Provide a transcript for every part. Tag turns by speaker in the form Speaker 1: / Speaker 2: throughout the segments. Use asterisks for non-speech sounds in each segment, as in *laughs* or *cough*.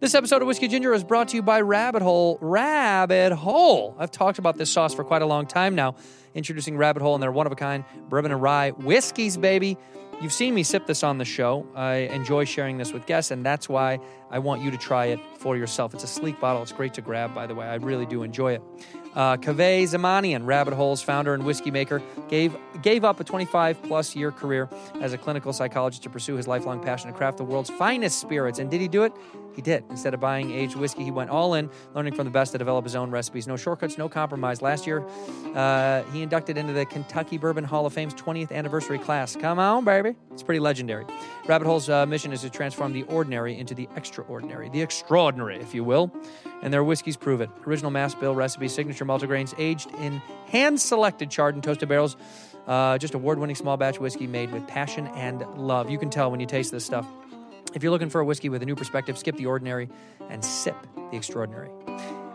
Speaker 1: This episode of Whiskey Ginger is brought to you by Rabbit Hole. Rabbit Hole. I've talked about this sauce for quite a long time now. Introducing Rabbit Hole and their one of a kind bourbon and rye whiskeys, baby. You've seen me sip this on the show. I enjoy sharing this with guests, and that's why I want you to try it for yourself. It's a sleek bottle. It's great to grab, by the way. I really do enjoy it. Uh, Kaveh Zamanian, Rabbit Hole's founder and whiskey maker, gave, gave up a 25 plus year career as a clinical psychologist to pursue his lifelong passion to craft the world's finest spirits. And did he do it? He did. Instead of buying aged whiskey, he went all in, learning from the best to develop his own recipes. No shortcuts, no compromise. Last year, uh, he inducted into the Kentucky Bourbon Hall of Fame's 20th anniversary class. Come on, baby. It's pretty legendary. Rabbit Hole's uh, mission is to transform the ordinary into the extraordinary, the extraordinary, if you will. And their whiskeys prove it. Original mass bill recipes, signature multigrains, aged in hand selected charred and toasted barrels. Uh, just award winning small batch whiskey made with passion and love. You can tell when you taste this stuff. If you're looking for a whiskey with a new perspective, skip the ordinary and sip the extraordinary.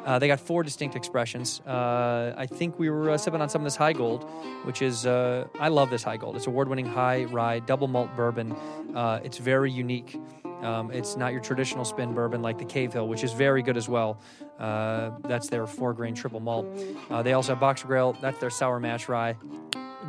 Speaker 1: Uh, they got four distinct expressions. Uh, I think we were uh, sipping on some of this high gold, which is, uh, I love this high gold. It's award winning high rye, double malt bourbon. Uh, it's very unique. Um, it's not your traditional spin bourbon like the Cave Hill, which is very good as well. Uh, that's their four grain triple malt. Uh, they also have Boxer Grail, that's their sour mash rye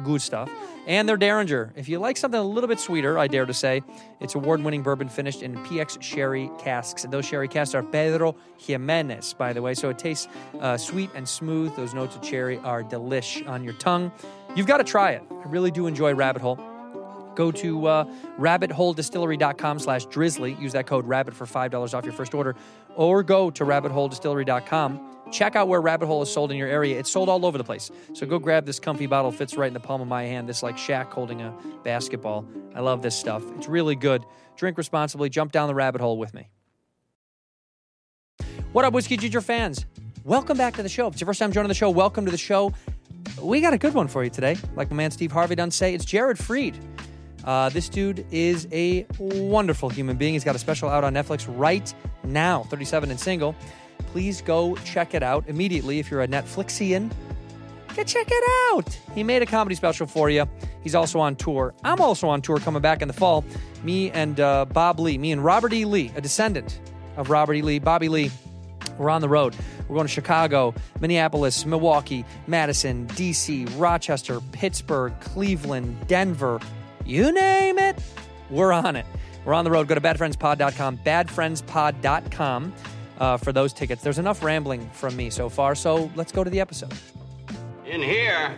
Speaker 1: good stuff. And their Derringer. If you like something a little bit sweeter, I dare to say, it's award winning bourbon finished in PX sherry casks. And those sherry casks are Pedro Jimenez, by the way. So it tastes uh, sweet and smooth. Those notes of cherry are delish on your tongue. You've got to try it. I really do enjoy Rabbit Hole go to uh, rabbitholedistillery.com slash drizzly use that code rabbit for $5 off your first order or go to rabbitholedistillery.com check out where rabbit hole is sold in your area it's sold all over the place so go grab this comfy bottle it fits right in the palm of my hand this like shack holding a basketball i love this stuff it's really good drink responsibly jump down the rabbit hole with me what up whiskey ginger fans welcome back to the show if it's your first time joining the show welcome to the show we got a good one for you today like my man steve harvey done say it's jared freed uh, this dude is a wonderful human being. He's got a special out on Netflix right now, 37 and single. Please go check it out immediately if you're a Netflixian. Go check it out. He made a comedy special for you. He's also on tour. I'm also on tour coming back in the fall. Me and uh, Bob Lee, me and Robert E. Lee, a descendant of Robert E. Lee, Bobby Lee. We're on the road. We're going to Chicago, Minneapolis, Milwaukee, Madison, DC, Rochester, Pittsburgh, Cleveland, Denver, you name it, we're on it. We're on the road. Go to badfriendspod.com, badfriendspod.com uh, for those tickets. There's enough rambling from me so far, so let's go to the episode.
Speaker 2: In here,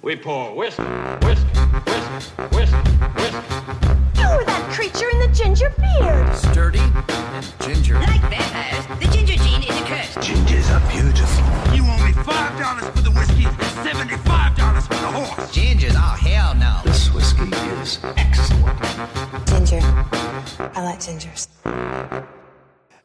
Speaker 2: we pour whiskey, whiskey, whiskey, whiskey, whiskey.
Speaker 3: You were Oh, that creature in the ginger beard.
Speaker 4: sturdy and ginger.
Speaker 5: Like vampires, the ginger gene is a curse.
Speaker 6: Gingers are beautiful.
Speaker 7: You owe me five dollars for the whiskey and seventy-five dollars for the horse.
Speaker 4: Gingers, oh hell no.
Speaker 6: This whiskey is excellent.
Speaker 8: Ginger. I like gingers.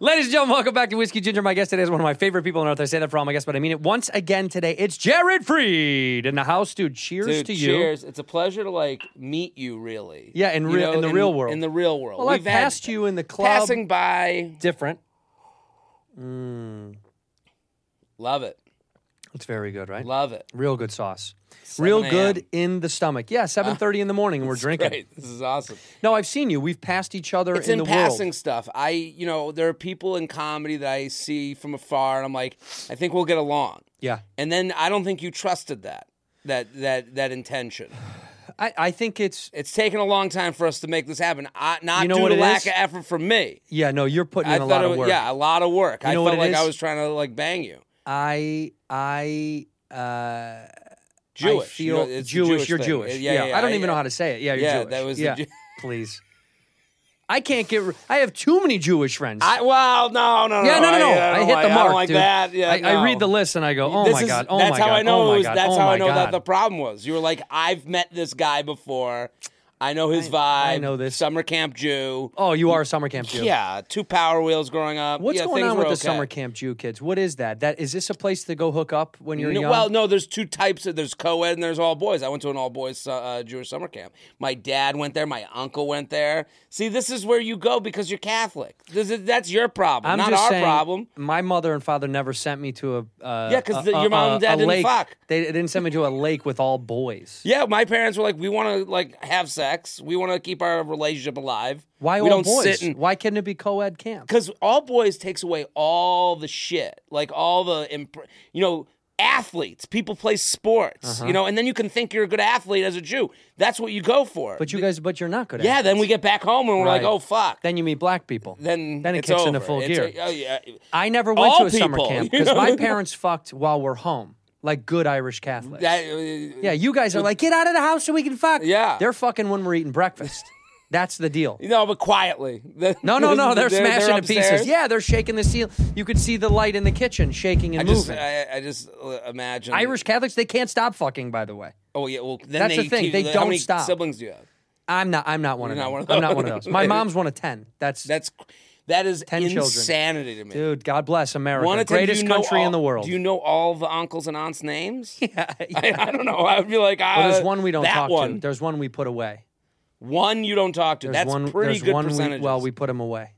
Speaker 1: Ladies and gentlemen, welcome back to Whiskey Ginger. My guest today is one of my favorite people on earth. I say that for all my guests, but I mean it once again today. It's Jared Freed in the house, dude. Cheers
Speaker 9: Dude,
Speaker 1: to you.
Speaker 9: cheers. It's a pleasure to like meet you, really.
Speaker 1: Yeah, in
Speaker 9: You
Speaker 1: real- in the real world.
Speaker 9: In the real world.
Speaker 1: Well, I
Speaker 9: We've had
Speaker 1: passed you in the club.
Speaker 9: Passing by,
Speaker 1: Different.
Speaker 9: love it,
Speaker 1: It's very good, right?
Speaker 9: love
Speaker 1: *laughs*
Speaker 9: it.
Speaker 1: Real good sauce. Real
Speaker 9: 7
Speaker 1: good
Speaker 9: a.m..
Speaker 1: in the stomach.
Speaker 9: Ah,
Speaker 1: Yeah, 7.30 in the morning we're drinking.
Speaker 9: Great, this is awesome.
Speaker 1: No, I've seen you. We've passed each other
Speaker 9: It's
Speaker 1: in
Speaker 9: in
Speaker 1: the
Speaker 9: passing
Speaker 1: world.
Speaker 9: stuff. I, you know, there are people in comedy that I see from afar, and I'm like, I think we'll get along.
Speaker 1: Yeah.
Speaker 9: And then I don't think you trusted that, that, that, that intention.
Speaker 1: I, I think it's
Speaker 9: It's taken a long time for us to make this happen. I, not
Speaker 1: You know
Speaker 9: due
Speaker 1: what
Speaker 9: to
Speaker 1: it
Speaker 9: lack
Speaker 1: is?
Speaker 9: of effort from me.
Speaker 1: yeah. No, you're putting
Speaker 9: I
Speaker 1: in a lot
Speaker 9: thought it
Speaker 1: of
Speaker 9: was,
Speaker 1: work.
Speaker 9: yeah, a lot of work.
Speaker 1: You know
Speaker 9: I
Speaker 1: what
Speaker 9: felt
Speaker 1: it
Speaker 9: like I
Speaker 1: is?
Speaker 9: was trying to like bang you.
Speaker 1: I I uh,
Speaker 9: Jewish.
Speaker 1: I
Speaker 9: you
Speaker 1: feel
Speaker 9: know, it's the
Speaker 1: Jewish. you're
Speaker 9: thing.
Speaker 1: Jewish.
Speaker 9: Yeah, yeah,
Speaker 1: I don't
Speaker 9: yeah,
Speaker 1: even know
Speaker 9: yeah.
Speaker 1: how to say it. Yeah, you're
Speaker 9: Yeah,
Speaker 1: Jewish.
Speaker 9: that was the
Speaker 1: yeah.
Speaker 9: Jew-
Speaker 1: please. I can't get. r I I have too many Jewish friends.
Speaker 9: I well, no, no, no.
Speaker 1: yeah, no, no, no.
Speaker 9: Oh, I, I don't
Speaker 1: hit
Speaker 9: like,
Speaker 1: the mark.
Speaker 9: I don't like
Speaker 1: dude.
Speaker 9: that. Yeah,
Speaker 1: I, I
Speaker 9: no.
Speaker 1: read the list and I go, oh
Speaker 9: This
Speaker 1: my
Speaker 9: is-
Speaker 1: god, oh
Speaker 9: that's
Speaker 1: my
Speaker 9: how
Speaker 1: god,
Speaker 9: I know
Speaker 1: oh
Speaker 9: it
Speaker 1: my
Speaker 9: was,
Speaker 1: god,
Speaker 9: That's
Speaker 1: oh
Speaker 9: how
Speaker 1: my
Speaker 9: I know
Speaker 1: god.
Speaker 9: that the problem was. You were like, I've met this guy before. I know his vibe.
Speaker 1: I know this.
Speaker 9: summer camp Jew.
Speaker 1: oh, you are a summer camp Jew.
Speaker 9: Yeah, two power wheels growing up.
Speaker 1: What's
Speaker 9: Yeah,
Speaker 1: going
Speaker 9: things
Speaker 1: on
Speaker 9: were
Speaker 1: with the
Speaker 9: okay.
Speaker 1: summer camp Jew kids? What is that? That is this a place to go hook up when you're
Speaker 9: No,
Speaker 1: young?
Speaker 9: well, no, there's two types. Of, there's co-ed and there's all boys. I went to an all boys uh, Jewish summer camp. My dad went there. My uncle went there. See, this is where you go because you're Catholic. This is, that's your problem,
Speaker 1: I'm
Speaker 9: not
Speaker 1: just
Speaker 9: our
Speaker 1: saying,
Speaker 9: problem.
Speaker 1: My mother and father never sent me to a uh,
Speaker 9: Yeah, 'cause
Speaker 1: a-
Speaker 9: the- your
Speaker 1: a-
Speaker 9: mom
Speaker 1: a-
Speaker 9: and dad
Speaker 1: a
Speaker 9: didn't
Speaker 1: lake.
Speaker 9: fuck.
Speaker 1: They didn't send me to a lake with all boys.
Speaker 9: Yeah, my parents were like, we want to like have sex. We want to keep our relationship alive.
Speaker 1: Why
Speaker 9: we
Speaker 1: all
Speaker 9: don't
Speaker 1: boys?
Speaker 9: sit and
Speaker 1: Why couldn't it be co-ed camp?
Speaker 9: because all boys takes away all the shit, like all the imp- you know athletes. People play
Speaker 1: Uh-huh.
Speaker 9: sports, you know, and then you can think you're a good athlete as a Jew. That's what you go for.
Speaker 1: But you guys, but you're not good at
Speaker 9: yeah,
Speaker 1: it.
Speaker 9: then we get back home and we're like,
Speaker 1: Right.
Speaker 9: oh fuck.
Speaker 1: Then you meet black people.
Speaker 9: then
Speaker 1: then it
Speaker 9: it's
Speaker 1: kicks
Speaker 9: over.
Speaker 1: into full
Speaker 9: It's
Speaker 1: gear.
Speaker 9: a- oh, yeah.
Speaker 1: I never went to
Speaker 9: All
Speaker 1: a summer
Speaker 9: people,
Speaker 1: camp
Speaker 9: you
Speaker 1: because
Speaker 9: know?
Speaker 1: my parents fucked while we're home, like good Irish Catholics.
Speaker 9: That- uh,
Speaker 1: yeah, you guys are like, get out of the house so we can fuck.
Speaker 9: Yeah.
Speaker 1: They're fucking when we're eating breakfast. That's the
Speaker 9: *laughs*
Speaker 1: deal.
Speaker 9: No, but quietly. *laughs*
Speaker 1: No, no, no. They're, smashing to
Speaker 9: upstairs.
Speaker 1: pieces. Yeah, they're shaking the seal. You could see the light in the kitchen shaking
Speaker 9: I
Speaker 1: and
Speaker 9: just,
Speaker 1: moving.
Speaker 9: I, I just uh, imagine
Speaker 1: Irish Catholics, they can't stop fucking, by the way.
Speaker 9: Oh yeah, well then
Speaker 1: That's
Speaker 9: they,
Speaker 1: the thing,
Speaker 9: keep-
Speaker 1: they
Speaker 9: how
Speaker 1: don't
Speaker 9: many
Speaker 1: stop.
Speaker 9: Siblings do you have?
Speaker 1: I'm not I'm not one, of,
Speaker 9: You're
Speaker 1: them.
Speaker 9: not one of
Speaker 1: I'm not
Speaker 9: those.
Speaker 1: one of those.
Speaker 9: *laughs*
Speaker 1: My mom's one of ten. That's
Speaker 9: That's that is
Speaker 1: Ten children.
Speaker 9: insanity to me.
Speaker 1: dude, God bless America.
Speaker 9: One of ten, do
Speaker 1: Greatest
Speaker 9: you know
Speaker 1: country in
Speaker 9: all-
Speaker 1: the world.
Speaker 9: Do you know all the uncles and aunts' names?
Speaker 1: *laughs* yeah,
Speaker 9: *laughs* I, I don't know. I would be like, ah,
Speaker 1: Well, there's one we don't
Speaker 9: that
Speaker 1: talk
Speaker 9: one.
Speaker 1: to. There's one we put away.
Speaker 9: One you don't talk to.
Speaker 1: There's
Speaker 9: That's
Speaker 1: one.
Speaker 9: pretty
Speaker 1: there's
Speaker 9: good
Speaker 1: one
Speaker 9: percentage.
Speaker 1: We, well, we put him away.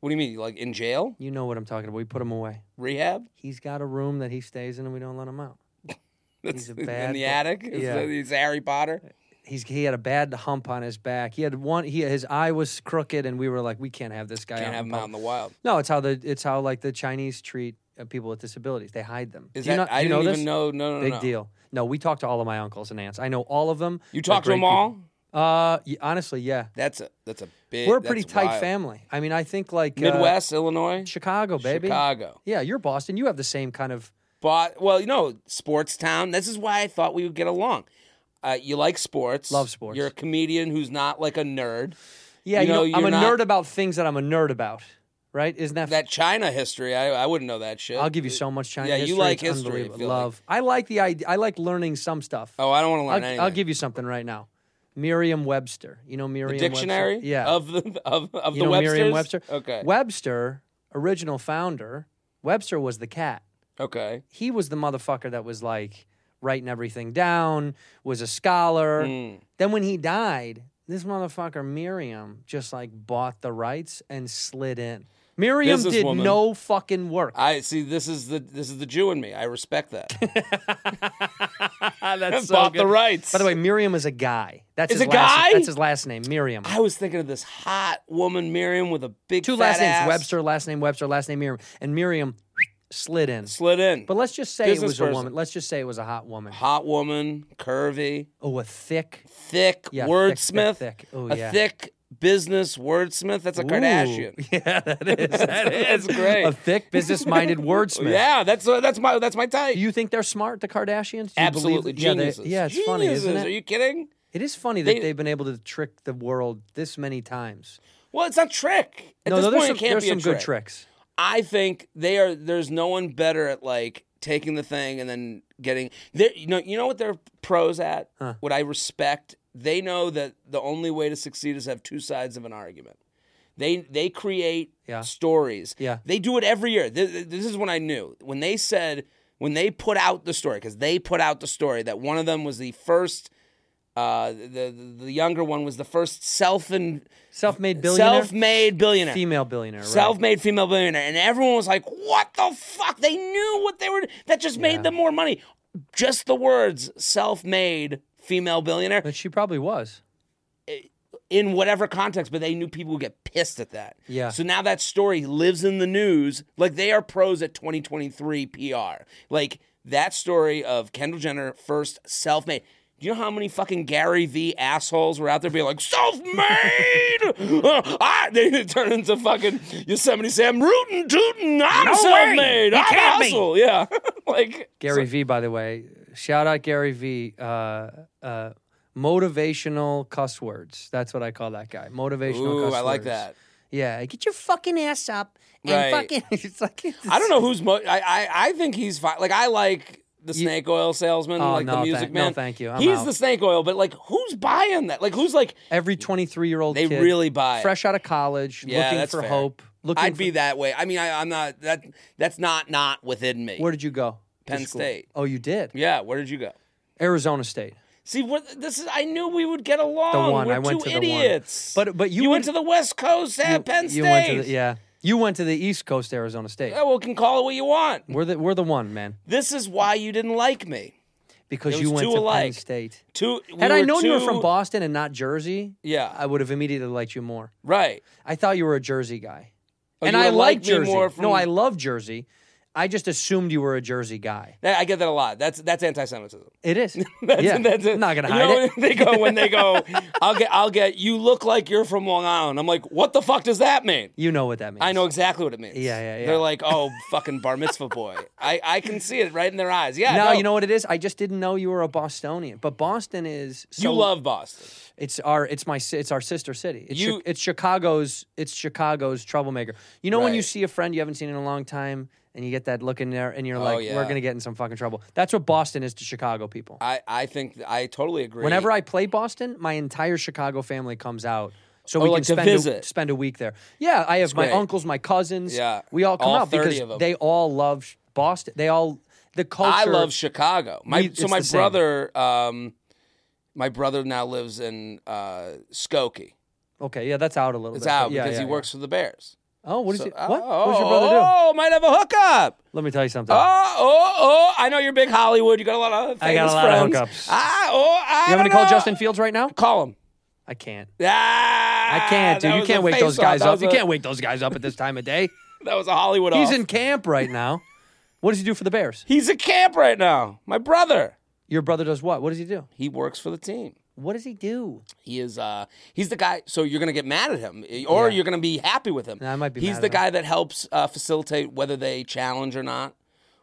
Speaker 9: what do you mean? Like in jail,
Speaker 1: You know what I'm talking about. We put him away.
Speaker 9: rehab,
Speaker 1: He's got a room that he stays in, and we don't let him out.
Speaker 9: That's
Speaker 1: a
Speaker 9: *laughs* in
Speaker 1: bad
Speaker 9: the
Speaker 1: boy.
Speaker 9: attic. Is
Speaker 1: Yeah.
Speaker 9: that- It's Harry Potter.
Speaker 1: He's he had a bad hump on his back. He had one. He his eye was crooked, and we were like, we can't have this guy.
Speaker 9: Can't
Speaker 1: out
Speaker 9: have
Speaker 1: in
Speaker 9: him out in
Speaker 1: public.
Speaker 9: the wild.
Speaker 1: No, it's how the it's how like the Chinese treat uh, people with disabilities. They hide them.
Speaker 9: Is
Speaker 1: Do you
Speaker 9: that
Speaker 1: not-
Speaker 9: I
Speaker 1: you know
Speaker 9: didn't
Speaker 1: this?
Speaker 9: even know. No, no,
Speaker 1: Big
Speaker 9: no.
Speaker 1: deal. No, we talk to all of my uncles and aunts. I know all of them.
Speaker 9: You
Speaker 1: They're
Speaker 9: talk to
Speaker 1: great
Speaker 9: them all.
Speaker 1: people. Uh, y- honestly, yeah.
Speaker 9: That's a that's a big.
Speaker 1: We're a pretty
Speaker 9: that's
Speaker 1: tight
Speaker 9: wild.
Speaker 1: family. I mean, I think like uh,
Speaker 9: Midwest, Illinois,
Speaker 1: Chicago, baby.
Speaker 9: Chicago.
Speaker 1: Yeah, you're Boston. You have the same kind of.
Speaker 9: But well, you know, sports town. This is why I thought we would get along. Uh, you like sports.
Speaker 1: Love sports.
Speaker 9: You're a comedian who's not like a nerd.
Speaker 1: Yeah,
Speaker 9: You
Speaker 1: you know,
Speaker 9: know,
Speaker 1: I'm
Speaker 9: you're
Speaker 1: a
Speaker 9: not-
Speaker 1: nerd about things that I'm a nerd about. Right? Isn't that?
Speaker 9: That China history, I, I wouldn't know that shit.
Speaker 1: I'll give you so much China.
Speaker 9: Yeah, you
Speaker 1: history.
Speaker 9: like
Speaker 1: It's
Speaker 9: history, I
Speaker 1: unbelievable.
Speaker 9: feel like.
Speaker 1: Love. I like the idea. I like learning some stuff.
Speaker 9: Oh, I don't want to learn
Speaker 1: I'll,
Speaker 9: anything.
Speaker 1: I'll give you something right now. Merriam-Webster. You know
Speaker 9: the
Speaker 1: Merriam-Webster.
Speaker 9: dictionary.
Speaker 1: Yeah.
Speaker 9: Of the *laughs* of, of
Speaker 1: you
Speaker 9: the
Speaker 1: know
Speaker 9: Webster's.
Speaker 1: Merriam-Webster.
Speaker 9: Okay.
Speaker 1: Webster, original founder. Webster was the cat.
Speaker 9: okay.
Speaker 1: he was the motherfucker that was like writing everything down, was a scholar. Then when he died, this motherfucker Miriam just like bought the rights and slid in. Miriam did
Speaker 9: Businesswoman.
Speaker 1: no fucking work.
Speaker 9: I see. This is the this is the Jew in me. I respect that.
Speaker 1: *laughs* *laughs* That's
Speaker 9: Bought the rights.
Speaker 1: By the way, Miriam is a guy. That's
Speaker 9: Is
Speaker 1: his
Speaker 9: a
Speaker 1: last,
Speaker 9: guy?
Speaker 1: That's his last name, Miriam.
Speaker 9: I was thinking of this hot woman Miriam with a big
Speaker 1: Two
Speaker 9: fat
Speaker 1: last names:
Speaker 9: ass,
Speaker 1: Webster, last name Webster, last name Miriam, and Miriam slid in.
Speaker 9: Slid in.
Speaker 1: But let's just say it
Speaker 9: Business
Speaker 1: was a
Speaker 9: person.
Speaker 1: woman. Let's just say it was a hot woman.
Speaker 9: hot woman, curvy.
Speaker 1: Oh, a thick.
Speaker 9: thick
Speaker 1: Yeah,
Speaker 9: wordsmith,
Speaker 1: thick, thick, thick. Ooh,
Speaker 9: a
Speaker 1: yeah.
Speaker 9: thick business wordsmith. That's a Kardashian.
Speaker 1: Ooh. *laughs* Yeah, that is. That is
Speaker 9: That's great.
Speaker 1: A thick,
Speaker 9: *laughs*
Speaker 1: business-minded wordsmith.
Speaker 9: Oh, Yeah, that's uh, that's my that's my type.
Speaker 1: Do you think they're smart, the Kardashians? Do you
Speaker 9: Absolutely
Speaker 1: believe- yeah, they-
Speaker 9: geniuses.
Speaker 1: Yeah, it's funny, isn't
Speaker 9: Geniuses,
Speaker 1: it?
Speaker 9: Are you kidding?
Speaker 1: it is funny that
Speaker 9: They-
Speaker 1: they, have been able to trick the world this many times.
Speaker 9: Well, it's not trick. At
Speaker 1: no,
Speaker 9: this
Speaker 1: no,
Speaker 9: point,
Speaker 1: there's some,
Speaker 9: it can't
Speaker 1: there's
Speaker 9: be
Speaker 1: some
Speaker 9: a
Speaker 1: good
Speaker 9: trick.
Speaker 1: tricks.
Speaker 9: I think they are. There's no one better at like taking the thing and then getting. There, you know, you know what they're pros at. What I respect, they know that the only way to succeed is to have two sides of an argument. They they create
Speaker 1: Yeah.
Speaker 9: stories.
Speaker 1: Yeah.
Speaker 9: they do it every year. Th- th- This is when I knew when they said when they put out the story because they put out the story that one of them was the first. Uh, the, the the younger one was the first self and
Speaker 1: Self-made billionaire,
Speaker 9: self-made billionaire
Speaker 1: female billionaire, right?
Speaker 9: self-made female billionaire and everyone was like what the fuck they knew what they were that just made them more money just the words self-made female billionaire
Speaker 1: But she probably was.
Speaker 9: in whatever context but they knew people would get pissed at that
Speaker 1: Yeah.
Speaker 9: so now that story lives in the news like they are pros at 2023 pr like that story of kendall jenner first self-made do you know how many fucking Gary V assholes were out there being like self-made? *laughs* Uh, I, *laughs* they turn into fucking Yosemite Sam, rootin' tootin'. I'm
Speaker 1: No way.
Speaker 9: self-made.
Speaker 1: You
Speaker 9: I'm
Speaker 1: can't be.
Speaker 9: hustle. Yeah, *laughs* like
Speaker 1: Gary V, by the way, shout out Gary V. Uh, uh, motivational cuss words. That's what I call that guy. Motivational.
Speaker 9: Ooh,
Speaker 1: cuss
Speaker 9: I like
Speaker 1: words.
Speaker 9: that.
Speaker 1: Yeah, get your fucking ass up and
Speaker 9: Right.
Speaker 1: fucking. *laughs* It's like
Speaker 9: I don't know who's. Mo- I, I I think he's fine. Like I like the snake oil salesman,
Speaker 1: Oh,
Speaker 9: like
Speaker 1: no,
Speaker 9: the music
Speaker 1: thank- no,
Speaker 9: man.
Speaker 1: thank you. I'm
Speaker 9: he's
Speaker 1: out.
Speaker 9: the snake oil, but like who's buying that? Like who's like
Speaker 1: Every 23 year old
Speaker 9: They
Speaker 1: kid,
Speaker 9: really buy it.
Speaker 1: fresh out of college,
Speaker 9: Yeah,
Speaker 1: looking
Speaker 9: that's
Speaker 1: for
Speaker 9: fair.
Speaker 1: hope. Looking
Speaker 9: I'd
Speaker 1: for,
Speaker 9: be that way. I mean, I, I'm not that. That's not not within me.
Speaker 1: Where did you go? to
Speaker 9: Penn
Speaker 1: school?
Speaker 9: State.
Speaker 1: Oh, you did.
Speaker 9: yeah, where did you go?
Speaker 1: Arizona State.
Speaker 9: See, what this is. I knew we would get along.
Speaker 1: The one
Speaker 9: We're
Speaker 1: I went
Speaker 9: two
Speaker 1: to the one.
Speaker 9: idiots.
Speaker 1: But- but you
Speaker 9: went
Speaker 1: would-
Speaker 9: to the West Coast at Penn State. Oh.
Speaker 1: You went to the, yeah. You went to the East Coast, Arizona State.
Speaker 9: Yeah, well, can call it what you want.
Speaker 1: We're the we're the one, man.
Speaker 9: This is why you didn't like me.
Speaker 1: because
Speaker 9: It
Speaker 1: you
Speaker 9: was
Speaker 1: went
Speaker 9: two
Speaker 1: to Penn
Speaker 9: alike.
Speaker 1: State.
Speaker 9: Two. we
Speaker 1: Had I
Speaker 9: were
Speaker 1: known you were
Speaker 9: two-
Speaker 1: from Boston and not Jersey,
Speaker 9: Yeah.
Speaker 1: I would have immediately liked you more.
Speaker 9: right?
Speaker 1: I thought you were a Jersey guy,
Speaker 9: Oh,
Speaker 1: and
Speaker 9: you
Speaker 1: I
Speaker 9: would
Speaker 1: like
Speaker 9: like me
Speaker 1: Jersey.
Speaker 9: more from-
Speaker 1: No, I love Jersey. I just assumed you were a Jersey guy.
Speaker 9: That- I get that a lot. That's that's anti-Semitism.
Speaker 1: It is.
Speaker 9: *laughs* That's,
Speaker 1: yeah,
Speaker 9: that's it.
Speaker 1: I'm not gonna
Speaker 9: You
Speaker 1: hide
Speaker 9: know
Speaker 1: it.
Speaker 9: when They go when they go. I'll get. I'll get. You look like you're from Long Island. I'm like, what the fuck does that mean?
Speaker 1: *laughs* You know what that means.
Speaker 9: I know exactly what it means.
Speaker 1: Yeah, yeah, yeah.
Speaker 9: They're like, oh, fucking
Speaker 1: *laughs*
Speaker 9: bar mitzvah boy. I, I can see it right in their eyes. Yeah.
Speaker 1: Now
Speaker 9: no,
Speaker 1: you know what it is. I just didn't know you were a Bostonian, but Boston is so,
Speaker 9: you love Boston.
Speaker 1: It's our it's my si- it's our sister city. It's,
Speaker 9: You-
Speaker 1: Chi- it's Chicago's it's Chicago's troublemaker. You know when you
Speaker 9: Right.
Speaker 1: see a friend you haven't seen in a long time and you get that look in there and you're like,
Speaker 9: Oh, yeah.
Speaker 1: we're gonna get in some fucking trouble. That's what Boston is to Chicago people.
Speaker 9: I I think I totally agree.
Speaker 1: Whenever I play Boston, my entire Chicago family comes out. So
Speaker 9: Oh,
Speaker 1: we
Speaker 9: like
Speaker 1: can
Speaker 9: to
Speaker 1: spend A,
Speaker 9: visit.
Speaker 1: spend a week there. Yeah, I have my
Speaker 9: great.
Speaker 1: uncles, my cousins.
Speaker 9: Yeah,
Speaker 1: we all come
Speaker 9: all
Speaker 1: out
Speaker 9: 30
Speaker 1: because
Speaker 9: of 'em.
Speaker 1: they all love sh- Boston. They all the culture.
Speaker 9: I love Chicago. My
Speaker 1: We-
Speaker 9: so
Speaker 1: it's
Speaker 9: my
Speaker 1: the same.
Speaker 9: brother, um, my brother now lives in uh, Skokie.
Speaker 1: Okay, yeah, that's out a little
Speaker 9: It's
Speaker 1: bit. but
Speaker 9: out
Speaker 1: yeah,
Speaker 9: because
Speaker 1: yeah,
Speaker 9: he
Speaker 1: yeah.
Speaker 9: works for the Bears.
Speaker 1: Oh, what is
Speaker 9: So-
Speaker 1: it?
Speaker 9: oh,
Speaker 1: What? what does your brother do?
Speaker 9: Oh, might have a hookup.
Speaker 1: Let me tell you something.
Speaker 9: Oh, oh, oh! I know you're big Hollywood. You got a lot of famous
Speaker 1: I got a lot of
Speaker 9: friends.
Speaker 1: hookups.
Speaker 9: Ah, oh, I
Speaker 1: you want me to
Speaker 9: don't
Speaker 1: call
Speaker 9: know.
Speaker 1: Justin Fields right now?
Speaker 9: Call him.
Speaker 1: I can't.
Speaker 9: Ah,
Speaker 1: I can't, dude.
Speaker 9: that
Speaker 1: You
Speaker 9: was
Speaker 1: can't
Speaker 9: a
Speaker 1: wake those
Speaker 9: face-off.
Speaker 1: guys
Speaker 9: That
Speaker 1: up.
Speaker 9: was
Speaker 1: You
Speaker 9: a-
Speaker 1: can't wake those guys up at this time of
Speaker 9: *laughs*
Speaker 1: day.
Speaker 9: That was a Hollywood.
Speaker 1: He's
Speaker 9: off.
Speaker 1: in camp right now. What does he do for the Bears?
Speaker 9: He's a camp right now. My brother.
Speaker 1: Your brother does what? What does he do?
Speaker 9: He works for the team.
Speaker 1: What does he do?
Speaker 9: He is. Uh, he's the guy. So you're gonna get mad at him, eh, or you're gonna be happy with him.
Speaker 1: No, I might be
Speaker 9: He's
Speaker 1: mad at
Speaker 9: the
Speaker 1: him.
Speaker 9: guy that helps uh, facilitate whether they challenge or not,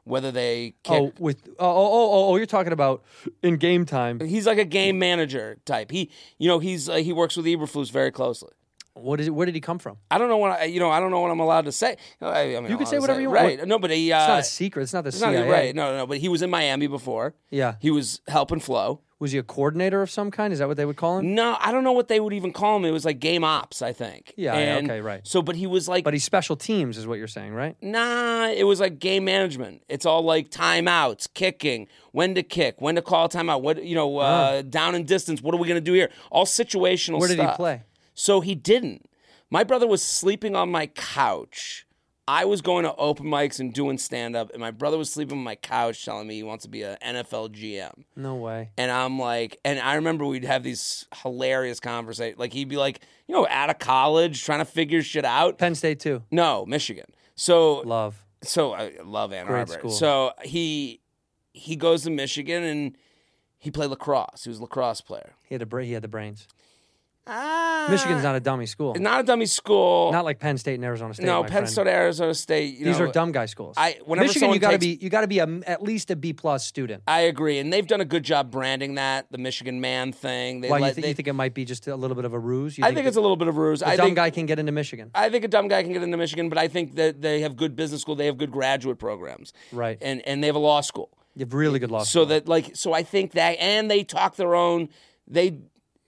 Speaker 9: whether they kick.
Speaker 1: Oh, with oh oh oh oh, you're talking about in game time.
Speaker 9: He's like a game manager type. He, you know, he's uh, he works with Eberflus very closely.
Speaker 1: What is? Where did he come from?
Speaker 9: I don't know what I, you know. I don't know what I'm allowed to say. I, I mean,
Speaker 1: You can say
Speaker 9: allowed to
Speaker 1: whatever you want.
Speaker 9: right. No, but he. Uh,
Speaker 1: It's not a secret. It's not the
Speaker 9: it's not-
Speaker 1: CIA.
Speaker 9: right. No, no, no. But he was in Miami before.
Speaker 1: Yeah.
Speaker 9: He was helping Flo.
Speaker 1: Was he a coordinator of some kind? Is that what they would call him?
Speaker 9: No, I don't know what they would even call him. It was like game ops, I think.
Speaker 1: Yeah, yeah, okay, right.
Speaker 9: So, but he was like,
Speaker 1: But he's special teams, is what you're saying, right?
Speaker 9: nah, it was like game management. It's all like timeouts, kicking, when to kick, when to call a timeout, what, you know, uh, down and distance, what are we going to do here? All situational
Speaker 1: Uh-huh. Where did he
Speaker 9: stuff.
Speaker 1: play?
Speaker 9: So he didn't. My brother was sleeping on my couch. I was going to open mics and doing stand up, and my brother was sleeping on my couch telling me he wants to be an NFL GM.
Speaker 1: No way.
Speaker 9: And I'm like, and I remember we'd have these hilarious conversations. Like he'd be like, you know, out of college, trying to figure shit out.
Speaker 1: Penn State too.
Speaker 9: No, Michigan. So
Speaker 1: Love.
Speaker 9: so I love Ann
Speaker 1: Great
Speaker 9: Arbor.
Speaker 1: school.
Speaker 9: So he he goes to Michigan and he played lacrosse. He was a lacrosse player.
Speaker 1: He had a bra- he had the brains.
Speaker 9: Ah,
Speaker 1: Michigan's not a dummy school.
Speaker 9: not a dummy school.
Speaker 1: Not like Penn State and Arizona State.
Speaker 9: no,
Speaker 1: my
Speaker 9: Penn
Speaker 1: friend.
Speaker 9: State, Arizona State. You
Speaker 1: These
Speaker 9: know,
Speaker 1: are dumb guy schools.
Speaker 9: I- whenever
Speaker 1: Michigan,
Speaker 9: someone
Speaker 1: you got to
Speaker 9: takes-
Speaker 1: be you got to be a, at least a B plus student.
Speaker 9: I agree, and they've done a good job branding that the Michigan man thing. They
Speaker 1: Why you,
Speaker 9: let-
Speaker 1: thi-
Speaker 9: they-
Speaker 1: you think it might be just a little bit of a ruse? You
Speaker 9: I think it's a little bit of a ruse.
Speaker 1: a
Speaker 9: I
Speaker 1: dumb
Speaker 9: think
Speaker 1: guy can get into Michigan.
Speaker 9: I think a dumb guy can get into Michigan, but I think that they have good business school, they have good graduate programs,
Speaker 1: Right.
Speaker 9: And and they have a law school,
Speaker 1: You have really good law.
Speaker 9: so
Speaker 1: school.
Speaker 9: that like so I think that and they talk their own, they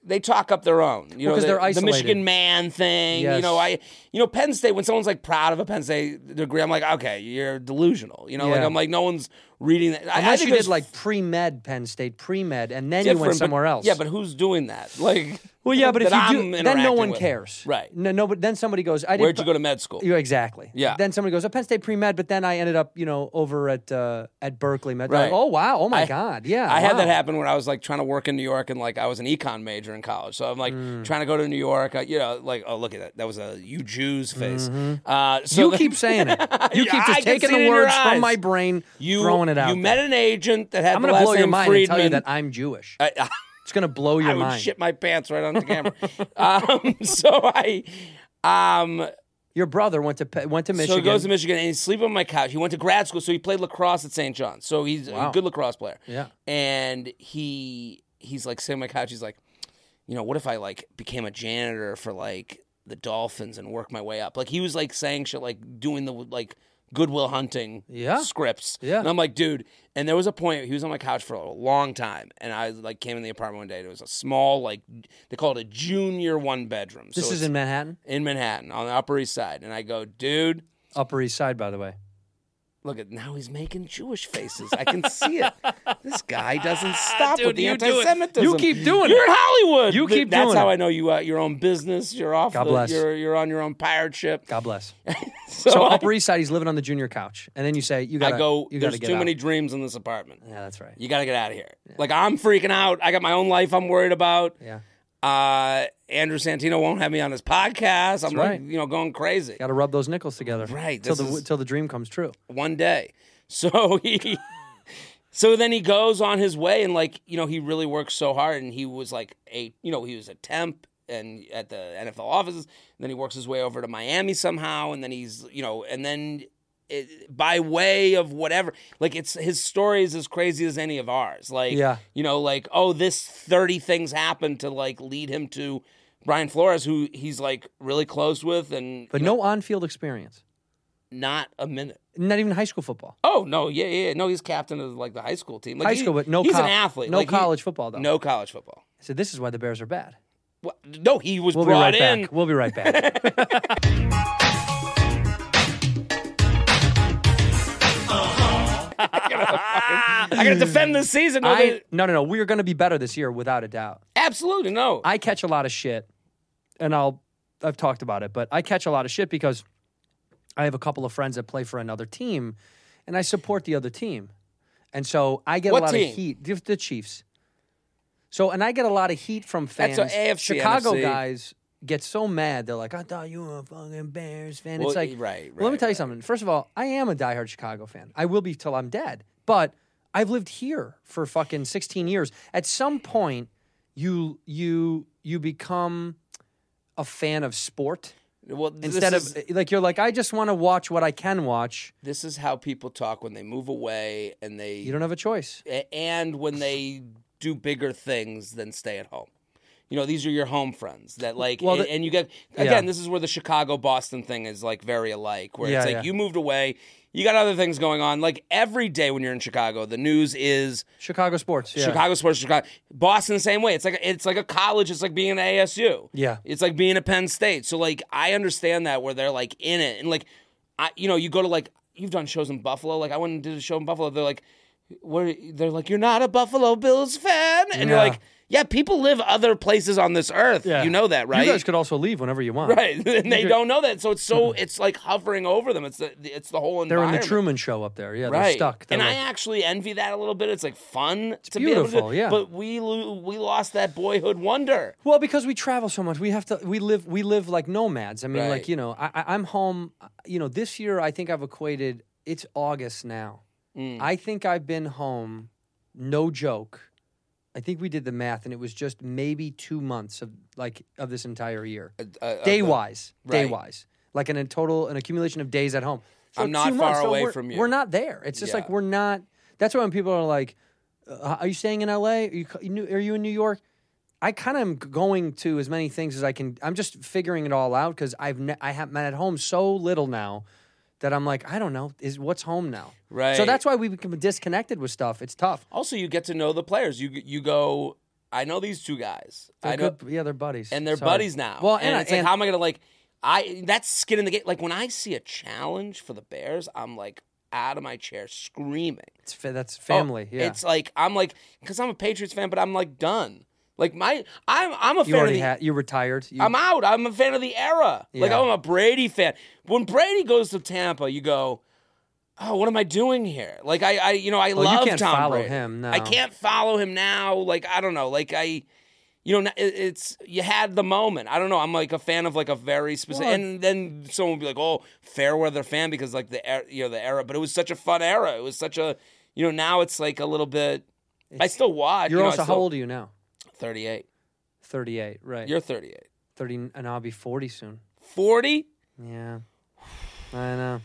Speaker 9: they talk up their own, you know,
Speaker 1: 'cause
Speaker 9: the,
Speaker 1: they're
Speaker 9: the
Speaker 1: isolated.
Speaker 9: Michigan man thing,
Speaker 1: Yes.
Speaker 9: you know. I you know Penn State when someone's like proud of a Penn State degree, I'm like okay, you're delusional, you know, like
Speaker 1: Yeah.
Speaker 9: I'm like no one's reading that. I, I
Speaker 1: unless
Speaker 9: think
Speaker 1: you did
Speaker 9: there's
Speaker 1: like pre med Penn State pre med, and then you
Speaker 9: different,
Speaker 1: went
Speaker 9: but-
Speaker 1: somewhere else.
Speaker 9: Yeah, but who's doing that? *laughs* Like,
Speaker 1: well, yeah, but if
Speaker 9: that
Speaker 1: you
Speaker 9: I'm
Speaker 1: do, then no
Speaker 9: interacting
Speaker 1: one
Speaker 9: with.
Speaker 1: cares,
Speaker 9: right?
Speaker 1: No, no, but then somebody goes, I did.
Speaker 9: Where'd you go to med school?
Speaker 1: Yeah, exactly.
Speaker 9: Yeah.
Speaker 1: Then somebody goes, "Oh, Penn State pre med," but then I ended up, you know, over at uh, at Berkeley med. Like,
Speaker 9: Right.
Speaker 1: oh wow! Oh my
Speaker 9: I-
Speaker 1: god! Yeah,
Speaker 9: I had
Speaker 1: wow.
Speaker 9: that happen when I was like trying to work in New York and like I was an econ major in college. So I'm like
Speaker 1: Mm.
Speaker 9: trying to go to New York. I, you know, like, oh, look at that. That was a you Jews face. Uh, so
Speaker 1: Mm-hmm. You
Speaker 9: *laughs* the-
Speaker 1: keep saying it. You
Speaker 9: *laughs* Yeah,
Speaker 1: keep
Speaker 9: I
Speaker 1: just
Speaker 9: can
Speaker 1: taking
Speaker 9: see it
Speaker 1: the
Speaker 9: in your
Speaker 1: words from
Speaker 9: eyes.
Speaker 1: my brain,
Speaker 9: you,
Speaker 1: throwing it out.
Speaker 9: You
Speaker 1: there.
Speaker 9: met an agent that had
Speaker 1: I'm
Speaker 9: the
Speaker 1: going to
Speaker 9: last
Speaker 1: blow your
Speaker 9: name
Speaker 1: mind
Speaker 9: Friedman.
Speaker 1: and tell you that I'm Jewish.
Speaker 9: *laughs* I-
Speaker 1: It's going to blow your
Speaker 9: I would
Speaker 1: mind.
Speaker 9: shit my pants right on
Speaker 1: *laughs*
Speaker 9: the camera. um, *laughs* so I. Um,
Speaker 1: Your brother went to Pe- went to Michigan.
Speaker 9: So he goes to Michigan and he's sleeping on my couch. He went to grad school, so he played lacrosse at St. John's. So he's
Speaker 1: Wow.
Speaker 9: a good lacrosse player.
Speaker 1: Yeah.
Speaker 9: And he he's like sitting on my couch. He's like, you know, what if I like became a janitor for like the Dolphins and work my way up? Like he was like saying shit like doing the like Goodwill Hunting
Speaker 1: Yeah.
Speaker 9: scripts.
Speaker 1: Yeah.
Speaker 9: And I'm like, dude. And there was a point he was on my couch for a long time, and I like came in the apartment one day. And it was a small like they call it a junior one bedroom.
Speaker 1: This
Speaker 9: so
Speaker 1: is
Speaker 9: it's
Speaker 1: in Manhattan,
Speaker 9: in Manhattan on the Upper East Side, and I go, dude
Speaker 1: Upper East Side, by the way.
Speaker 9: Look at now he's making Jewish faces. I can
Speaker 1: *laughs*
Speaker 9: see it. This guy doesn't stop
Speaker 1: Ah, Dude,
Speaker 9: with the
Speaker 1: you do it.
Speaker 9: anti-Semitism.
Speaker 1: You keep doing
Speaker 9: You're
Speaker 1: it.
Speaker 9: in Hollywood.
Speaker 1: You
Speaker 9: Th-
Speaker 1: keep
Speaker 9: That's
Speaker 1: doing
Speaker 9: how
Speaker 1: it.
Speaker 9: I know you. Uh, your own business. You're off.
Speaker 1: God
Speaker 9: the-
Speaker 1: bless.
Speaker 9: You're you're on your own pirate ship.
Speaker 1: God bless.
Speaker 9: *laughs* So,
Speaker 1: So
Speaker 9: I,
Speaker 1: Upper East Side, he's living on the junior couch, and then you say, "You
Speaker 9: I
Speaker 1: gotta
Speaker 9: go.
Speaker 1: You gotta
Speaker 9: there's
Speaker 1: get
Speaker 9: too
Speaker 1: out.
Speaker 9: many dreams in this apartment.
Speaker 1: Yeah, that's right.
Speaker 9: You gotta get out of here. Like I'm freaking out. I got my own life. I'm worried about.
Speaker 1: Yeah,
Speaker 9: Uh, Andrew Santino won't have me on his podcast. I'm
Speaker 1: right.
Speaker 9: like, you know, going crazy.
Speaker 1: gotta rub those nickels together,
Speaker 9: Right,
Speaker 1: Till
Speaker 9: this
Speaker 1: the
Speaker 9: is-
Speaker 1: till the dream comes true.
Speaker 9: one day. So *laughs* he so then he goes on his way and like, you know, he really works so hard and he was like a you know, he was a temp and at the NFL offices, and then he works his way over to Miami somehow and then he's, you know, and then it, by way of whatever, like it's his story is as crazy as any of ours. Like,
Speaker 1: Yeah.
Speaker 9: you know, like oh, this thirty things happened to like lead him to Brian Flores, who he's like really close with, and
Speaker 1: But no on-field experience.
Speaker 9: not a minute.
Speaker 1: Not even high school football.
Speaker 9: Oh no, yeah, yeah, yeah. no. He's captain of like the high school team. Like,
Speaker 1: High
Speaker 9: he-
Speaker 1: school, but no.
Speaker 9: He's an
Speaker 1: col-
Speaker 9: athlete.
Speaker 1: No
Speaker 9: Like, he-
Speaker 1: college football though.
Speaker 9: No college football.
Speaker 1: So this is why the Bears are bad.
Speaker 9: What? No, he was
Speaker 1: We'll be
Speaker 9: brought
Speaker 1: right
Speaker 9: in.
Speaker 1: back. We'll be right
Speaker 9: *laughs*
Speaker 1: back.
Speaker 9: I gotta defend this season. No,
Speaker 1: I
Speaker 9: they-
Speaker 1: no no no. We are going to be better this year without a doubt.
Speaker 9: absolutely no.
Speaker 1: I catch a lot of shit, and I'll I've talked about it, but I catch a lot of shit because I have a couple of friends that play for another team, and I support the other team, and so I get
Speaker 9: What
Speaker 1: a lot
Speaker 9: team?
Speaker 1: of heat. The, the Chiefs. So and I get a lot of heat from fans.
Speaker 9: That's a AFC,
Speaker 1: Chicago
Speaker 9: NFC.
Speaker 1: guys get so mad. They're like, "I thought you were a fucking Bears fan."
Speaker 9: Well, eh,
Speaker 1: it's like,
Speaker 9: right,
Speaker 1: well, let me
Speaker 9: right,
Speaker 1: tell you
Speaker 9: right.
Speaker 1: something. First of all, I am a diehard Chicago fan. I will be till I'm dead. But I've lived here for fucking 16 years. At some point, you you you become a fan of sport
Speaker 9: well, this
Speaker 1: instead
Speaker 9: is-
Speaker 1: of eh, like you're like I just want to watch what I can watch.
Speaker 9: this is how people talk when they move away and they
Speaker 1: You don't have a choice.
Speaker 9: a- and when they do bigger things than stay at home. You know, these are your home friends that like,
Speaker 1: Well,
Speaker 9: and,
Speaker 1: the-
Speaker 9: and you get again.
Speaker 1: Yeah.
Speaker 9: This is where the Chicago Boston thing is like very alike, where
Speaker 1: Yeah,
Speaker 9: it's like
Speaker 1: yeah.
Speaker 9: you moved away, you got other things going on. Like every day when you're in Chicago, the news is
Speaker 1: Chicago sports. Yeah.
Speaker 9: Chicago sports, Chicago, Boston, the same way. It's like it's like a college. It's like being at ASU.
Speaker 1: Yeah.
Speaker 9: it's like being at Penn State. So like I understand that where they're like in it and like, I you know you go to like you've done shows in Buffalo. Like I went and did a show in Buffalo. They're like, where they're like you're not a Buffalo Bills fan, and
Speaker 1: Yeah.
Speaker 9: you're like, yeah, people live other places on this earth.
Speaker 1: Yeah.
Speaker 9: You know that, right?
Speaker 1: You guys could also leave whenever you want.
Speaker 9: *laughs* Right, *laughs* and they don't know that, so it's so it's like hovering over them. It's the it's the whole
Speaker 1: They're in
Speaker 9: environment.
Speaker 1: the Truman Show up there. Yeah, they're
Speaker 9: Right.
Speaker 1: stuck. They're
Speaker 9: and I
Speaker 1: like-
Speaker 9: actually envy that a little bit. It's like fun to be able
Speaker 1: beautiful,
Speaker 9: to.
Speaker 1: yeah.
Speaker 9: But we lo- we lost that boyhood wonder.
Speaker 1: Well, because we travel so much, we have to we live we live like nomads. I mean,
Speaker 9: Right.
Speaker 1: like you know, I, I- I'm home. You know, this year I think I've equated. It's August now.
Speaker 9: Mm.
Speaker 1: I think I've been home. No joke. I think we did the math, and it was just maybe two months of like of this entire year,
Speaker 9: Uh,
Speaker 1: day wise, day
Speaker 9: right.
Speaker 1: wise, like in a total an accumulation of days at home. So
Speaker 9: I'm not
Speaker 1: two
Speaker 9: far
Speaker 1: months, so
Speaker 9: away
Speaker 1: we're-
Speaker 9: from you.
Speaker 1: We're not there. It's just
Speaker 9: Yeah.
Speaker 1: like we're not. That's why when people are like, uh, "Are you staying in L.A.? Are you co- you new- are you in New York?" I kind of am g- going to as many things as I can. I'm just figuring it all out because I've ne- I have been at home so little now that I'm like I don't know is what's home now. So
Speaker 9: Right.
Speaker 1: that's why we become disconnected with stuff. It's tough.
Speaker 9: Also, you get to know the players. You you go. I know these two guys.
Speaker 1: They're
Speaker 9: I know,
Speaker 1: good- yeah, they're buddies
Speaker 9: and they're
Speaker 1: Sorry.
Speaker 9: buddies now.
Speaker 1: Well,
Speaker 9: and,
Speaker 1: and, I-
Speaker 9: it's like,
Speaker 1: and-
Speaker 9: how am I gonna like? I that's skin in the game. Like when I see a challenge for the Bears, I'm like out of my chair screaming.
Speaker 1: it's fa- that's
Speaker 9: Oh,
Speaker 1: family. yeah,
Speaker 9: It's like I'm like because I'm a Patriots fan, but I'm like done. Like my I'm I'm a
Speaker 1: you
Speaker 9: fan of
Speaker 1: already
Speaker 9: the
Speaker 1: had you retired. You,
Speaker 9: I'm out. I'm a fan of the era. Like
Speaker 1: Yeah.
Speaker 9: I'm a Brady fan. When Brady goes to Tampa, you go, "Oh, what am I doing here?" Like I, I you know, I
Speaker 1: Well, you
Speaker 9: love
Speaker 1: can't
Speaker 9: Tom
Speaker 1: follow
Speaker 9: Brady.
Speaker 1: him, no.
Speaker 9: I can't follow him now. Like I don't know. Like I, you know, it- it's you had the moment. I don't know. I'm like a fan of like a very specific.
Speaker 1: Well-
Speaker 9: and then someone would be like, "Oh, fair weather fan," because like the er- you know the era. But it was such a fun era. It was such a you know now it's like a little bit. I still watch.
Speaker 1: you're
Speaker 9: you know, I
Speaker 1: also
Speaker 9: still-
Speaker 1: how old are you now?
Speaker 9: 38.
Speaker 1: 38, right?
Speaker 9: You're 38.
Speaker 1: 30, and I'll be 40 soon.
Speaker 9: 40.
Speaker 1: Yeah, I know.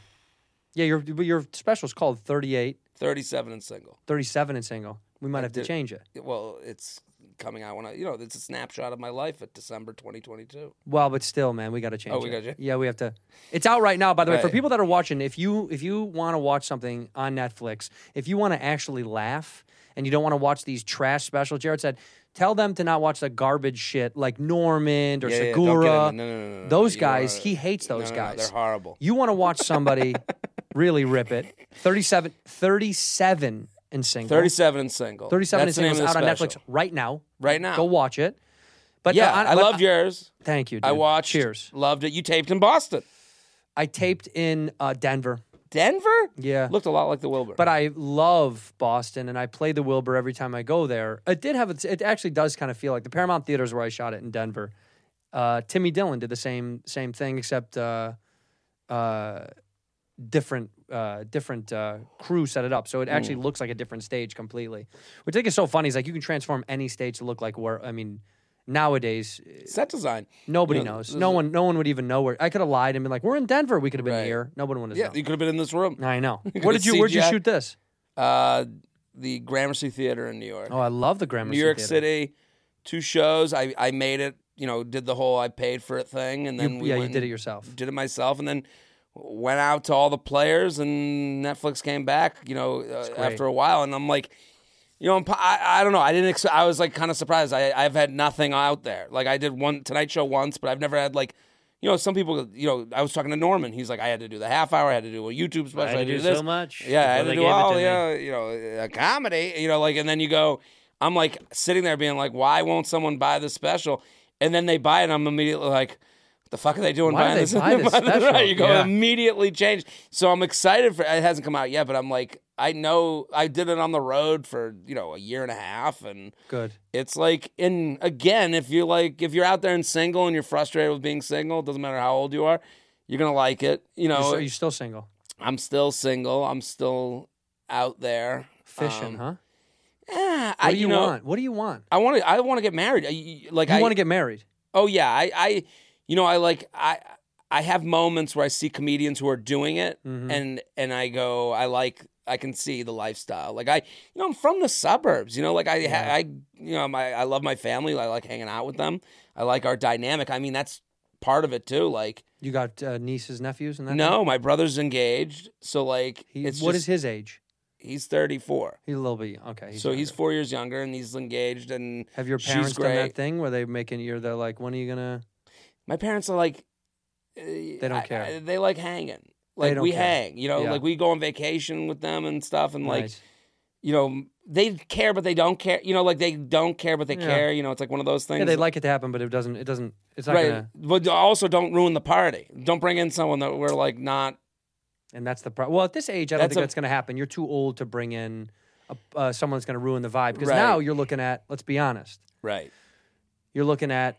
Speaker 1: Yeah, your your special's called 38,
Speaker 9: 37 and single.
Speaker 1: 37 and single. We might have to
Speaker 9: did-
Speaker 1: change it.
Speaker 9: well, it's coming out when I, you know, it's a snapshot of my life at December 2022.
Speaker 1: Well, but still, man, we got to change.
Speaker 9: Oh, we
Speaker 1: it.
Speaker 9: gotta change-
Speaker 1: Yeah, we have to. It's out right now. By the way, for
Speaker 9: Right.
Speaker 1: people that are watching, if you if you want to watch something on Netflix, if you want to actually laugh and you don't want to watch these trash specials, Jared said, tell them to not watch the garbage shit like Normand or
Speaker 9: Yeah, yeah, don't get
Speaker 1: Segura.
Speaker 9: in- no, no, no, no, no,
Speaker 1: those
Speaker 9: you
Speaker 1: guys,
Speaker 9: are-
Speaker 1: he hates
Speaker 9: no,
Speaker 1: those
Speaker 9: no, no,
Speaker 1: guys.
Speaker 9: *laughs* they're horrible.
Speaker 1: You want to watch somebody really rip it. 37, 37 and single.
Speaker 9: 37 and single.
Speaker 1: 37
Speaker 9: That's the
Speaker 1: and
Speaker 9: name
Speaker 1: single is
Speaker 9: of
Speaker 1: out
Speaker 9: the
Speaker 1: on Netflix
Speaker 9: special.
Speaker 1: right now.
Speaker 9: Right now.
Speaker 1: Go watch it. But
Speaker 9: Yeah,
Speaker 1: uh, on-
Speaker 9: I
Speaker 1: but-
Speaker 9: loved yours.
Speaker 1: Thank you. Dude.
Speaker 9: I watched.
Speaker 1: Cheers.
Speaker 9: Loved it. You taped in Boston.
Speaker 1: I taped in uh, Denver,
Speaker 9: Denver?
Speaker 1: Yeah.
Speaker 9: Looked a lot like the Wilbur.
Speaker 1: but I love Boston, and I play the Wilbur every time I go there. It did have its- it actually does kind of feel like the Paramount Theaters where I shot it in Denver. Uh, Timmy Dillon did the same same thing, except uh, uh, different uh, different uh, crew set it up, so it
Speaker 9: Hmm.
Speaker 1: actually looks like a different stage completely. Which I think is so funny is like you can transform any stage to look like where I mean. Nowadays,
Speaker 9: set design.
Speaker 1: nobody
Speaker 9: You know,
Speaker 1: knows. No one, no one would even know where. I could have lied and been like, "We're in Denver. We could have been
Speaker 9: Right.
Speaker 1: here." No one would have
Speaker 9: Yeah,
Speaker 1: known.
Speaker 9: you could have been in this room.
Speaker 1: I
Speaker 9: *laughs*
Speaker 1: know.
Speaker 9: could
Speaker 1: What
Speaker 9: have
Speaker 1: did you? Where'd you
Speaker 9: CGI.
Speaker 1: shoot this?
Speaker 9: Uh, the Gramercy Theater in New York.
Speaker 1: Oh, I love the Gramercy.
Speaker 9: New York
Speaker 1: Theater.
Speaker 9: City, two shows. I, I made it, you know, did the whole I paid for it thing. And
Speaker 1: You-
Speaker 9: then we
Speaker 1: yeah, you
Speaker 9: went
Speaker 1: did it
Speaker 9: and
Speaker 1: yourself.
Speaker 9: Did it myself. And then went out to all the players, and Netflix came back, you know, uh, after a while. And I'm like, you know, I'm, po- I, I don't know. I didn't. Ex- I was like kind of surprised. I, I've had nothing out there. Like I did one Tonight Show once, but I've never had like, you know, some people. You know, I was talking to Norman. He's like, I had to do the half hour. I had to do a YouTube special. I had to do,
Speaker 10: do
Speaker 9: this.
Speaker 10: so much
Speaker 9: Yeah, I had
Speaker 10: before
Speaker 9: to
Speaker 10: they
Speaker 9: do
Speaker 10: gave it
Speaker 9: all.
Speaker 10: to me.
Speaker 9: yeah, you know, a comedy. You know, like, and then you go. I'm like sitting there being like, why won't someone buy this special? And then they buy it. and I'm immediately like. The fuck are they doing?
Speaker 1: Why do
Speaker 9: buying
Speaker 1: they
Speaker 9: this? *laughs*
Speaker 1: buy this
Speaker 9: Right,
Speaker 1: special?
Speaker 9: You go
Speaker 1: Yeah.
Speaker 9: immediately changed. So I'm excited for it hasn't come out yet, but I'm like I know I did it on the road for, you know, a year and a half and
Speaker 1: Good.
Speaker 9: it's like and again, if you're like if you're out there and single and you're frustrated with being single, it doesn't matter how old you are, you're gonna like it. You
Speaker 1: You're,
Speaker 9: know,
Speaker 1: so, you're still single,
Speaker 9: I'm still single, I'm still out there.
Speaker 1: fishing,
Speaker 9: Um,
Speaker 1: huh?
Speaker 9: eh, I,
Speaker 1: What do you,
Speaker 9: you know,
Speaker 1: want? What do you want?
Speaker 9: I want to. I want to get married. I, like
Speaker 1: You
Speaker 9: I
Speaker 1: want to get married?
Speaker 9: Oh yeah, I, I, you know, I like I, I have moments where I see comedians who are doing it,
Speaker 1: Mm-hmm.
Speaker 9: and and I go, I like, I can see the lifestyle. Like I, you know, I'm from the suburbs. You know, like I, I, you know, my I love my family. I like hanging out with them. I like our dynamic. I mean, that's part of it too. Like,
Speaker 1: You got uh, nieces, nephews, and that.
Speaker 9: no, my brother's engaged, so like,
Speaker 1: He,
Speaker 9: it's
Speaker 1: what
Speaker 9: just,
Speaker 1: is his age?
Speaker 9: He's 34.
Speaker 1: He's a little bit okay.
Speaker 9: so he's
Speaker 1: younger.
Speaker 9: four years younger, and he's engaged. And
Speaker 1: Have your
Speaker 9: she's
Speaker 1: parents done that
Speaker 9: great.
Speaker 1: thing where they making you? They're like, when are you gonna?
Speaker 9: My parents are like, eh,
Speaker 1: They don't care.
Speaker 9: I- they like hanging. Like
Speaker 1: don't
Speaker 9: we
Speaker 1: care.
Speaker 9: hang, you know,
Speaker 1: Yeah.
Speaker 9: like we go on vacation with them and stuff, and like
Speaker 1: Nice.
Speaker 9: you know, they care but they don't care. You know, like they don't care but they
Speaker 1: Yeah.
Speaker 9: care. You know, it's like one of those things.
Speaker 1: yeah, they like it to happen, but it doesn't. It doesn't. It's not
Speaker 9: right,
Speaker 1: gonna.
Speaker 9: but also don't ruin the party. Don't bring in someone that we're like not.
Speaker 1: And that's the problem. Well, at this age, I don't
Speaker 9: That's
Speaker 1: think
Speaker 9: a-
Speaker 1: that's going to happen. You're too old to bring in a, uh, someone that's going to ruin the vibe. Because
Speaker 9: Right.
Speaker 1: now you're looking at. Let's be honest.
Speaker 9: Right.
Speaker 1: You're looking at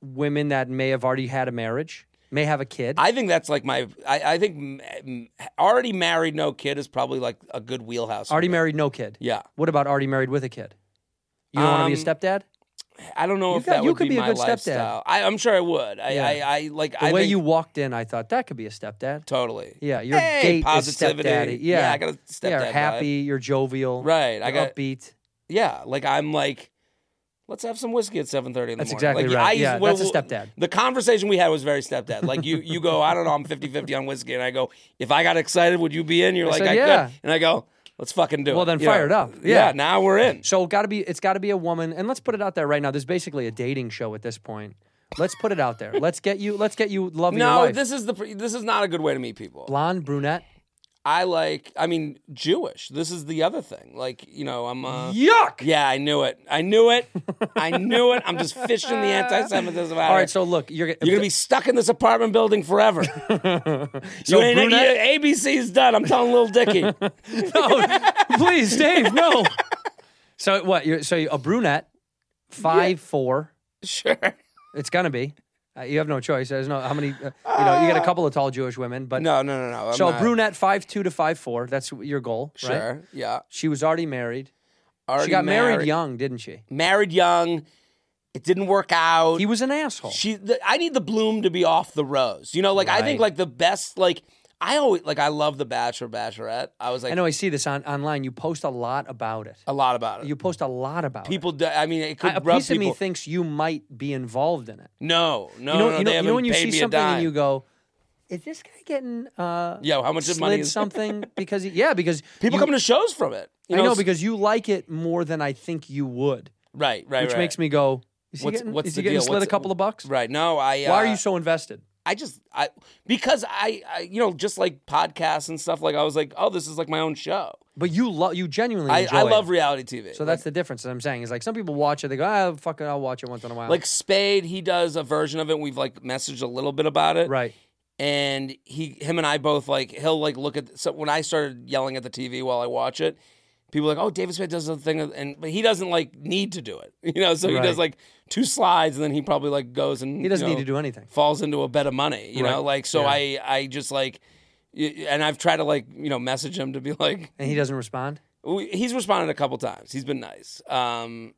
Speaker 1: women that may have already had a marriage, may have a kid.
Speaker 9: I think that's like my. I, I think m- m- already married, no kid is probably like a good wheelhouse. for
Speaker 1: Already
Speaker 9: me.
Speaker 1: married, no kid.
Speaker 9: Yeah.
Speaker 1: What about already married with a kid? You don't want to be a
Speaker 9: Um,
Speaker 1: stepdad?
Speaker 9: I don't know
Speaker 1: You
Speaker 9: if
Speaker 1: got-
Speaker 9: that
Speaker 1: you
Speaker 9: would
Speaker 1: could be a
Speaker 9: my
Speaker 1: good stepdad.
Speaker 9: lifestyle. I, I'm sure I would. I,
Speaker 1: Yeah.
Speaker 9: I, I like
Speaker 1: The
Speaker 9: I
Speaker 1: way
Speaker 9: think,
Speaker 1: you walked in, I thought that could be a stepdad.
Speaker 9: totally.
Speaker 1: Yeah, your
Speaker 9: Hey,
Speaker 1: date
Speaker 9: positivity.
Speaker 1: is stepdaddy.
Speaker 9: Yeah,
Speaker 1: Yeah,
Speaker 9: I got a
Speaker 1: Yeah,
Speaker 9: stepdad
Speaker 1: you're happy. You're jovial.
Speaker 9: Right, I
Speaker 1: you're
Speaker 9: got-
Speaker 1: upbeat.
Speaker 9: Yeah, like I'm like, let's have some whiskey at seven thirty in the
Speaker 1: That's
Speaker 9: morning.
Speaker 1: exactly
Speaker 9: Like,
Speaker 1: right.
Speaker 9: I-
Speaker 1: Yeah,
Speaker 9: well,
Speaker 1: that's a
Speaker 9: well,
Speaker 1: stepdad.
Speaker 9: The conversation we had was very stepdad. Like you, you go, I don't know, I'm 50-50 on whiskey, and I go, if I got excited, would you be in? You're like,
Speaker 1: said,
Speaker 9: I
Speaker 1: "Yeah."
Speaker 9: could, and I go, let's fucking do it.
Speaker 1: Well, then
Speaker 9: You know?
Speaker 1: fired up. Yeah.
Speaker 9: now we're in.
Speaker 1: So got to be it's got to be a woman and let's put it out there right now. There's basically a dating show at this point. Let's put it out there. Let's get you let's get you loving your
Speaker 9: No,
Speaker 1: wife.
Speaker 9: this is the pr- this is not a good way to meet people.
Speaker 1: blonde brunette.
Speaker 9: I like, I mean, Jewish. This is the other thing. Like, you know, I'm. Uh,
Speaker 1: Yuck.
Speaker 9: Yeah, I knew it. I knew it. I knew it. I'm just fishing the anti-Semitism out.
Speaker 1: All
Speaker 9: of
Speaker 1: right,
Speaker 9: it.
Speaker 1: so look, you're
Speaker 9: You're gonna be stuck in this apartment bulding forever.
Speaker 1: *laughs* So
Speaker 9: you ain't,
Speaker 1: brunette-
Speaker 9: you- ABC's done. I'm telling
Speaker 1: *laughs*
Speaker 9: little Dicky.
Speaker 1: no, Oh, please, Dave, no. So what? You're, so a brunette, five four.
Speaker 9: sure.
Speaker 1: It's gonna be. Uh, you have no choice. There's no how many. Uh, you know, you got a couple of tall Jewish women, but
Speaker 9: No, no, no, no. I'm
Speaker 1: so
Speaker 9: not-
Speaker 1: brunette, five two to five four. That's your goal, right?
Speaker 9: Sure. Yeah.
Speaker 1: She was already married.
Speaker 9: Already
Speaker 1: she got married, young, didn't she?
Speaker 9: Married young. It didn't work out.
Speaker 1: He was an asshole.
Speaker 9: she. The, I need the bloom to be off the rose. You know, like I think
Speaker 1: Right.
Speaker 9: like the best. Like I always like I love the Bachelor, Bachelorette. I was like
Speaker 1: I know I see this on online. You post a lot about it.
Speaker 9: a lot about it.
Speaker 1: You post a lot about
Speaker 9: people. Do, I mean, it
Speaker 1: it.
Speaker 9: could
Speaker 1: I- A
Speaker 9: rub
Speaker 1: piece of
Speaker 9: people.
Speaker 1: me thinks you might be involved in it.
Speaker 9: no, no,
Speaker 1: you know,
Speaker 9: no.
Speaker 1: you know,
Speaker 9: they
Speaker 1: you know
Speaker 9: haven't
Speaker 1: when you
Speaker 9: paid
Speaker 1: see
Speaker 9: me a
Speaker 1: something and
Speaker 9: dime.
Speaker 1: you go, "Is this guy getting uh,
Speaker 9: Yo, how much of money
Speaker 1: slid
Speaker 9: is- *laughs*
Speaker 1: something?" Because he- yeah, because
Speaker 9: people
Speaker 1: you-
Speaker 9: come to shows from it. You
Speaker 1: I know
Speaker 9: s-
Speaker 1: because you like it more than I think you would,
Speaker 9: right, right,
Speaker 1: which
Speaker 9: right.
Speaker 1: makes me go, "Is he
Speaker 9: What's-
Speaker 1: getting,
Speaker 9: what's
Speaker 1: is he
Speaker 9: the
Speaker 1: getting
Speaker 9: deal?
Speaker 1: slid
Speaker 9: What's-
Speaker 1: a couple of bucks?"
Speaker 9: Right. No, I. Uh,
Speaker 1: Why are you so invested?
Speaker 9: I just I because I, I you know just like podcasts and stuff like I was like oh this is like my own show.
Speaker 1: But you love you genuinely
Speaker 9: I,
Speaker 1: enjoy
Speaker 9: I
Speaker 1: it.
Speaker 9: love reality TV.
Speaker 1: So that's the difference that I'm saying is like some people watch it, they go, ah, fuck it, I'll watch it once in a while.
Speaker 9: like Spade, he does a version of it. We've like messaged a little bit about
Speaker 1: *laughs*
Speaker 9: it,
Speaker 1: right.
Speaker 9: and he him and I both like he'll like look at so when I started yelling at the TV while I watch it, people are like, "Oh, David Spade does the thing," and but he doesn't like need to do it, *laughs* you know. So he
Speaker 1: Right.
Speaker 9: does like two slides, and then he probably like goes and
Speaker 1: He doesn't
Speaker 9: you know,
Speaker 1: need to do anything.
Speaker 9: Falls into a bed of money, you
Speaker 1: Right.
Speaker 9: know. Like so,
Speaker 1: Yeah.
Speaker 9: I I just like. y- And I've tried to like you know message him to be like
Speaker 1: And he doesn't respond.
Speaker 9: we- he's responded a couple times he's been nice um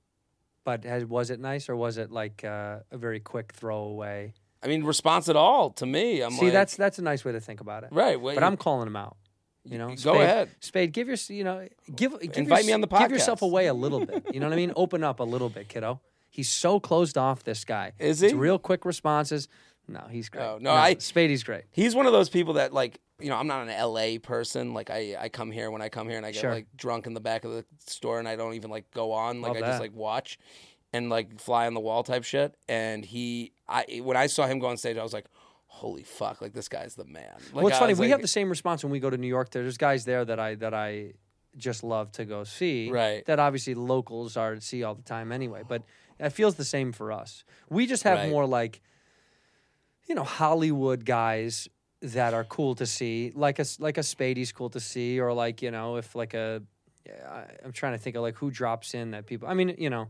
Speaker 1: But has, was it nice or was it like uh, a very quick throwaway?
Speaker 9: I mean response at all to me I'm
Speaker 1: See,
Speaker 9: like,
Speaker 1: that's that's a nice way to think about it.
Speaker 9: right well,
Speaker 1: But I'm calling him out. You know,
Speaker 9: Go
Speaker 1: Spade,
Speaker 9: ahead.
Speaker 1: Spade. Give your, you know, give, give
Speaker 9: Invite me on the
Speaker 1: Give yourself
Speaker 9: podcast.
Speaker 1: away a little bit. You know what I mean? Open up a little bit, kiddo. He's so closed off. This guy
Speaker 9: Is
Speaker 1: It's
Speaker 9: he?
Speaker 1: real quick responses. No, he's great.
Speaker 9: Oh, no, I-
Speaker 1: Spadey's great.
Speaker 9: He's one of those people that like you know I'm not an LA person. Like I I come here when I come here and I get
Speaker 1: Sure.
Speaker 9: like drunk in the back of the store and I don't even like go on. Like
Speaker 1: Love
Speaker 9: I just
Speaker 1: that.
Speaker 9: like watch and like fly on the wall type shit. And he I when I saw him go on stage I was like. Holy fuck! Like this guy's the man. Like,
Speaker 1: well, it's
Speaker 9: I
Speaker 1: funny.
Speaker 9: was
Speaker 1: We
Speaker 9: like-
Speaker 1: have the same response when we go to New York. There's guys there that I that I just love to go see.
Speaker 9: Right.
Speaker 1: That obviously locals are see all the time anyway. But it feels the same for us. We just have
Speaker 9: Right.
Speaker 1: more like, you know, Hollywood guys that are cool to see. Like a s- like a Spadey's cool to see, or like you know, if like a yeah, I- I'm trying to think of like who drops in that people. I mean, you know,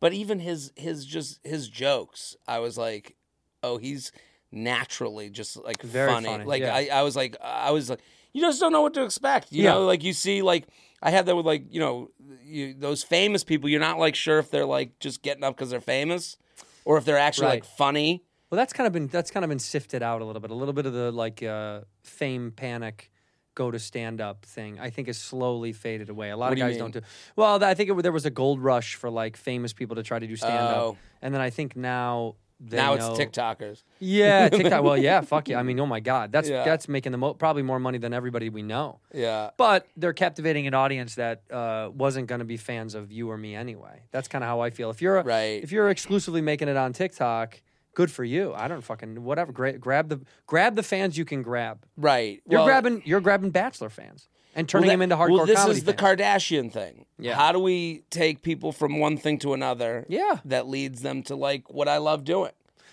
Speaker 9: but even his his just his jokes. I was like, oh, he's naturally just like
Speaker 1: Very
Speaker 9: funny.
Speaker 1: funny,
Speaker 9: Like
Speaker 1: yeah.
Speaker 9: I, I was like I was like you just don't know what to expect. You
Speaker 1: Yeah.
Speaker 9: know, like you see like I had that with like you know you, those famous people. You're not like sure if they're like just getting up because they're famous or if they're actually like
Speaker 1: Right.
Speaker 9: funny.
Speaker 1: Well, that's kind of been that's kind of been sifted out a little bit. A little bit of the like uh, fame panic, go to stand up thing. I think has slowly faded away. A lot of
Speaker 9: do you
Speaker 1: guys
Speaker 9: mean?
Speaker 1: don't do. Well, I think it, there was a gold rush for like famous people to try to do stand up,
Speaker 9: Oh.
Speaker 1: and then I think now they
Speaker 9: now
Speaker 1: know-
Speaker 9: it's TikTokers.
Speaker 1: Yeah, TikTok. well, yeah,
Speaker 9: *laughs*
Speaker 1: fuck yeah. I mean, oh my god, that's
Speaker 9: Yeah.
Speaker 1: that's making the mo- probably more money than everybody we know.
Speaker 9: Yeah.
Speaker 1: But they're captivating an audience that uh, wasn't going to be fans of you or me anyway. That's kind of how I feel. If you're
Speaker 9: Right.
Speaker 1: if you're exclusively making it on TikTok, good for you. I don't fucking whatever. Gra- grab the grab the fans you can grab.
Speaker 9: Right.
Speaker 1: You're
Speaker 9: Well-
Speaker 1: grabbing you're grabbing Bachelor fans and turning
Speaker 9: Well,
Speaker 1: them
Speaker 9: that-
Speaker 1: into hardcore
Speaker 9: Well, this
Speaker 1: comedy
Speaker 9: is the
Speaker 1: fans.
Speaker 9: Kardashian thing.
Speaker 1: Yeah.
Speaker 9: How do we take people from one thing to another?
Speaker 1: Yeah.
Speaker 9: That leads them to like what I love doing.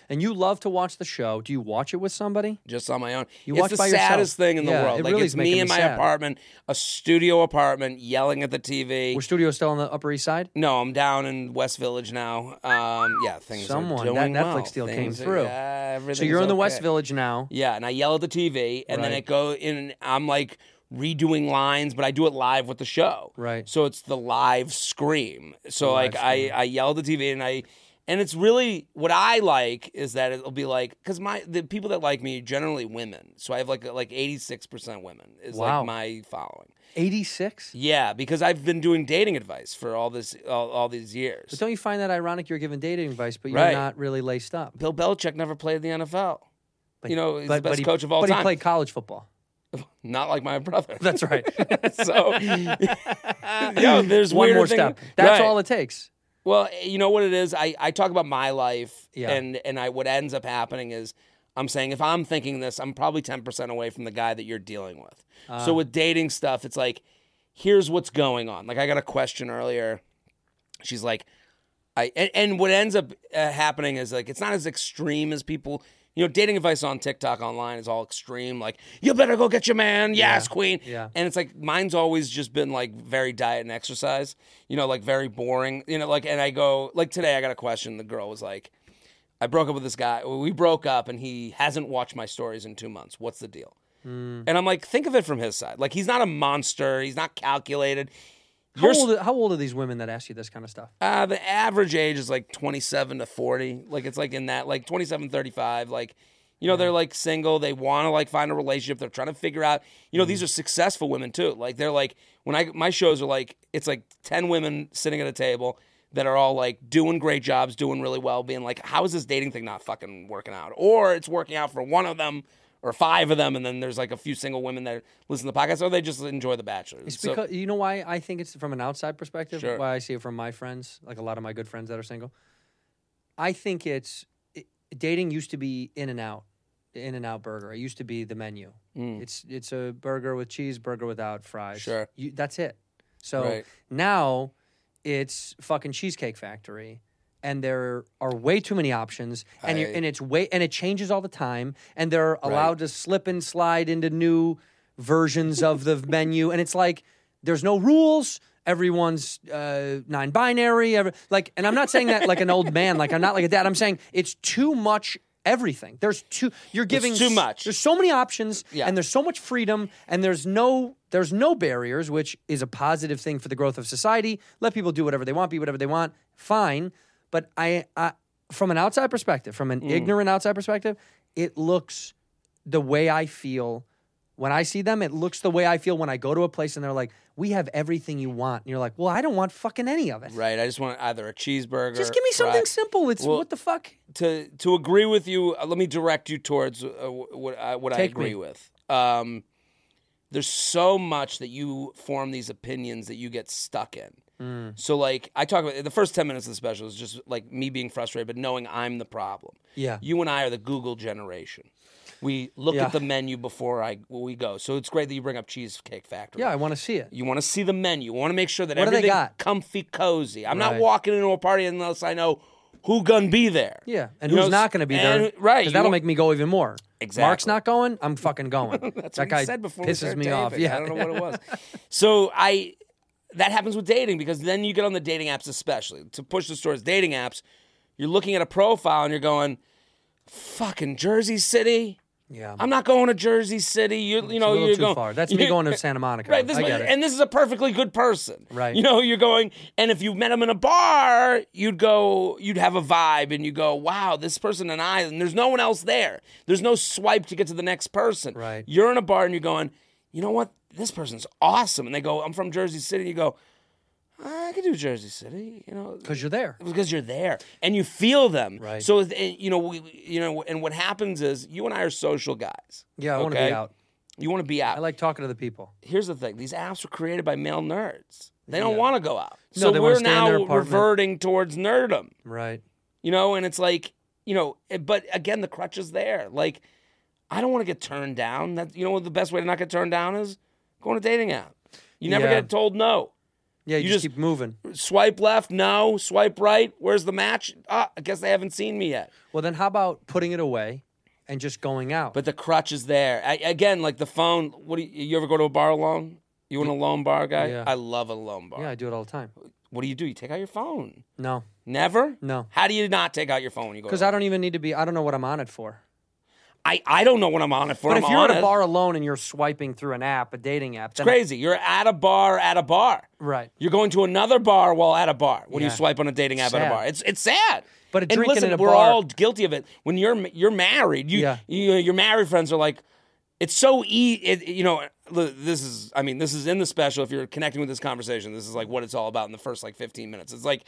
Speaker 1: and you love to watch the show. Do you watch it with somebody?
Speaker 9: just on my own.
Speaker 1: You
Speaker 9: it's
Speaker 1: watch
Speaker 9: the
Speaker 1: by yourself.
Speaker 9: saddest thing in the
Speaker 1: Yeah,
Speaker 9: world.
Speaker 1: it
Speaker 9: like
Speaker 1: really
Speaker 9: it's
Speaker 1: is making
Speaker 9: me in
Speaker 1: me
Speaker 9: my
Speaker 1: sad.
Speaker 9: apartment, a studio apartment, yelling at the TV.
Speaker 1: Were studio still on the Upper East Side?
Speaker 9: no, I'm down in West Village now. Um, yeah, things
Speaker 1: Someone,
Speaker 9: are
Speaker 1: that
Speaker 9: doing
Speaker 1: Netflix
Speaker 9: well.
Speaker 1: deal came
Speaker 9: Things are-
Speaker 1: through.
Speaker 9: yeah,
Speaker 1: So you're in the West
Speaker 9: everything's okay.
Speaker 1: Village now.
Speaker 9: Yeah, and I yell at the TV, and then
Speaker 1: Right.
Speaker 9: it go in. And I'm like redoing lines, but I do it live with the show.
Speaker 1: Right.
Speaker 9: So it's the live scream. So like I I yell at the TV, and I and it's really what I like is that it'll be like because my the people that like me are generally women. So I have like like 86 percent women is
Speaker 1: Wow.
Speaker 9: like my following.
Speaker 1: 86?
Speaker 9: Yeah, because I've been doing dating advice for all this all, all these years.
Speaker 1: But don't you find that ironic you're giving dating advice but you're
Speaker 9: Right.
Speaker 1: not really laced up?
Speaker 9: Bill Belichick never played in the NFL.
Speaker 1: But,
Speaker 9: You know, he's the best
Speaker 1: he-
Speaker 9: coach of all
Speaker 1: but
Speaker 9: time.
Speaker 1: he played college football. *laughs*
Speaker 9: Not like my *laughs* brother.
Speaker 1: That's right. *laughs*
Speaker 9: *laughs* so *laughs* yo, there's
Speaker 1: one
Speaker 9: weirder
Speaker 1: more
Speaker 9: thing-
Speaker 1: step. That's
Speaker 9: Right.
Speaker 1: all it takes.
Speaker 9: well, you know what it is. I, I talk about my life,
Speaker 1: Yeah.
Speaker 9: and and I what ends up happening is I'm saying if I'm thinking this, I'm probably ten percent away from the guy that you're dealing with.
Speaker 1: Ah.
Speaker 9: so with dating stuff, it's like here's what's going on. Like I got a question earlier. She's like, I and, and what ends up uh, happening is like it's not as extreme as people. You know, dating advice on TikTok online is all extreme. Like, you better go get your man. Yes, queen.
Speaker 1: Yeah.
Speaker 9: And it's like mine's always just been like very diet and exercise. You know, like very boring. You know, like and I go like today I got a question. The girl was like, I broke up with this guy. We broke up, and he hasn't watched my stories in two months. What's the deal?
Speaker 1: Hmm.
Speaker 9: And I'm like, think of it from his side. Like he's not a monster. He's not calculated.
Speaker 1: How
Speaker 9: You're-
Speaker 1: old, how old are these women that ask you this kind of stuff?
Speaker 9: uh, the average age is like 27 to 40. Like it's like in that like 27 35 like you know they're
Speaker 1: Mm-hmm.
Speaker 9: like single, they want to like find a relationship, they're trying to figure out. You know
Speaker 1: Mm-hmm.
Speaker 9: these are successful women too. Like they're like when I my shows are like it's like 10 women sitting at a table that are all like doing great jobs, doing really well, being like how is this dating thing not fucking working out? Or it's working out for one of them or five of them and then there's like a few single women that listen to the podcast or they just enjoy the bachelor.
Speaker 1: It's
Speaker 9: So-
Speaker 1: because you know why I think it's from an outside perspective.
Speaker 9: Sure.
Speaker 1: Why I see it from my friends, like a lot of my good friends that are single. I think it's it, dating used to be in and out. In and Out Burger. It used to be the menu. It's it's a burger with cheese, burger without fries.
Speaker 9: Mm. Sure.
Speaker 1: you, that's it. So
Speaker 9: Right.
Speaker 1: now it's fucking Cheesecake Factory, and there are way too many options, and you're,
Speaker 9: I-
Speaker 1: and it's way and it changes all the time, and they're allowed to slip and slide into new versions of
Speaker 9: *laughs*
Speaker 1: the menu, and it's like there's no rules. Everyone's uh, non-binary, every, like, and I'm not saying that like an old man, like I'm not like a dad. I'm saying it's too much. Everything there's too. You're giving
Speaker 9: too
Speaker 1: s-
Speaker 9: much.
Speaker 1: There's so many options,
Speaker 9: Yeah.
Speaker 1: and there's so much freedom, and there's no there's no barriers, which is a positive thing for the growth of society. Let people do whatever they want, be whatever they want, fine. But I, I from an outside perspective, from an
Speaker 9: Mm.
Speaker 1: ignorant outside perspective, it looks the way I feel when I see them. It looks the way I feel when I go to a place and they're like, "We have everything you want," and you're like, "Well, I don't want fucking any of it.
Speaker 9: Right. I just want either a cheeseburger.
Speaker 1: Just give me something
Speaker 9: fries.
Speaker 1: simple. It's
Speaker 9: Well,
Speaker 1: what the fuck."
Speaker 9: to to agree with you, uh, let me direct you towards uh, wh- what I, what I
Speaker 1: Take
Speaker 9: agree
Speaker 1: me.
Speaker 9: with. Um, there's so much that you form these opinions that you get stuck in.
Speaker 1: Mm.
Speaker 9: So like I talk about the first ten minutes of the special is just like me being frustrated, but knowing I'm the problem.
Speaker 1: Yeah.
Speaker 9: you and I are the Google generation. We look
Speaker 1: Yeah.
Speaker 9: at the menu before I we go. So it's great that you bring up Cheesecake Factory.
Speaker 1: Yeah, I want to see it.
Speaker 9: You want to see the menu. You want to make sure that
Speaker 1: What do they
Speaker 9: everything
Speaker 1: got?
Speaker 9: comfy, cozy. I'm not
Speaker 1: Right.
Speaker 9: walking into a party unless I know who gonna be there.
Speaker 1: Yeah, and
Speaker 9: You
Speaker 1: who's
Speaker 9: know,
Speaker 1: not going to be
Speaker 9: and
Speaker 1: there?
Speaker 9: who- Right.
Speaker 1: Because
Speaker 9: you
Speaker 1: that'll
Speaker 9: want-
Speaker 1: make me go even more. Mark's
Speaker 9: Exactly.
Speaker 1: not going. I'm fucking going.
Speaker 9: *laughs*
Speaker 1: That's
Speaker 9: what
Speaker 1: that
Speaker 9: he
Speaker 1: guy
Speaker 9: said before we
Speaker 1: pisses
Speaker 9: started
Speaker 1: me
Speaker 9: dating.
Speaker 1: off. Yeah,
Speaker 9: I don't know what it was. so I that happens with dating because then you get on the dating apps, especially to push the stores. Dating apps, you're looking at a profile and you're going, "Fucking Jersey City."
Speaker 1: *laughs* yeah.
Speaker 9: I'm not going to Jersey City. You, you
Speaker 1: It's
Speaker 9: know,
Speaker 1: a little
Speaker 9: you're
Speaker 1: too
Speaker 9: going,
Speaker 1: far. That's me
Speaker 9: you're-
Speaker 1: going
Speaker 9: *laughs*
Speaker 1: to Santa Monica.
Speaker 9: Right, this
Speaker 1: I
Speaker 9: is-
Speaker 1: get it.
Speaker 9: and this is a perfectly good person.
Speaker 1: Right.
Speaker 9: You know, you're going, and if you met him in a bar, you'd go, you'd have a vibe, and you go, wow, this person and I, and there's no one else there. There's no swipe to get to the next person.
Speaker 1: Right.
Speaker 9: You're in a bar and you're going, you know what? This person's awesome. And they go, I'm from Jersey City. And you go, I could do Jersey City. You know,
Speaker 1: because you're there.
Speaker 9: because you're there and you feel them.
Speaker 1: Right.
Speaker 9: So uh, you know, we, you know, and what happens is you and I are social guys.
Speaker 1: Yeah, I want to be
Speaker 9: okay?
Speaker 1: out.
Speaker 9: You want to be out
Speaker 1: I like talking to the people.
Speaker 9: here's the thing: these apps were created by male nerds. They don't want to go out,
Speaker 1: No,
Speaker 9: so
Speaker 1: they wanna
Speaker 9: we're
Speaker 1: stay in their
Speaker 9: now
Speaker 1: apartment.
Speaker 9: reverting towards nerddom.
Speaker 1: Right.
Speaker 9: You know, and it's like you know, it- but again, the crutch is there. Like, I don't want to get turned down. That you know, what the best way to not get turned down is going to dating app. You never
Speaker 1: Yeah.
Speaker 9: get told no.
Speaker 1: Yeah, you,
Speaker 9: You
Speaker 1: just,
Speaker 9: just-
Speaker 1: keep moving.
Speaker 9: Swipe left, no. Swipe right. Where's the match? Ah, I guess they haven't seen me yet.
Speaker 1: Well, then how about putting it away and just going out?
Speaker 9: But the crutch is there. I, again, like the phone. What do you, you ever go to a bar alone? You in a lone bar guy?
Speaker 1: Yeah.
Speaker 9: I love a lone bar.
Speaker 1: yeah, I do it all the time.
Speaker 9: What do you do? You take out your phone.
Speaker 1: No,
Speaker 9: Never?
Speaker 1: No.
Speaker 9: How do you not take out your phone when you go?
Speaker 1: because
Speaker 9: to-
Speaker 1: I don't even need to be. I don't know what I'm on it for.
Speaker 9: I, I don't know what I'm on it for.
Speaker 1: But
Speaker 9: I'm
Speaker 1: if you're
Speaker 9: on
Speaker 1: at a
Speaker 9: it.
Speaker 1: bar alone and you're swiping through an app, a dating app,
Speaker 9: it's
Speaker 1: then
Speaker 9: crazy. You're at a bar at a bar.
Speaker 1: Right.
Speaker 9: You're going to another bar while at a bar when
Speaker 1: Yeah.
Speaker 9: you swipe on a dating app at
Speaker 1: Sad.
Speaker 9: a bar. It's it's sad.
Speaker 1: But
Speaker 9: and
Speaker 1: drinking
Speaker 9: listen,
Speaker 1: in a
Speaker 9: we're
Speaker 1: bar-
Speaker 9: all guilty of it. When you're you're married, you,
Speaker 1: Yeah.
Speaker 9: you your married friends are like, it's so e. It, you know, li- this is I mean, this is in the special. If you're connecting with this conversation, this is like what it's all about in the first like 15 minutes. It's like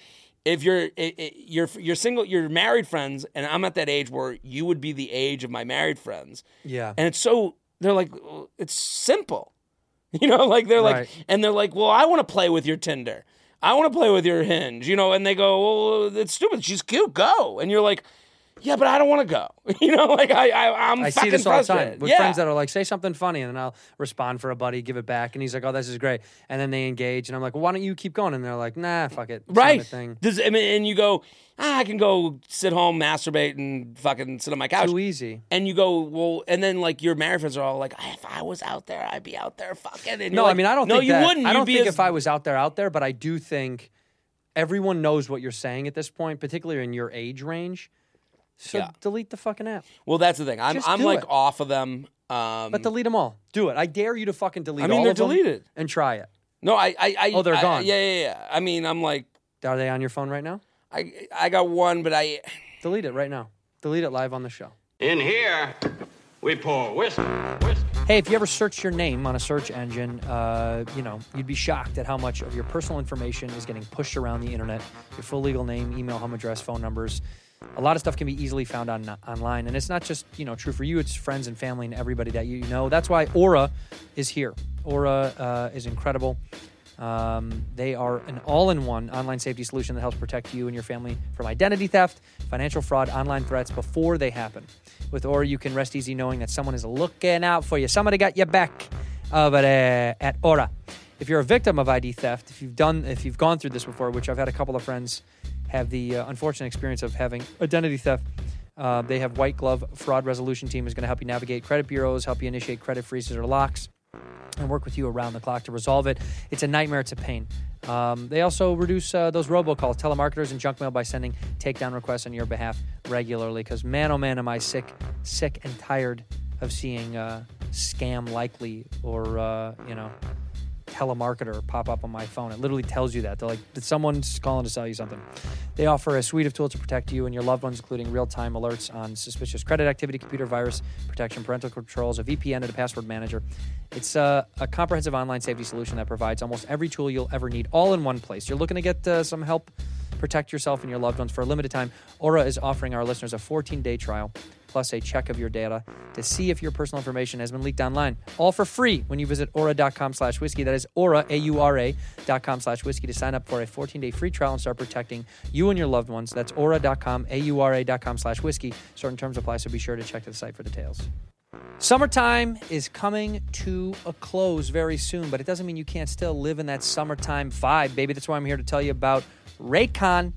Speaker 9: if you're it, it, you're you're single, you're married friends, and I'm at that age where you would be the age of my married friends.
Speaker 1: Yeah.
Speaker 9: And it's so they're like it's simple. *laughs* You know, like they're like
Speaker 1: Right.
Speaker 9: and they're like, "Well, I want to play with your Tinder. I want to play with your Hinge." You know, and they go, "Well, it's stupid. She's cute. Go." And you're like, "Yeah, but I don't want to go." *laughs* You know, like I, I I'm
Speaker 1: I see
Speaker 9: fucking
Speaker 1: this all the time
Speaker 9: frustrated.
Speaker 1: with
Speaker 9: yeah.
Speaker 1: friends that are like, say something funny, and then I'll respond for a buddy, give it back, and he's like, oh, this is great, and then they engage, and I'm like, well, why don't you keep going? And they're like, nah, fuck it, It's not my
Speaker 9: right.
Speaker 1: Thing.
Speaker 9: Does, I mean, and you go, ah, "I can go sit home, masturbate, and fucking sit on my couch."
Speaker 1: Too e- easy.
Speaker 9: And you go, well, and then like your married friends are all like, if I was out there, I'd be out there fucking. And
Speaker 1: No,
Speaker 9: you're
Speaker 1: I
Speaker 9: like,
Speaker 1: mean, I don't.
Speaker 9: No,
Speaker 1: think
Speaker 9: you
Speaker 1: that-
Speaker 9: wouldn't.
Speaker 1: I
Speaker 9: You'd
Speaker 1: don't
Speaker 9: be
Speaker 1: think
Speaker 9: as-
Speaker 1: if I was out there, out there, but I do think everyone knows what you're saying at this point, particularly in your age range. So
Speaker 9: Yeah.
Speaker 1: delete the fucking app,
Speaker 9: Well, that's the thing. I'm
Speaker 1: Just
Speaker 9: I'm
Speaker 1: do
Speaker 9: like
Speaker 1: it.
Speaker 9: off of them. Um,
Speaker 1: but delete them all. Do it. I dare you to fucking delete.
Speaker 9: I mean,
Speaker 1: all
Speaker 9: they're
Speaker 1: of them
Speaker 9: deleted.
Speaker 1: and try it.
Speaker 9: no, I I, I
Speaker 1: Oh, they're
Speaker 9: I-
Speaker 1: gone.
Speaker 9: Yeah, yeah, yeah. I mean, I'm like
Speaker 1: Are they on your phone right now?
Speaker 9: I I got one, but I
Speaker 1: Delete it right now. Delete it live on the show.
Speaker 2: In here, we pour whiskey, whiskey.
Speaker 1: Hey, if you ever search your name on a search engine, uh, you know, you'd be shocked at how much of your personal information is getting pushed around the internet. Your full legal name, email, home address, phone numbers. A lot of stuff can be easily found on online, and it's not just, you know, true for you, it's friends and family and everybody that you know. That's why Aura is here. Aura uh, is incredible. Um, they are an all in one online safety solution that helps protect you and your family from identity theft, financial fraud, online threats before they happen. With Aura, you can rest easy knowing that someone is looking out for you. Somebody got your back over there at Aura. If you're a victim of ID theft, if you've done, if you've gone through this before, which I've had a couple of friends have the uh, unfortunate experience of having identity theft, uh, they have white glove fraud resolution team is going to help you navigate credit bureaus, help you initiate credit freezes or locks, and work with you around the clock to resolve it. It's a nightmare. It's a pain. Um, they also reduce uh, those robocalls, telemarketers, and junk mail by sending takedown requests on your behalf regularly. Because man, oh man, am I sick, sick and tired of seeing uh, scam likely or uh, you know telemarketer pop up on my phone. It literally tells you that. They're like, someone's calling to sell you something. They offer a suite of tools to protect you and your loved ones, including real time alerts on suspicious credit activity, computer virus protection, parental controls, a VPN, and a password manager. It's a, a comprehensive online safety solution that provides almost every tool you'll ever need all in one place. You're looking to get uh, some help protect yourself and your loved ones for a limited time. Aura is offering our listeners a 14 day trial plus a check of your data to see if your personal information has been leaked online. All for free when you visit aura.com slash whiskey. That is aura, A-U-R-A dot com slash whiskey to sign up for a 14-day free trial and start protecting you and your loved ones. That's aura.com, A-U-R-A dot com slash whiskey. Certain terms apply, so be sure to check the site for details. Summertime is coming to a close very soon, but it doesn't mean you can't still live in that summertime vibe, baby. That's why I'm here to tell you about Raycon.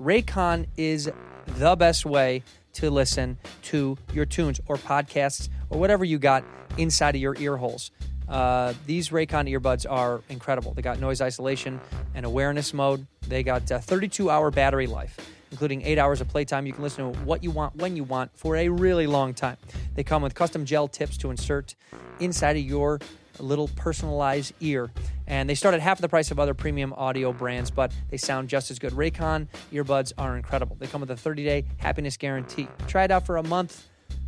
Speaker 1: Raycon is the best way to listen to your tunes or podcasts or whatever you got inside of your ear holes. Uh, these Raycon earbuds are incredible. They got noise isolation and awareness mode. They got uh, 32 hour battery life, including eight hours of playtime. You can listen to what you want when you want for a really long time. They come with custom gel tips to insert inside of your little personalized ear. And they start at half the price of other premium audio brands, but they sound just as good. Raycon earbuds are incredible. They come with a 30 day happiness guarantee. Try it out for a month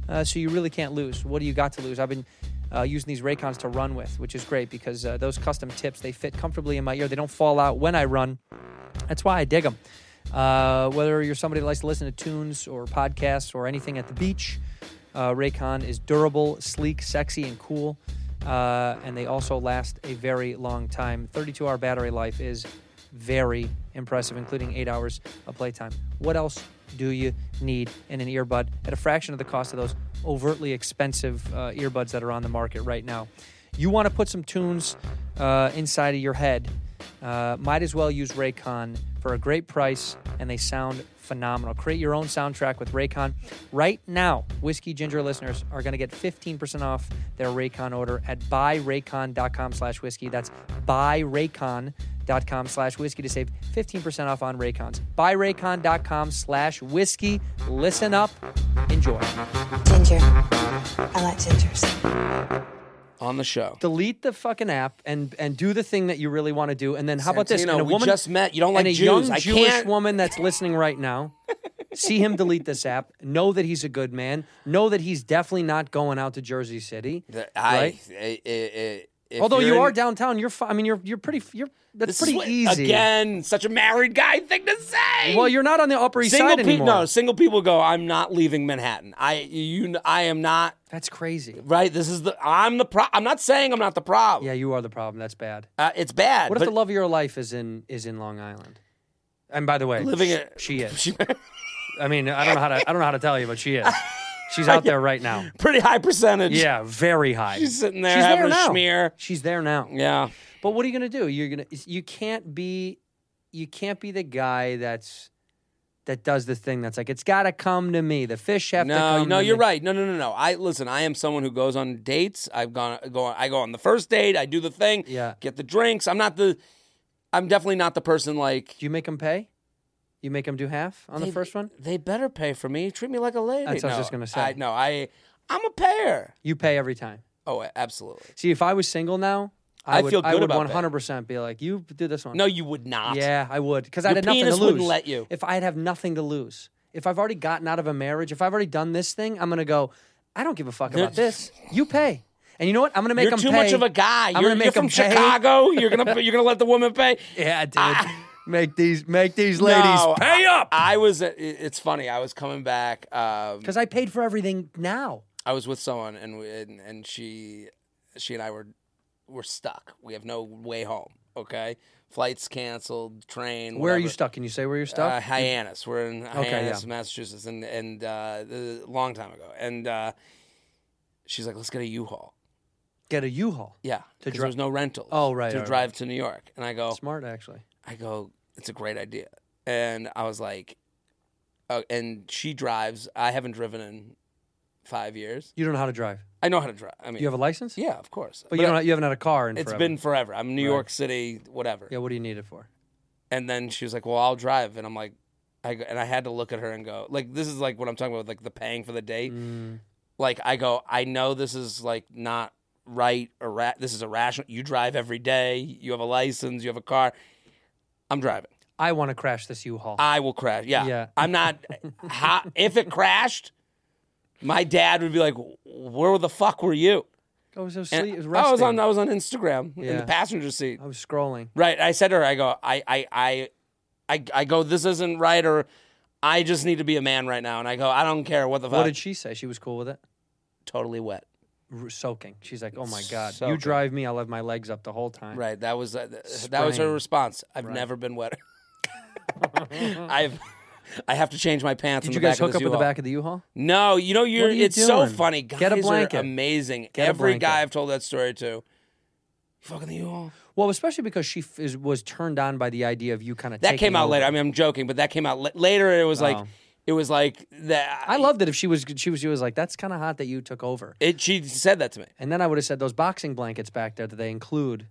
Speaker 1: uh, so you really can't lose. What do you got to lose? I've been uh, using these Raycons to run with, which is great because uh, those custom tips, they fit comfortably in my ear. They don't fall out when I run. That's why I dig them. Uh, whether you're somebody that likes to listen to tunes or podcasts or anything at the beach, uh, Raycon is durable, sleek, sexy, and cool. Uh, and they also last a very long time. 32 hour battery life is very impressive, including eight hours of playtime. What else do you need in an earbud at a fraction of the cost of those overtly expensive uh, earbuds that are on the market right now? You want to put some tunes uh, inside of your head uh, might as well use Raycon for a great price, and they sound phenomenal. Create your own soundtrack with Raycon. Right now, Whiskey Ginger listeners are going to get 15% off their Raycon order at buyraycon.com slash whiskey. That's buyraycon.com slash whiskey to save 15% off on Raycons. Buyraycon.com slash whiskey. Listen up. Enjoy.
Speaker 8: Ginger. I like gingers.
Speaker 9: on the show.
Speaker 1: Delete the fucking app and and do the thing that you really want to do. And then how about this?
Speaker 9: Santino,
Speaker 1: And a
Speaker 9: we
Speaker 1: woman
Speaker 9: just met. You don't like
Speaker 1: and a
Speaker 9: Jews.
Speaker 1: young
Speaker 9: I
Speaker 1: Jewish
Speaker 9: can't-
Speaker 1: woman that's listening right
Speaker 9: *laughs*
Speaker 1: now. see him delete this app. Know that he's a good man. Know that he's definitely not going out to Jersey City.
Speaker 9: The- I,
Speaker 1: right?
Speaker 9: I- I- I- if
Speaker 1: Although
Speaker 9: you're
Speaker 1: you
Speaker 9: in-
Speaker 1: are downtown, you're. Fi- I mean, you're you're pretty. You're that's
Speaker 9: This
Speaker 1: pretty
Speaker 9: is what-
Speaker 1: easy.
Speaker 9: Again, such a married guy thing to say.
Speaker 1: Well, you're not on the Upper East
Speaker 9: single
Speaker 1: Side
Speaker 9: people.
Speaker 1: anymore.
Speaker 9: No, single people go. I'm not leaving Manhattan. I you. kn- I am not.
Speaker 1: That's crazy.
Speaker 9: Right. This is the. I'm the pro. I'm not saying I'm not the problem.
Speaker 1: Yeah, you are the problem. That's bad.
Speaker 9: Uh, it's bad.
Speaker 1: What if
Speaker 9: but
Speaker 1: the love of your life is in is in Long Island? And by the way,
Speaker 9: Living
Speaker 1: sh-
Speaker 9: it-
Speaker 1: she
Speaker 9: *laughs*
Speaker 1: is. I mean, I don't know how to I don't know how to tell you, but she is. She's out there right now.
Speaker 9: pretty high percentage?
Speaker 1: Yeah, very high.
Speaker 9: She's sitting there
Speaker 1: She's
Speaker 9: having
Speaker 1: there now.
Speaker 9: a smear.
Speaker 1: She's there now.
Speaker 9: Yeah.
Speaker 1: But what are you gonna do? You're gonna you can't be you can't be the guy that's that does the thing that's like it's gotta come to me. The fish have to
Speaker 9: No,
Speaker 1: come.
Speaker 9: no,
Speaker 1: to
Speaker 9: you're
Speaker 1: me."
Speaker 9: right. No, no, no, no. I listen. I am someone who goes on dates. I've gone, go on, I go on the first date. I do the thing.
Speaker 1: Yeah.
Speaker 9: Get the drinks. I'm not the. I'm definitely not the person like
Speaker 1: Do you make them pay? You make them do half on the first one.
Speaker 9: They better pay for me. Treat me like a lady.
Speaker 1: That's what I was
Speaker 9: No,
Speaker 1: just gonna say.
Speaker 9: I, no, I, I'm a payer.
Speaker 1: You pay every time.
Speaker 9: Oh, absolutely.
Speaker 1: See, if I was single now, I,
Speaker 9: I
Speaker 1: would,
Speaker 9: feel
Speaker 1: I
Speaker 9: good
Speaker 1: would
Speaker 9: about that.
Speaker 1: 100% be like, you do this one.
Speaker 9: No, you would not.
Speaker 1: Yeah, I would. Because
Speaker 9: Your
Speaker 1: I'd have nothing
Speaker 9: penis
Speaker 1: to lose.
Speaker 9: wouldn't let you.
Speaker 1: If I'd have nothing to lose. If I've already gotten out of a marriage, if I've already done this thing, I'm going to go, I don't give a fuck about this. You pay. And you know what? I'm going to make
Speaker 9: You're
Speaker 1: them
Speaker 9: too
Speaker 1: pay.
Speaker 9: much of a guy.
Speaker 1: I'm
Speaker 9: you're
Speaker 1: gonna
Speaker 9: you're
Speaker 1: make
Speaker 9: from
Speaker 1: them pay.
Speaker 9: Chicago. You're gonna *laughs* you're gonna let the woman pay.
Speaker 1: Yeah, dude.
Speaker 9: *laughs* Ah.
Speaker 1: make these make these ladies *laughs*
Speaker 9: No,
Speaker 1: pay up.
Speaker 9: I was. it- It's funny. I was coming back. Um,
Speaker 1: Because I paid for everything now.
Speaker 9: I was with someone and we, and, and she she and I were were stuck. We have no way home. Okay, flights canceled, train.
Speaker 1: Where are you
Speaker 9: whatever.
Speaker 1: stuck? Can you say where you're
Speaker 9: Uh,
Speaker 1: stuck?
Speaker 9: Hyannis. We're in Hyannis,
Speaker 1: yeah.
Speaker 9: Massachusetts, and and uh, the- a long time ago. And uh, she's like, "Let's get a U-Haul."
Speaker 1: Get a U-Haul.
Speaker 9: Yeah,
Speaker 1: To
Speaker 9: because
Speaker 1: dri-
Speaker 9: there was no rentals.
Speaker 1: Oh, right,
Speaker 9: to
Speaker 1: right,
Speaker 9: drive to New York. And I go,
Speaker 1: Smart, actually.
Speaker 9: I go, it's a great idea. And I was like, uh, and she drives. I haven't driven in five years.
Speaker 1: You don't know how to drive.
Speaker 9: I know how to drive. I mean,
Speaker 1: You have a license?
Speaker 9: yeah, of course.
Speaker 1: But, you,
Speaker 9: I-
Speaker 1: don't, you haven't had a car in
Speaker 9: It's
Speaker 1: forever.
Speaker 9: been forever. I'm New York City, whatever.
Speaker 1: *laughs* Yeah, what do you need it for?
Speaker 9: And then she was like, "Well, I'll drive," and I'm like, I go, and I had to look at her and go, like, this is like what I'm talking about, like the paying for the date.
Speaker 1: Mm.
Speaker 9: Like I go, I know this is like not right or ra- this is irrational. You drive every day. You have a license. You have a car. I'm driving.
Speaker 1: I want to crash this U-Haul.
Speaker 9: I will crash. Yeah.
Speaker 1: Yeah.
Speaker 9: I'm not. *laughs* how, if it crashed, my dad would be like, "Where the fuck were you?"
Speaker 1: I was so
Speaker 9: And
Speaker 1: sleep. It was
Speaker 9: I was
Speaker 1: resting.
Speaker 9: on. I was on Instagram in
Speaker 1: Yeah.
Speaker 9: the passenger seat.
Speaker 1: I was scrolling.
Speaker 9: Right. I said to her, I go, I, I, I, I, I go, this isn't right, or I just need to be a man right now. And I go, I don't care what the fuck.
Speaker 1: What did she say? She was cool with it.
Speaker 9: totally wet.
Speaker 1: R- soaking. She's like, "Oh my god, you
Speaker 9: Soaking.
Speaker 1: drive me. I'll have my legs up the whole time."
Speaker 9: Right. That was uh, th- that was her
Speaker 1: Spraying.
Speaker 9: response. I've never
Speaker 1: *laughs*
Speaker 9: been wetter. *laughs* I've. I have to change my pants.
Speaker 1: Did
Speaker 9: in
Speaker 1: you
Speaker 9: the
Speaker 1: guys
Speaker 9: back of
Speaker 1: hook up
Speaker 9: this
Speaker 1: in the
Speaker 9: U-Haul.
Speaker 1: back of the U-Haul?
Speaker 9: No, you know you're.
Speaker 1: are you
Speaker 9: it's so
Speaker 1: doing?
Speaker 9: funny. Guys
Speaker 1: Get a blanket.
Speaker 9: are amazing.
Speaker 1: Get a
Speaker 9: Every
Speaker 1: blanket.
Speaker 9: guy I've told that story to. You fucking the U-Haul.
Speaker 1: Well, especially because she f- is, was turned on by the idea of you kind of
Speaker 9: That came out later. I mean, I'm joking, but that came out la- later. It was like,
Speaker 1: Oh.
Speaker 9: it was like that.
Speaker 1: I loved it if she was she was she was like, "That's kind of hot that you took over."
Speaker 9: it. She said that to me.
Speaker 1: And then I would have said those boxing blankets back there that they include.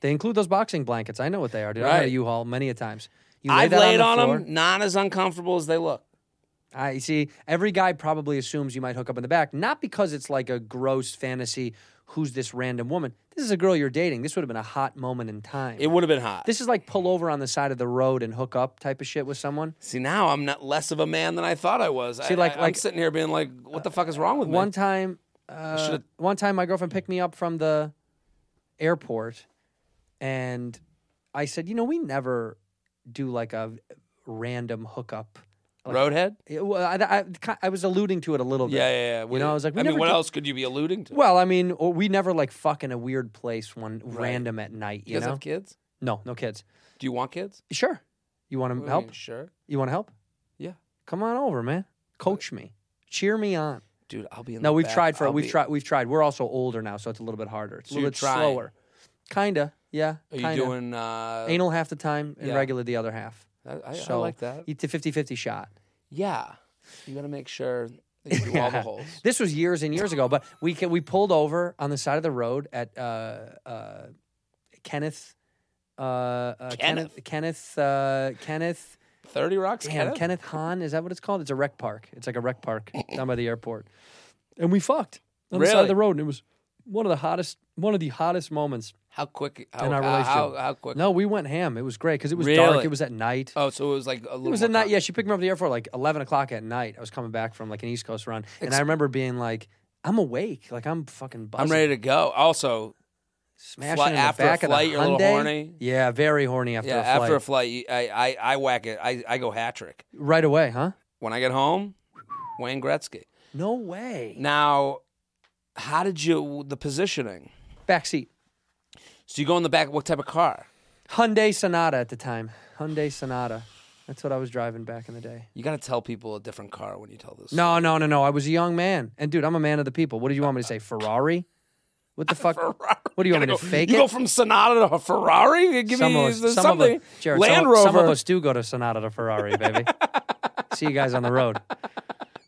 Speaker 1: They include those boxing blankets. I know what they are. Dude, I had a
Speaker 9: Right.
Speaker 1: U-Haul many a times. You lay
Speaker 9: I've
Speaker 1: that
Speaker 9: laid
Speaker 1: the
Speaker 9: on,
Speaker 1: floor.
Speaker 9: them, not as uncomfortable as they look.
Speaker 1: I see. Every guy probably assumes you might hook up in the back, not because it's like a gross fantasy. Who's this random woman? This is a girl you're dating. This would have been a hot moment in time.
Speaker 9: It would have been hot.
Speaker 1: this is like pull over on the side of the road and hook up type of shit with someone.
Speaker 9: See, now I'm not less of a man than I thought I was.
Speaker 1: See,
Speaker 9: I,
Speaker 1: like-
Speaker 9: I, am
Speaker 1: like-
Speaker 9: sitting here being like, what the fuck is wrong with me?
Speaker 1: One time, uh,
Speaker 9: should've-
Speaker 1: one time, my girlfriend picked me up from the airport, and I said, "You know, we never do like a random hookup."
Speaker 9: Roadhead?
Speaker 1: It, well, I, I, I was alluding to it a little bit.
Speaker 9: Yeah, yeah, yeah. What-
Speaker 1: know, I was like, we
Speaker 9: I mean,
Speaker 1: never
Speaker 9: what
Speaker 1: did-
Speaker 9: else could you be alluding to?
Speaker 1: Well, I mean, or we never like fuck in a weird place one random at night,
Speaker 9: you
Speaker 1: you
Speaker 9: guys
Speaker 1: know?
Speaker 9: have kids?
Speaker 1: No, no kids.
Speaker 9: Do you want kids?
Speaker 1: Sure. You want to
Speaker 9: What do you
Speaker 1: help?
Speaker 9: mean, Sure.
Speaker 1: You want to help?
Speaker 9: Yeah.
Speaker 1: Come on over, man. Coach me. Cheer me on.
Speaker 9: Dude, I'll be in
Speaker 1: No,
Speaker 9: the
Speaker 1: we've
Speaker 9: back.
Speaker 1: tried for
Speaker 9: I'll
Speaker 1: we've
Speaker 9: be-
Speaker 1: tried we've tried. We're also older now, so it's a little bit harder. It's a
Speaker 9: So
Speaker 1: little
Speaker 9: you're
Speaker 1: bit
Speaker 9: trying.
Speaker 1: slower. Kinda, yeah.
Speaker 9: Are you
Speaker 1: kinda.
Speaker 9: doing. Uh,
Speaker 1: anal half the time and
Speaker 9: Yeah.
Speaker 1: regular the other half?
Speaker 9: I, I,
Speaker 1: so
Speaker 9: I like that.
Speaker 1: It's a 50-50 shot.
Speaker 9: Yeah. You got to make sure that you
Speaker 1: *laughs*
Speaker 9: do all the holes.
Speaker 1: This was years and years ago, but we ca- we pulled over on the side of the road at uh, uh, Kenneth, uh, uh, Kenneth Kenneth uh, Kenneth
Speaker 9: 30 rocks?
Speaker 1: damn Kenneth?
Speaker 9: Kenneth?
Speaker 1: Hahn is that what it's called? It's a rec park. It's like a rec park down by the airport, and we fucked on the side of
Speaker 9: Really?
Speaker 1: the road, and it was one of the hottest one of the hottest moments
Speaker 9: How quick? Oh, How,
Speaker 1: in our
Speaker 9: how,
Speaker 1: relationship.
Speaker 9: how, how quick?
Speaker 1: No, we went ham. It was great because it was dark.
Speaker 9: Really?
Speaker 1: It was at night.
Speaker 9: Oh, so it was like a little.
Speaker 1: It was
Speaker 9: more
Speaker 1: at night.
Speaker 9: con-
Speaker 1: Yeah, she picked me up at the airport like eleven o'clock at night. I was coming back from like an East Coast run, and I remember being like, "I'm awake. Like I'm fucking. Buzzing.
Speaker 9: I'm ready to go. Also,
Speaker 1: smashing
Speaker 9: Fly-
Speaker 1: in the
Speaker 9: after a
Speaker 1: back
Speaker 9: flight,
Speaker 1: of the
Speaker 9: you're a little
Speaker 1: Hyundai.
Speaker 9: horny?
Speaker 1: Yeah, very horny after
Speaker 9: yeah,
Speaker 1: a flight.
Speaker 9: after a flight, you- I, I, I whack it. I, I go hat trick.
Speaker 1: right away, huh?
Speaker 9: When I get home, Wayne Gretzky.
Speaker 1: No way.
Speaker 9: Now, how did you the positioning?
Speaker 1: Back seat.
Speaker 9: So you go in the back. What type of car?
Speaker 1: Hyundai Sonata at the time. Hyundai Sonata. That's what I was driving back in the day.
Speaker 9: You got to tell people a different car when you tell *laughs* this.
Speaker 1: No, no, no, no. I was a young man, and dude, I'm a man of the people. What do you want me to say? Ferrari? What *laughs* the fuck? What do you want me to
Speaker 9: Gotta go-
Speaker 1: fake
Speaker 9: you
Speaker 1: it?
Speaker 9: go from Sonata to a Ferrari. Give
Speaker 1: some
Speaker 9: me
Speaker 1: of us,
Speaker 9: the-
Speaker 1: some
Speaker 9: something.
Speaker 1: Of us, Jared,
Speaker 9: Land
Speaker 1: some, of-
Speaker 9: Rover.
Speaker 1: Some of us do go to Sonata to Ferrari, *laughs* baby. See you guys on the road.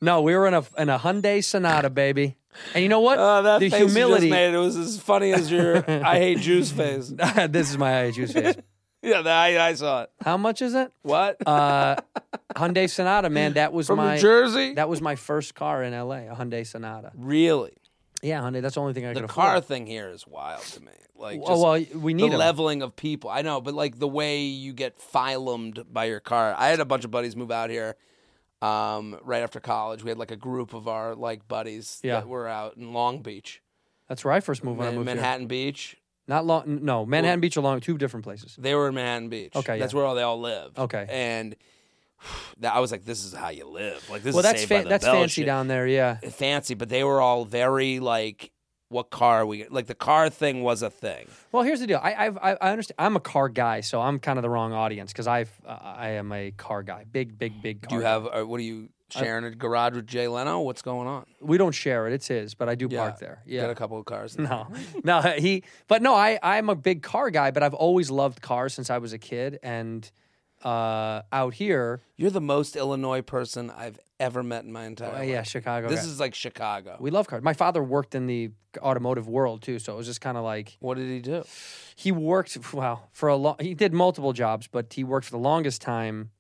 Speaker 1: No, we were in a in a Hyundai Sonata, baby. And Oh, you know what?
Speaker 9: Uh, that
Speaker 1: the
Speaker 9: face you just
Speaker 1: humility.
Speaker 9: made, it was as funny as your "I hate Jews" face.
Speaker 1: *laughs*
Speaker 9: *laughs*
Speaker 1: this is my juice face.
Speaker 9: Yeah, that, I, I saw it.
Speaker 1: How much is it?
Speaker 9: What?
Speaker 1: Uh, Hyundai Sonata, man. That was
Speaker 9: From
Speaker 1: my
Speaker 9: New Jersey?
Speaker 1: that was my first car in LA, a Hyundai Sonata.
Speaker 9: really?
Speaker 1: Yeah, Hyundai. That's the only thing I
Speaker 9: the
Speaker 1: could
Speaker 9: car
Speaker 1: afford.
Speaker 9: thing here is wild to me. Like,
Speaker 1: Oh,
Speaker 9: just
Speaker 1: well, we need
Speaker 9: the
Speaker 1: 'em.
Speaker 9: leveling of people. I know, but like the way you get philumed by your car. I had a bunch of buddies move out here um, right after college. We had like a group of our like buddies
Speaker 1: Yeah.
Speaker 9: that were out in Long Beach,
Speaker 1: That's where I first moved when I
Speaker 9: Man-
Speaker 1: moved here.
Speaker 9: Manhattan Beach.
Speaker 1: Not long. No, Manhattan Beach along two different places.
Speaker 9: They were in Manhattan Beach.
Speaker 1: Okay,
Speaker 9: that's
Speaker 1: yeah.
Speaker 9: where all they all live.
Speaker 1: Okay.
Speaker 9: and. *sighs* That, I was like, "This is how you live." Like this.
Speaker 1: well,
Speaker 9: is
Speaker 1: that's
Speaker 9: Saved
Speaker 1: fa-
Speaker 9: by the
Speaker 1: that's
Speaker 9: Bell
Speaker 1: fancy
Speaker 9: shit.
Speaker 1: down there. Yeah.
Speaker 9: fancy, but they were all very like what car are we like the car thing was a thing.
Speaker 1: Well, here's the deal. I I've, I I understand. I'm a car guy, so I'm kind of the wrong audience because I've uh, I am a car guy. Big, big, big car.
Speaker 9: Do you have uh, what are you sharing a garage with Jay Leno? What's going on?
Speaker 1: We don't share it. It's his, but I do park there. Yeah.
Speaker 9: got a couple of
Speaker 1: *laughs*
Speaker 9: cars.
Speaker 1: No, no, he. But no, I I'm a big car guy, but I've always loved cars since I was a kid, and uh, out here,
Speaker 9: You're the most Illinois person I've ever met in my entire
Speaker 1: uh,
Speaker 9: life.
Speaker 1: yeah, Chicago. guy.
Speaker 9: This is like Chicago.
Speaker 1: we love cars. My father worked in the automotive world too, so it was just kind of like
Speaker 9: what did he do?
Speaker 1: he worked. *laughs* Wow, for a long, he did multiple jobs, but he worked for the longest time.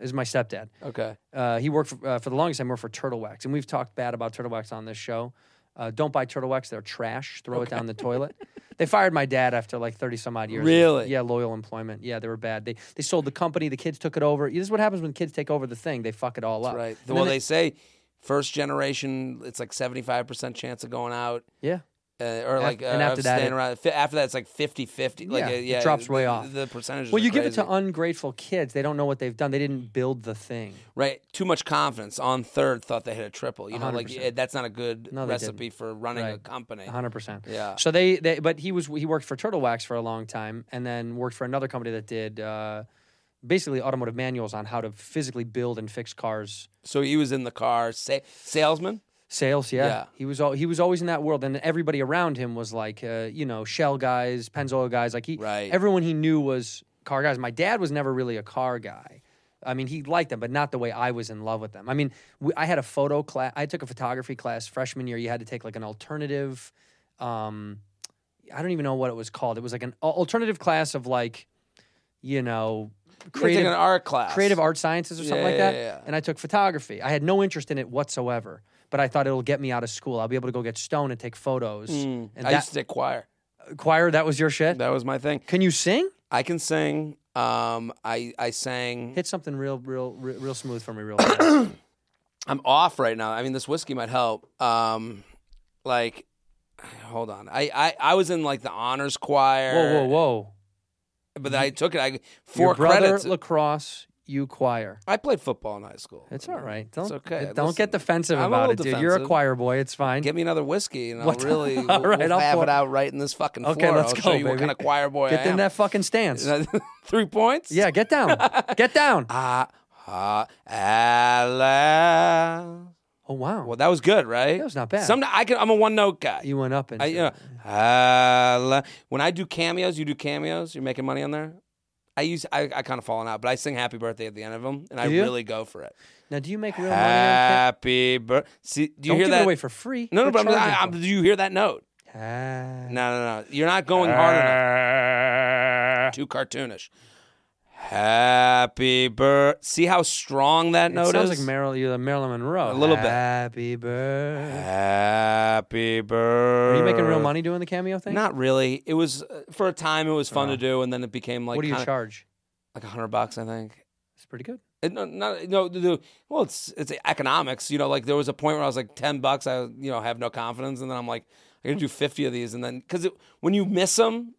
Speaker 1: Is my stepdad.
Speaker 9: Okay.
Speaker 1: Uh, he worked for, uh, for the longest time. Worked for Turtle Wax, and we've talked bad about Turtle Wax on this show. Uh, don't buy Turtle Wax; they're trash. Throw it down the toilet. They fired my dad after like thirty some odd years. of-
Speaker 9: Really?
Speaker 1: yeah, loyal employment. Yeah, they were bad. They they sold the company. The kids took it over. This is what happens when kids take over the thing. They fuck it all up.
Speaker 9: Uh, Right.
Speaker 1: And
Speaker 9: well,
Speaker 1: then
Speaker 9: they say first generation, it's like 75% chance of going out.
Speaker 1: yeah.
Speaker 9: Uh, or
Speaker 1: Af-
Speaker 9: like uh,
Speaker 1: and after
Speaker 9: of
Speaker 1: that,
Speaker 9: staying
Speaker 1: it-
Speaker 9: around. Fi- After that, it's like 50 50. Like,
Speaker 1: Yeah,
Speaker 9: uh,
Speaker 1: it
Speaker 9: yeah,
Speaker 1: drops way
Speaker 9: the-
Speaker 1: off.
Speaker 9: The percentages.
Speaker 1: Well,
Speaker 9: are
Speaker 1: you give it to
Speaker 9: crazy.
Speaker 1: ungrateful kids. They don't know what they've done. They didn't build the thing.
Speaker 9: right. Too much confidence. On third, thought they hit a triple. You know, like
Speaker 1: 100%.
Speaker 9: eh, that's not a good
Speaker 1: No, they
Speaker 9: recipe for running a
Speaker 1: Right.
Speaker 9: company.
Speaker 1: One hundred percent.
Speaker 9: Yeah.
Speaker 1: So they, they, but he was he worked for Turtle Wax for a long time, and then worked for another company that did uh, basically automotive manuals on how to physically build and fix cars.
Speaker 9: So he was in the car, sa- salesman.
Speaker 1: Sales, yeah.
Speaker 9: Yeah.
Speaker 1: He was all, he was always in that world, and everybody around him was like, uh, you know, Shell guys, Pennzoil guys. Like he,
Speaker 9: Right.
Speaker 1: everyone he knew was car guys. My dad was never really a car guy. I mean, he liked them, but not the way I was in love with them. I mean, we, I had a photo class. I took a photography class freshman year. You had to take like an alternative. Um, I don't even know what it was called. It was like an al- alternative class of like, you know,
Speaker 9: Creative,
Speaker 1: creative
Speaker 9: an art class.
Speaker 1: creative art sciences or something
Speaker 9: Yeah,
Speaker 1: like
Speaker 9: yeah,
Speaker 1: that.
Speaker 9: yeah.
Speaker 1: And I took photography. I had no interest in it whatsoever, but I thought it'll get me out of school. I'll be able to go get stoned and take photos. And
Speaker 9: Hmm. I
Speaker 1: that
Speaker 9: used to take choir.
Speaker 1: choir, that was your shit.
Speaker 9: That was my thing.
Speaker 1: Can you sing?
Speaker 9: I can sing. Um, I I sang.
Speaker 1: Hit something real, real, real, real smooth for me,
Speaker 9: *coughs*
Speaker 1: real. fast.
Speaker 9: I'm off right now. I mean, this whiskey might help. Um, like, hold on. I I, I was in like the honors choir.
Speaker 1: whoa, whoa, whoa!
Speaker 9: But then I took it. I
Speaker 1: Your
Speaker 9: four
Speaker 1: brother
Speaker 9: credits.
Speaker 1: lacrosse, you choir.
Speaker 9: I played football in high school.
Speaker 1: It's all right. Don't,
Speaker 9: okay.
Speaker 1: Don't
Speaker 9: Listen,
Speaker 1: get defensive
Speaker 9: I'm a
Speaker 1: about it,
Speaker 9: little
Speaker 1: dude. You're a
Speaker 9: defensive.
Speaker 1: choir boy. It's fine.
Speaker 9: Get me another whiskey, and I'll
Speaker 1: What *laughs* the-
Speaker 9: really
Speaker 1: All
Speaker 9: we'll,
Speaker 1: right,
Speaker 9: we'll
Speaker 1: I'll
Speaker 9: have
Speaker 1: pour-
Speaker 9: it out right in this fucking
Speaker 1: okay,
Speaker 9: floor.
Speaker 1: let's
Speaker 9: I'll
Speaker 1: go,
Speaker 9: show you
Speaker 1: baby.
Speaker 9: what kind of choir boy
Speaker 1: Get
Speaker 9: I
Speaker 1: in
Speaker 9: am.
Speaker 1: that fucking
Speaker 9: *laughs*
Speaker 1: stance.
Speaker 9: Three points.
Speaker 1: yeah, get
Speaker 9: *laughs*
Speaker 1: down. get down.
Speaker 9: Ah, ah, alas.
Speaker 1: Oh wow,
Speaker 9: Well, that was good, right?
Speaker 1: That was not bad.
Speaker 9: Some I can. I'm a one note guy.
Speaker 1: you went up and
Speaker 9: I, you know, I la- when I do cameos, you do cameos. You're making money on there. I use I, I kind of fallen out, but I sing Happy Birthday at the end of them, and I
Speaker 1: you?
Speaker 9: really go for it.
Speaker 1: now. Do you make real money? on
Speaker 9: Ah,
Speaker 1: ca-
Speaker 9: Happy birthday. See, do you
Speaker 1: Don't
Speaker 9: hear
Speaker 1: give
Speaker 9: that?
Speaker 1: it away for free.
Speaker 9: no, no,
Speaker 1: We're
Speaker 9: but I'm,
Speaker 1: charging
Speaker 9: I, I'm,
Speaker 1: for
Speaker 9: do
Speaker 1: it.
Speaker 9: you hear that note?
Speaker 1: Ah.
Speaker 9: No, no, no. You're not going
Speaker 1: *laughs*
Speaker 9: hard enough.
Speaker 1: Ah.
Speaker 9: Too cartoonish. Happy birthday. See how strong that
Speaker 1: It
Speaker 9: note
Speaker 1: sounds
Speaker 9: is.
Speaker 1: like Marilyn, you're the Marilyn Monroe.
Speaker 9: A little bit.
Speaker 1: Happy birthday.
Speaker 9: Happy
Speaker 1: Are
Speaker 9: birthday.
Speaker 1: you making real money doing the cameo thing?
Speaker 9: Not really. It was uh, for a time. It was fun to do, and then it became
Speaker 1: Oh.
Speaker 9: like
Speaker 1: what do you
Speaker 9: kinda-
Speaker 1: charge?
Speaker 9: Like a hundred bucks, I think.
Speaker 1: It's pretty good.
Speaker 9: It, Uh, no, not, no, the- the- well, it's it's economics. You know, like there was a point where I was like ten bucks. I you know have no confidence, and then I'm like, I gotta do fifty of these, and then because when you miss them,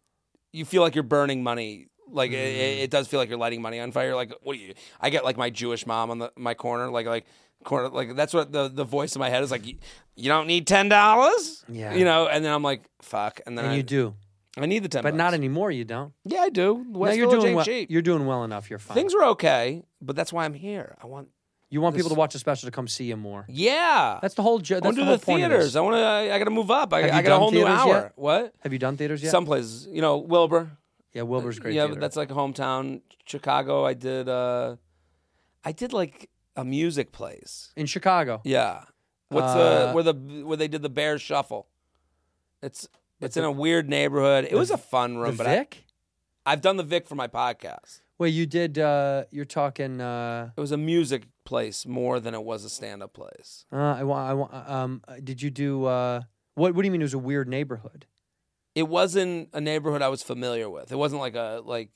Speaker 9: you feel like you're burning money. Like it,
Speaker 1: Mm.
Speaker 9: it it does feel like you're lighting money on fire. Like what do you? I get like my Jewish mom on the my corner, like like corner, like that's what the the voice in my head is like. "You- You don't need ten dollars,
Speaker 1: Yeah.
Speaker 9: You know, and then I'm like, fuck, and then
Speaker 1: And
Speaker 9: I,
Speaker 1: you do,
Speaker 9: I need the ten,
Speaker 1: but not
Speaker 9: bucks.
Speaker 1: anymore. You don't.
Speaker 9: Yeah, I do.
Speaker 1: No,
Speaker 9: West
Speaker 1: you're
Speaker 9: Village
Speaker 1: doing
Speaker 9: ain't
Speaker 1: well.
Speaker 9: cheap.
Speaker 1: You're doing well enough. You're fine.
Speaker 9: Things are okay, but that's why I'm here. I want.
Speaker 1: you want people to watch the special to come see you more.
Speaker 9: Yeah,
Speaker 1: That's the whole. Jo-
Speaker 9: I
Speaker 1: that's
Speaker 9: want
Speaker 1: the
Speaker 9: to do
Speaker 1: whole
Speaker 9: the
Speaker 1: point of
Speaker 9: theaters.
Speaker 1: this.
Speaker 9: I want to. I, got to move up. I,
Speaker 1: Have you
Speaker 9: I got a
Speaker 1: done
Speaker 9: whole new
Speaker 1: theaters
Speaker 9: hour.
Speaker 1: yet?
Speaker 9: What?
Speaker 1: Have you done theaters yet?
Speaker 9: Some places, you know, Wilbur.
Speaker 1: yeah, Wilbur's great.
Speaker 9: yeah,
Speaker 1: theater.
Speaker 9: but that's like a hometown. Chicago. I did. uh I did like a music place.
Speaker 1: in Chicago.
Speaker 9: Yeah. What's
Speaker 1: Uh,
Speaker 9: the where the where they did the Bears Shuffle? It's it's
Speaker 1: the-
Speaker 9: in a weird neighborhood. It was a fun
Speaker 1: The
Speaker 9: room, but I,
Speaker 1: Vic.
Speaker 9: I've done the Vic for my podcast.
Speaker 1: Well, you did. Uh, you're talking. Uh,
Speaker 9: It was a music place more than it was a stand up place.
Speaker 1: uh, I want. I want. Um, uh, did you do? Uh, what? What do you mean? It was a weird neighborhood.
Speaker 9: it wasn't a neighborhood I was familiar with. It wasn't like a like.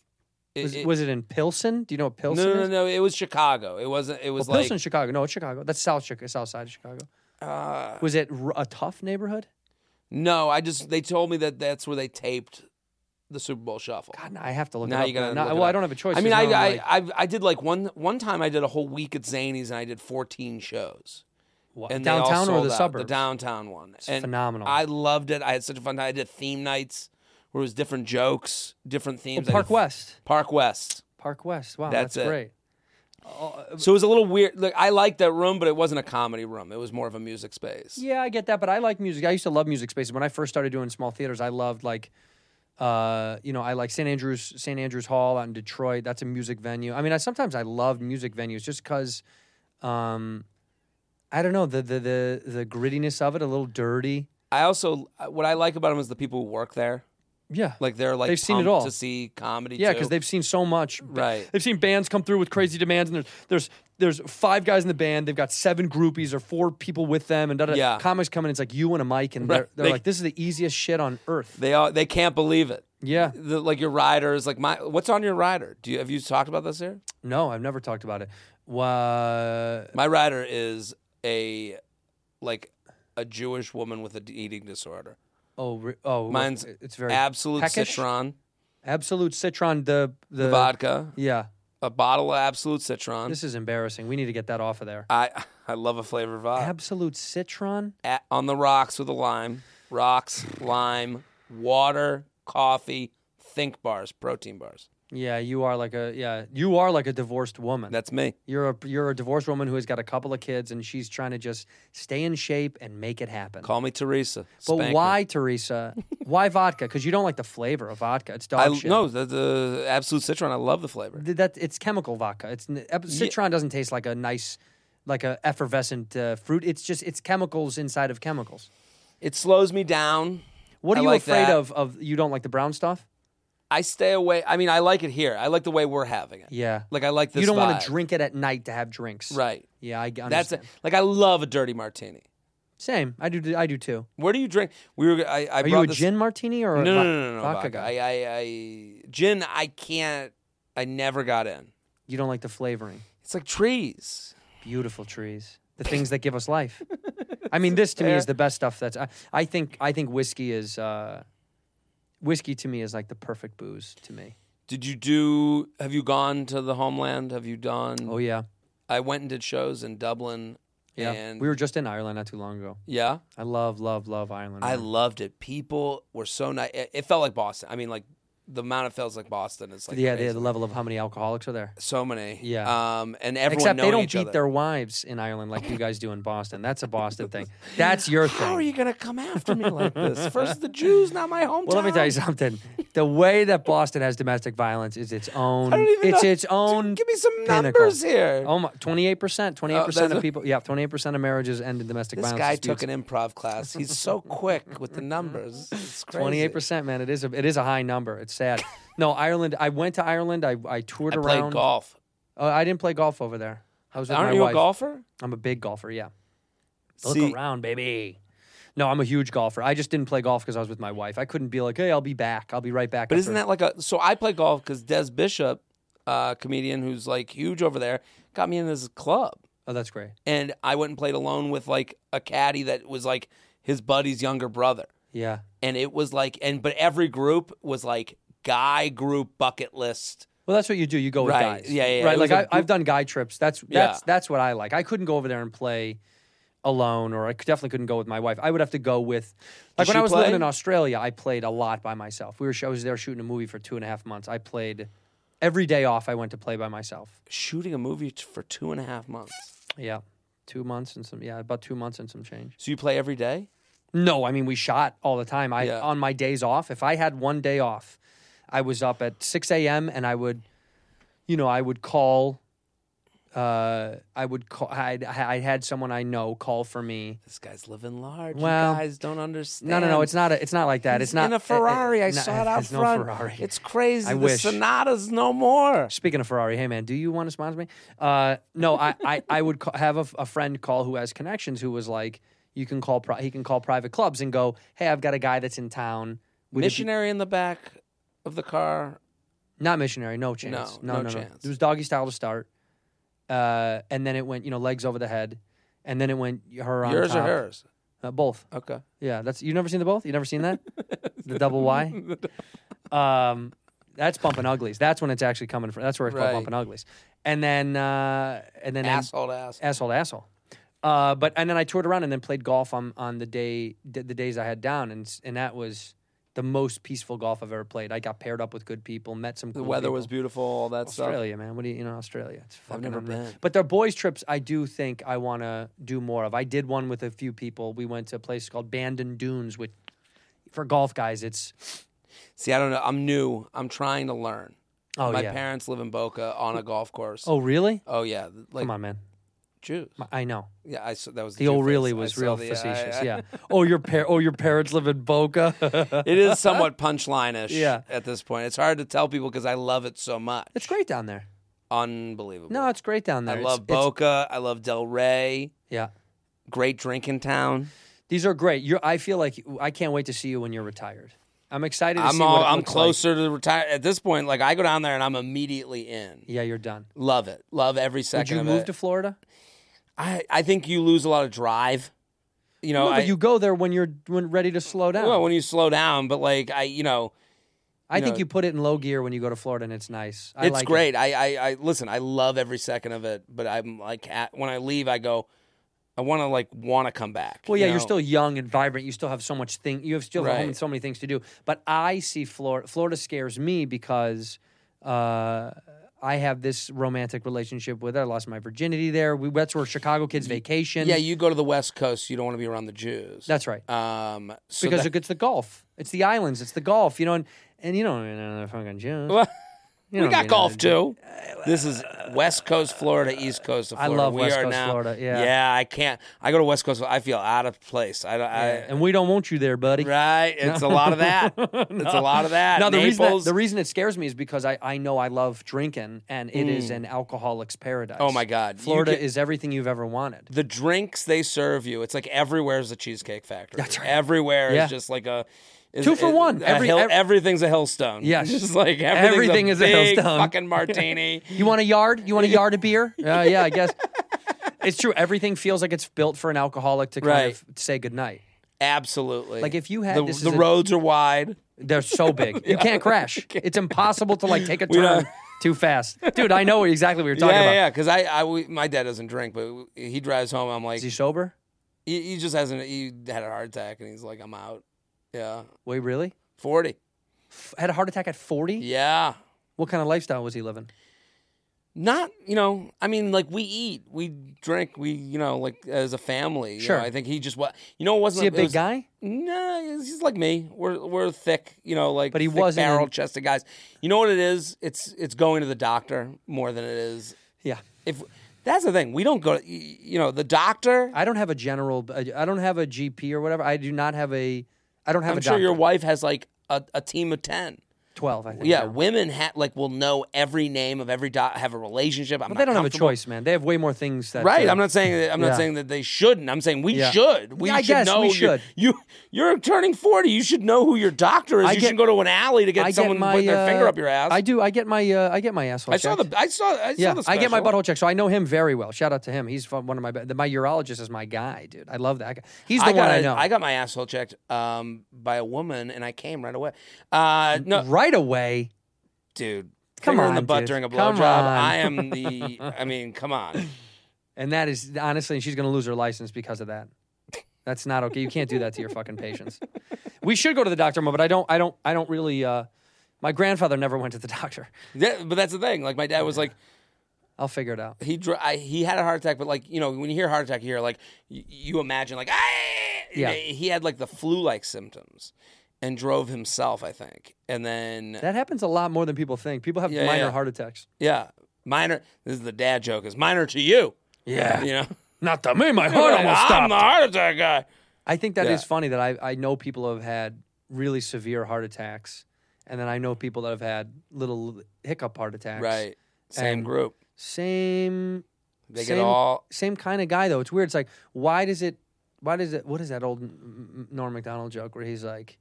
Speaker 9: It,
Speaker 1: Was it, was it in Pilsen? Do you know what
Speaker 9: no,
Speaker 1: Pilsen
Speaker 9: no,
Speaker 1: is?
Speaker 9: no, no. It was Chicago. It wasn't. It was
Speaker 1: well,
Speaker 9: like
Speaker 1: Pilsen, Chicago. No, it's Chicago. That's South Chicago, South Side of Chicago.
Speaker 9: Uh,
Speaker 1: was it r- a tough neighborhood?
Speaker 9: no. I just they told me that that's where they taped the Super Bowl Shuffle.
Speaker 1: God, no, I have to look.
Speaker 9: now
Speaker 1: it up.
Speaker 9: you gotta.
Speaker 1: No,
Speaker 9: look it
Speaker 1: well, I
Speaker 9: up.
Speaker 1: don't have a choice.
Speaker 9: I mean, I
Speaker 1: There's no,
Speaker 9: I,
Speaker 1: like-
Speaker 9: I I did like one one time. I did a whole week at Zanies and I did fourteen shows.
Speaker 1: What,
Speaker 9: And they all
Speaker 1: downtown or
Speaker 9: sold
Speaker 1: the
Speaker 9: out,
Speaker 1: suburbs?
Speaker 9: The downtown one. It's
Speaker 1: phenomenal.
Speaker 9: I loved it. I had such a fun time. I did theme nights where it was different jokes, different themes.
Speaker 1: Oh,
Speaker 9: I
Speaker 1: Park
Speaker 9: did-
Speaker 1: West.
Speaker 9: Park West.
Speaker 1: Park West. Wow, that's,
Speaker 9: That's it.
Speaker 1: great.
Speaker 9: So it was a little weird. Like, I liked that room, but it wasn't a comedy room. It was more of a music space.
Speaker 1: Yeah, I get that, but I like music. I used to love music spaces. When I first started doing small theaters, I loved like, uh, you know, I like St. Andrews, St. Andrews Hall out in Detroit. That's a music venue. I mean, I sometimes I loved music venues just because, um, I don't know the the the the grittiness of it, a little dirty.
Speaker 9: I also uh, what I like about them is the people who work there.
Speaker 1: Yeah,
Speaker 9: Like they're like
Speaker 1: They've seen it
Speaker 9: pumped
Speaker 1: all.
Speaker 9: to see comedy.
Speaker 1: Yeah,
Speaker 9: too.
Speaker 1: because they've seen so much.
Speaker 9: Right.
Speaker 1: They've seen bands come through with crazy demands, and there's there's there's five guys in the band. They've got seven groupies or four people with them, and da, da,
Speaker 9: Yeah.
Speaker 1: comics coming. It's like you and a mic, and they're,
Speaker 9: Right.
Speaker 1: they're
Speaker 9: They-
Speaker 1: like, "This is the easiest shit on earth."
Speaker 9: they are they can't believe it.
Speaker 1: yeah.
Speaker 9: The, like your rider is like my what's on your rider? Do you have you talked about this here?
Speaker 1: No, I've never talked about it. Wha-
Speaker 9: My rider is a like a Jewish woman with an eating disorder.
Speaker 1: oh, re- oh,
Speaker 9: Mine's
Speaker 1: it's very
Speaker 9: absolute
Speaker 1: peckish?
Speaker 9: citron,
Speaker 1: Absolute citron. The the,
Speaker 9: vodka,
Speaker 1: Yeah,
Speaker 9: a bottle of absolute citron.
Speaker 1: this is embarrassing. We need to get that off of there.
Speaker 9: I I love a flavor of vodka.
Speaker 1: Absolute citron.
Speaker 9: at, on the rocks with a lime. Rocks, lime, water, coffee, think bars, protein bars.
Speaker 1: Yeah, you are like a yeah, you are like a divorced woman.
Speaker 9: That's me.
Speaker 1: You're a you're a divorced woman who has got a couple of kids and she's trying to just stay in shape and make it happen.
Speaker 9: Call me Teresa.
Speaker 1: but
Speaker 9: Spank me.
Speaker 1: why, Teresa? why vodka? Because you don't like the flavor of vodka. It's dog
Speaker 9: I
Speaker 1: shit.
Speaker 9: no the, the absolute citron. I love the flavor.
Speaker 1: Th- that it's chemical vodka. It's n- ep- citron doesn't taste like a nice, like a effervescent uh, fruit. It's just it's chemicals inside of chemicals.
Speaker 9: It slows me down.
Speaker 1: What are
Speaker 9: I
Speaker 1: you
Speaker 9: like
Speaker 1: afraid
Speaker 9: that.
Speaker 1: of? Of you don't like the brown stuff?
Speaker 9: I stay away. I mean, I like it here. I like the way we're having it.
Speaker 1: Yeah.
Speaker 9: Like I like this.
Speaker 1: you don't
Speaker 9: want
Speaker 1: to drink it at night to have drinks,
Speaker 9: Right.
Speaker 1: Yeah, I g- understand.
Speaker 9: That's it. Like I love a dirty martini.
Speaker 1: Same. I do. I do too.
Speaker 9: Where do you drink? We were. I, I
Speaker 1: Are
Speaker 9: brought
Speaker 1: you a
Speaker 9: this-
Speaker 1: gin martini or a
Speaker 9: No, no,
Speaker 1: vo-
Speaker 9: no, no, no.
Speaker 1: vodka,
Speaker 9: vodka.
Speaker 1: guy?
Speaker 9: I, I, I, gin. I can't. I never got in.
Speaker 1: you don't like the flavoring.
Speaker 9: It's like trees.
Speaker 1: beautiful trees the things that give us life i
Speaker 9: *laughs*
Speaker 1: mean this to me is the best stuff that's i, I think i think whiskey is uh, whiskey to me is like the perfect booze to me
Speaker 9: Did you do? Have you gone to the homeland? Have you done?
Speaker 1: oh yeah
Speaker 9: I went and did shows in Dublin.
Speaker 1: yeah
Speaker 9: and,
Speaker 1: we were just in ireland not too long ago
Speaker 9: Yeah,
Speaker 1: i love love love ireland
Speaker 9: I
Speaker 1: man.
Speaker 9: loved it. People were so nice. It, it felt like Boston. I mean, like the amount it feels like Boston is like
Speaker 1: yeah the,
Speaker 9: crazy.
Speaker 1: the level of how many alcoholics are there
Speaker 9: so many.
Speaker 1: Yeah.
Speaker 9: um, and everyone
Speaker 1: except they
Speaker 9: knowing
Speaker 1: don't
Speaker 9: each
Speaker 1: beat
Speaker 9: other.
Speaker 1: their wives in ireland like you guys do in boston that's a boston
Speaker 9: *laughs*
Speaker 1: thing that's your thing
Speaker 9: How are you gonna come after me like
Speaker 1: *laughs*
Speaker 9: this? First the Jews, now my hometown.
Speaker 1: well, let me tell you something. The way that Boston has domestic violence is its own.
Speaker 9: I don't even
Speaker 1: it's
Speaker 9: know.
Speaker 1: its own.
Speaker 9: Give me some
Speaker 1: pinnacle.
Speaker 9: numbers here. Oh,
Speaker 1: Oh my, 28%, 28%
Speaker 9: that's
Speaker 1: of
Speaker 9: a-
Speaker 1: people, yeah, 28% of marriages end in domestic
Speaker 9: This
Speaker 1: violence.
Speaker 9: guy
Speaker 1: disputes.
Speaker 9: took an improv class. He's
Speaker 1: *laughs*
Speaker 9: so quick with the numbers. It's crazy.
Speaker 1: 28%, man. It is a it is a high number. It's
Speaker 9: *laughs*
Speaker 1: sad. no, Ireland, I went to Ireland. I, I toured
Speaker 9: I
Speaker 1: around.
Speaker 9: played golf.
Speaker 1: Oh, I didn't play golf over there. I was with
Speaker 9: Aren't
Speaker 1: my
Speaker 9: you
Speaker 1: wife.
Speaker 9: a golfer?
Speaker 1: I'm a big golfer, yeah.
Speaker 9: See-
Speaker 1: Look around, baby. No, I'm a huge golfer. I just didn't play golf because I was with my wife. I couldn't be like, hey, I'll be back. I'll be right back.
Speaker 9: But isn't that like a? So I play golf because Des Bishop, uh, comedian who's like huge over there, got me in his club,
Speaker 1: Oh, that's great.
Speaker 9: and I went and played alone with like a caddy that was like his buddy's younger brother,
Speaker 1: Yeah.
Speaker 9: and it was like, and but every group was like guy group bucket list.
Speaker 1: Well, that's what you do. You go with
Speaker 9: Right.
Speaker 1: guys.
Speaker 9: Yeah, yeah, yeah.
Speaker 1: Right.
Speaker 9: It
Speaker 1: Like
Speaker 9: was a
Speaker 1: I,
Speaker 9: group-
Speaker 1: I've done guy trips. That's that's
Speaker 9: Yeah.
Speaker 1: that's what I like. I couldn't go over there and play alone, or I definitely couldn't go with my wife. I would have to go with. Like when
Speaker 9: she
Speaker 1: I was living
Speaker 9: play?
Speaker 1: in Australia, I played a lot by myself. We were I was there shooting a movie for two and a half months. I played every day off. I went to play by myself.
Speaker 9: Shooting a movie t- for two and a half months.
Speaker 1: Yeah, two months and some. Yeah, about two months and some change.
Speaker 9: So you play every day.
Speaker 1: No, I mean we shot all the time. I
Speaker 9: Yeah.
Speaker 1: on my days off. If I had one day off, I was up at six a.m. and I would, you know, I would call. Uh, I would call. I'd, I had someone I know call for me.
Speaker 9: This guy's living large.
Speaker 1: Well,
Speaker 9: you guys don't understand.
Speaker 1: No, no, no. It's not. A, it's not like that. it's
Speaker 9: He's
Speaker 1: not
Speaker 9: in
Speaker 1: it-
Speaker 9: a
Speaker 1: it-
Speaker 9: Ferrari. I
Speaker 1: no, *laughs*
Speaker 9: saw it out
Speaker 1: there's
Speaker 9: front.
Speaker 1: No Ferrari.
Speaker 9: It's crazy.
Speaker 1: I
Speaker 9: the
Speaker 1: wish.
Speaker 9: Sonata's no more.
Speaker 1: Speaking of Ferrari, hey man, do you want to sponsor me? Uh, no, I, I, I would ca- have a, f- a friend call who has connections who was like, you can call, pri- he can call private clubs and go, hey, I've got a guy that's in town. Would it be-
Speaker 9: Missionary in the back of the car.
Speaker 1: Not missionary, no chance.
Speaker 9: No, no chance.
Speaker 1: It was doggy style to start, uh, and then it went, you know, legs over the head, and then it went her on
Speaker 9: Yours or
Speaker 1: top.
Speaker 9: hers?
Speaker 1: Uh, both.
Speaker 9: Okay.
Speaker 1: Yeah, that's you never seen the both. You never seen
Speaker 9: *laughs*
Speaker 1: that, the double Y. Um, that's bumping uglies. That's when it's actually coming from. That's where it's called
Speaker 9: Right.
Speaker 1: bumping uglies. And then, uh, and then
Speaker 9: Asshole to asshole.
Speaker 1: asshole, to asshole. Uh, but and then I toured around and then played golf on on the day the days I had down, and s- and that was the most peaceful golf I've ever played. I got paired up with good people, met some.
Speaker 10: The
Speaker 1: cool
Speaker 10: weather
Speaker 1: people.
Speaker 10: was beautiful, all that stuff.
Speaker 1: Australia, man. What do you, you know, Australia? It's fucking
Speaker 10: never
Speaker 1: unreal.
Speaker 10: been.
Speaker 1: But the boys' trips, I do think I want to do more of. I did one with a few people. We went to a place called Bandon Dunes, which for golf guys, it's
Speaker 9: See, I don't know. I'm new. I'm trying to learn.
Speaker 1: oh
Speaker 9: My
Speaker 1: yeah,
Speaker 9: parents live in Boca on a golf course.
Speaker 1: oh really?
Speaker 9: Oh, yeah, like
Speaker 1: Come on, man.
Speaker 9: Jews.
Speaker 1: I know
Speaker 9: Yeah, I saw that was
Speaker 1: the
Speaker 9: Jew
Speaker 1: old
Speaker 9: face.
Speaker 1: really
Speaker 9: I
Speaker 1: was
Speaker 9: saw
Speaker 1: real
Speaker 9: the- yeah,
Speaker 1: facetious.
Speaker 9: I-
Speaker 1: Yeah. Oh, your par- oh your parents live in Boca.
Speaker 9: *laughs* it
Speaker 1: *laughs*
Speaker 9: is somewhat punchline-ish.
Speaker 1: Yeah.
Speaker 9: at this point, it's hard to tell people because I love it so much.
Speaker 1: it's great down there.
Speaker 9: unbelievable.
Speaker 1: No, it's great down there.
Speaker 9: I
Speaker 1: It's-
Speaker 9: love
Speaker 1: it's-
Speaker 9: Boca. I love Del Rey.
Speaker 1: Yeah.
Speaker 9: Great drinking town.
Speaker 1: These are great. You're, I feel like I can't wait to see you when you're retired. I'm excited to
Speaker 9: I'm
Speaker 1: see what
Speaker 9: all,
Speaker 1: it
Speaker 9: I'm
Speaker 1: looks like.
Speaker 9: closer to retire at this point. Like I go down there and I'm immediately in.
Speaker 1: Yeah, you're done.
Speaker 9: Love it. Love every
Speaker 1: Would
Speaker 9: second
Speaker 1: you
Speaker 9: of
Speaker 1: move
Speaker 9: it.
Speaker 1: to Florida?
Speaker 9: I, I think you lose a lot of drive. You know,
Speaker 1: No, but
Speaker 9: I-
Speaker 1: you go there when you're when ready to slow down.
Speaker 9: well, when you slow down, but like I, you know,
Speaker 1: I
Speaker 9: you
Speaker 1: think
Speaker 9: know-
Speaker 1: you put it in low gear when you go to Florida, and it's nice. I
Speaker 9: it's
Speaker 1: like it.
Speaker 9: great. I, I, I listen. I love every second of it. But I'm like, at, when I leave, I go. I want to like want to come back.
Speaker 1: Well,
Speaker 9: you
Speaker 1: yeah, you are
Speaker 9: know?
Speaker 1: still young and vibrant. You still have so much thing. You have still have home and
Speaker 9: Right.
Speaker 1: so many things to do. But I see Florida. Florida scares me because uh, I have this romantic relationship with. it. I lost my virginity there. We that's where Chicago kids vacation.
Speaker 9: Yeah, you go to the West Coast. You don't want to be around the Jews.
Speaker 1: that's right.
Speaker 9: um so
Speaker 1: because
Speaker 9: that-
Speaker 1: it it's the golf. It's the islands. It's the golf. You know, and, and you don't even know the fucking Jews. You
Speaker 9: we
Speaker 1: don't
Speaker 9: got
Speaker 1: even know
Speaker 9: golf
Speaker 1: the-
Speaker 9: too. This is West Coast Florida, East Coast of
Speaker 1: I
Speaker 9: Florida.
Speaker 1: love
Speaker 9: we
Speaker 1: West
Speaker 9: are
Speaker 1: Coast
Speaker 9: now,
Speaker 1: Florida, yeah.
Speaker 9: I can't. I go to West Coast. I feel out of place. I, I
Speaker 1: And we don't want you there, buddy. *laughs*
Speaker 9: right. It's a lot of that. It's a lot of that.
Speaker 1: No, the reason, that,
Speaker 9: Naples.
Speaker 1: the reason it scares me is because I, I know I love drinking and it is an alcoholic's paradise.
Speaker 9: Mm. Oh, my God. You
Speaker 1: Florida
Speaker 9: get-
Speaker 1: is everything you've ever wanted.
Speaker 9: the drinks they serve you. It's like everywhere is a cheesecake factory.
Speaker 1: That's right.
Speaker 9: Everywhere
Speaker 1: Yeah.
Speaker 9: is just like a is-
Speaker 1: Two for
Speaker 9: is-
Speaker 1: one.
Speaker 9: a
Speaker 1: Every-
Speaker 9: hill-
Speaker 1: ev-
Speaker 9: everything's a hillstone.
Speaker 1: Yes.
Speaker 9: *laughs* It's just like everything's
Speaker 1: Everything
Speaker 9: a
Speaker 1: is a
Speaker 9: big
Speaker 1: hillstone. *laughs*
Speaker 9: Fucking martini.
Speaker 1: You want a yard? You want a yard of
Speaker 9: *laughs*
Speaker 1: beer? Uh, yeah, I guess. It's true. Everything feels like it's built for an alcoholic to kind
Speaker 9: Right.
Speaker 1: of say goodnight.
Speaker 9: Absolutely.
Speaker 1: Like, if you had
Speaker 9: the,
Speaker 1: this
Speaker 9: the
Speaker 1: as a-
Speaker 9: roads are wide.
Speaker 1: They're
Speaker 9: *laughs*
Speaker 1: so big. You can't crash. It's impossible to like take a
Speaker 9: We don't-
Speaker 1: turn too fast. Dude, I know exactly what you're talking
Speaker 9: *laughs* yeah,
Speaker 1: about.
Speaker 9: yeah, because I, I, we- my dad doesn't drink, but he drives home. I'm like,
Speaker 1: Is he sober?
Speaker 9: he, he just hasn't. He had a heart attack, and he's like, I'm out. Yeah,
Speaker 1: Wait, really?
Speaker 9: forty.
Speaker 1: F- Had a heart attack at 40?
Speaker 9: Yeah,
Speaker 1: What kind of lifestyle was he living?
Speaker 9: not you know. I mean, like we eat, we drink, we you know, like as a family. you
Speaker 1: Sure.
Speaker 9: know, I think he just what you know it
Speaker 1: Is
Speaker 9: wasn't
Speaker 1: he a
Speaker 9: it
Speaker 1: big
Speaker 9: was-
Speaker 1: guy?
Speaker 9: No, he's he's like me. We're we're thick, you know, like
Speaker 1: But he
Speaker 9: thick
Speaker 1: wasn't in-
Speaker 9: barrel chested guys. You know what it is? It's it's going to the doctor more than it is.
Speaker 1: Yeah.
Speaker 9: If that's the thing, we don't go. To, y- you know, the doctor.
Speaker 1: I don't have a general. uh, I don't have a GP or whatever. I do not have a. I don't have
Speaker 9: I'm
Speaker 1: a
Speaker 9: sure
Speaker 1: doctor.
Speaker 9: your wife has like a, a team of ten.
Speaker 1: twelve. I think.
Speaker 9: Yeah,
Speaker 1: now.
Speaker 9: women ha- like will know every name of every doc. Have a relationship. I'm
Speaker 1: but
Speaker 9: not
Speaker 1: they don't have a
Speaker 9: comfortable-
Speaker 1: choice, man. They have way more things that.
Speaker 9: Right.
Speaker 1: uh,
Speaker 9: I'm not saying that. I'm
Speaker 1: Yeah.
Speaker 9: not saying that they shouldn't. I'm saying we
Speaker 1: Yeah.
Speaker 9: should. We
Speaker 1: Yeah, I
Speaker 9: should
Speaker 1: guess
Speaker 9: know
Speaker 1: we
Speaker 9: your-
Speaker 1: should.
Speaker 9: You you're turning forty. You should know who your doctor is.
Speaker 1: I
Speaker 9: you
Speaker 1: get-
Speaker 9: should go to an alley to get
Speaker 1: I
Speaker 9: someone
Speaker 1: get my
Speaker 9: putting their
Speaker 1: uh,
Speaker 9: finger up your ass.
Speaker 1: I do. I get my. Uh, I get my asshole.
Speaker 9: I saw
Speaker 1: checked.
Speaker 9: the. I saw. I saw
Speaker 1: Yeah,
Speaker 9: the.
Speaker 1: I get my
Speaker 9: special.
Speaker 1: butthole checked, so I know him very well. Shout out to him. He's fun- one of my. be- My urologist is my guy, dude. I love that guy. He's the
Speaker 9: I
Speaker 1: one
Speaker 9: got
Speaker 1: I
Speaker 9: a-
Speaker 1: know.
Speaker 9: I got my asshole checked um, by a woman, and I came right away. Uh, no,
Speaker 1: right away.
Speaker 9: dude.
Speaker 1: Come
Speaker 9: finger in the
Speaker 1: on,
Speaker 9: butt
Speaker 1: dude.
Speaker 9: during a
Speaker 1: Come
Speaker 9: blowjob.
Speaker 1: on.
Speaker 9: I am the. I mean, come on.
Speaker 1: And that is honestly, she's going to lose her license because of that. That's not okay. You can't do that to your fucking
Speaker 9: *laughs*
Speaker 1: patients. We should go to the doctor more, but I don't. I don't. I don't really. Uh, my grandfather never went to the *laughs* doctor.
Speaker 9: That- but that's the thing. Like my dad was like,
Speaker 1: I'll figure it out.
Speaker 9: he dr- I, he had a heart attack, but like you know, when you hear heart attack, you hear like y- you imagine like ah!
Speaker 1: Yeah.
Speaker 9: He had like the flu-like symptoms, and drove himself, I think, and then
Speaker 1: That happens a lot more than people think. People have
Speaker 9: Yeah,
Speaker 1: minor
Speaker 9: yeah.
Speaker 1: heart attacks.
Speaker 9: yeah, minor. This is the dad joke is minor to you.
Speaker 1: Yeah. *laughs*
Speaker 9: You know,
Speaker 1: Not to me. My heart
Speaker 9: I'm
Speaker 1: almost stopped.
Speaker 9: the heart attack guy.
Speaker 1: I think that is
Speaker 9: Yeah.
Speaker 1: funny that I, I know people who have had really severe heart attacks, and then I know people that have had little hiccup heart attacks.
Speaker 9: Right. Same
Speaker 1: And-
Speaker 9: group.
Speaker 1: Same
Speaker 9: They
Speaker 1: same,
Speaker 9: get all
Speaker 1: same kind of guy though. It's weird. It's like why does it? Why does it? What is that old M- M- Norm Macdonald joke where he's like,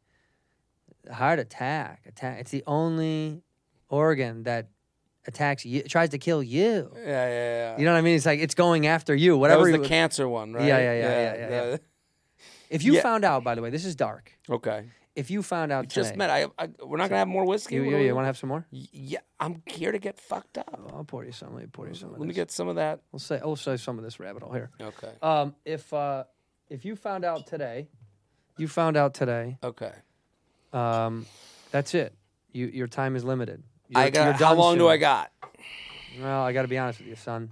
Speaker 1: "Heart attack, attack. It's the only organ that attacks you, tries to kill you."
Speaker 9: yeah yeah yeah.
Speaker 1: You know what I mean? It's like it's going after you.
Speaker 9: that
Speaker 1: Whatever.
Speaker 9: was the
Speaker 1: you-
Speaker 9: cancer one, right?
Speaker 1: Yeah, yeah, yeah, yeah, yeah,
Speaker 9: the-
Speaker 1: if you
Speaker 9: yeah.
Speaker 1: found out, by the way, this is dark.
Speaker 9: Okay.
Speaker 1: If you found out
Speaker 9: Just
Speaker 1: today,
Speaker 9: met. I, I we're not gonna have more whiskey.
Speaker 1: you,
Speaker 9: What
Speaker 1: you,
Speaker 9: do we-
Speaker 1: want to have some more?
Speaker 9: Yeah, I'm here to get fucked up.
Speaker 1: I'll pour you some. Let me pour you some. Of
Speaker 9: Let me
Speaker 1: this.
Speaker 9: get some of that.
Speaker 1: We'll say. I'll say some of this rabbit hole here.
Speaker 9: Okay.
Speaker 1: Um, if uh, if you found out today, you found out today.
Speaker 9: Okay.
Speaker 1: Um, that's it. You, your time is limited. You're,
Speaker 9: I
Speaker 1: you're
Speaker 9: got. How
Speaker 1: done
Speaker 9: long do
Speaker 1: soon.
Speaker 9: I got?
Speaker 1: Well, I got to be honest with you, son.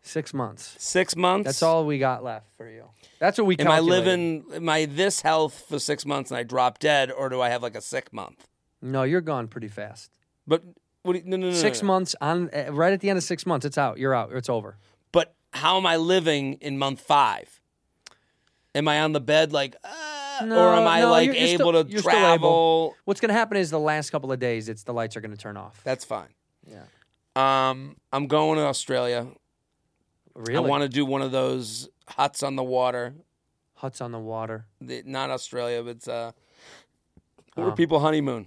Speaker 1: Six months.
Speaker 9: Six months.
Speaker 1: That's all we got left for you. That's what we.
Speaker 9: Am I
Speaker 1: calculated.
Speaker 9: living? Am I this health for six months and I drop dead, or do I have like a sick month?
Speaker 1: No, you're gone pretty fast.
Speaker 9: But what? do you- No, no, no.
Speaker 1: Six
Speaker 9: no, no.
Speaker 1: months on, uh, right at the end of six months, it's out. You're out. It's over.
Speaker 9: But how am I living in month five? Am I on the bed like, uh, or am
Speaker 1: No,
Speaker 9: I
Speaker 1: no,
Speaker 9: like
Speaker 1: you're- you're
Speaker 9: able
Speaker 1: still-
Speaker 9: to
Speaker 1: you're still able.
Speaker 9: travel?
Speaker 1: What's going to happen is the last couple of days, it's the lights are going to turn off.
Speaker 9: That's fine. Yeah. Um, I'm going to Australia.
Speaker 1: Really?
Speaker 9: I want to do one of those huts on the water.
Speaker 1: Huts on the water.
Speaker 9: The, not Australia, but it's, uh,
Speaker 1: Oh.
Speaker 9: where people honeymoon.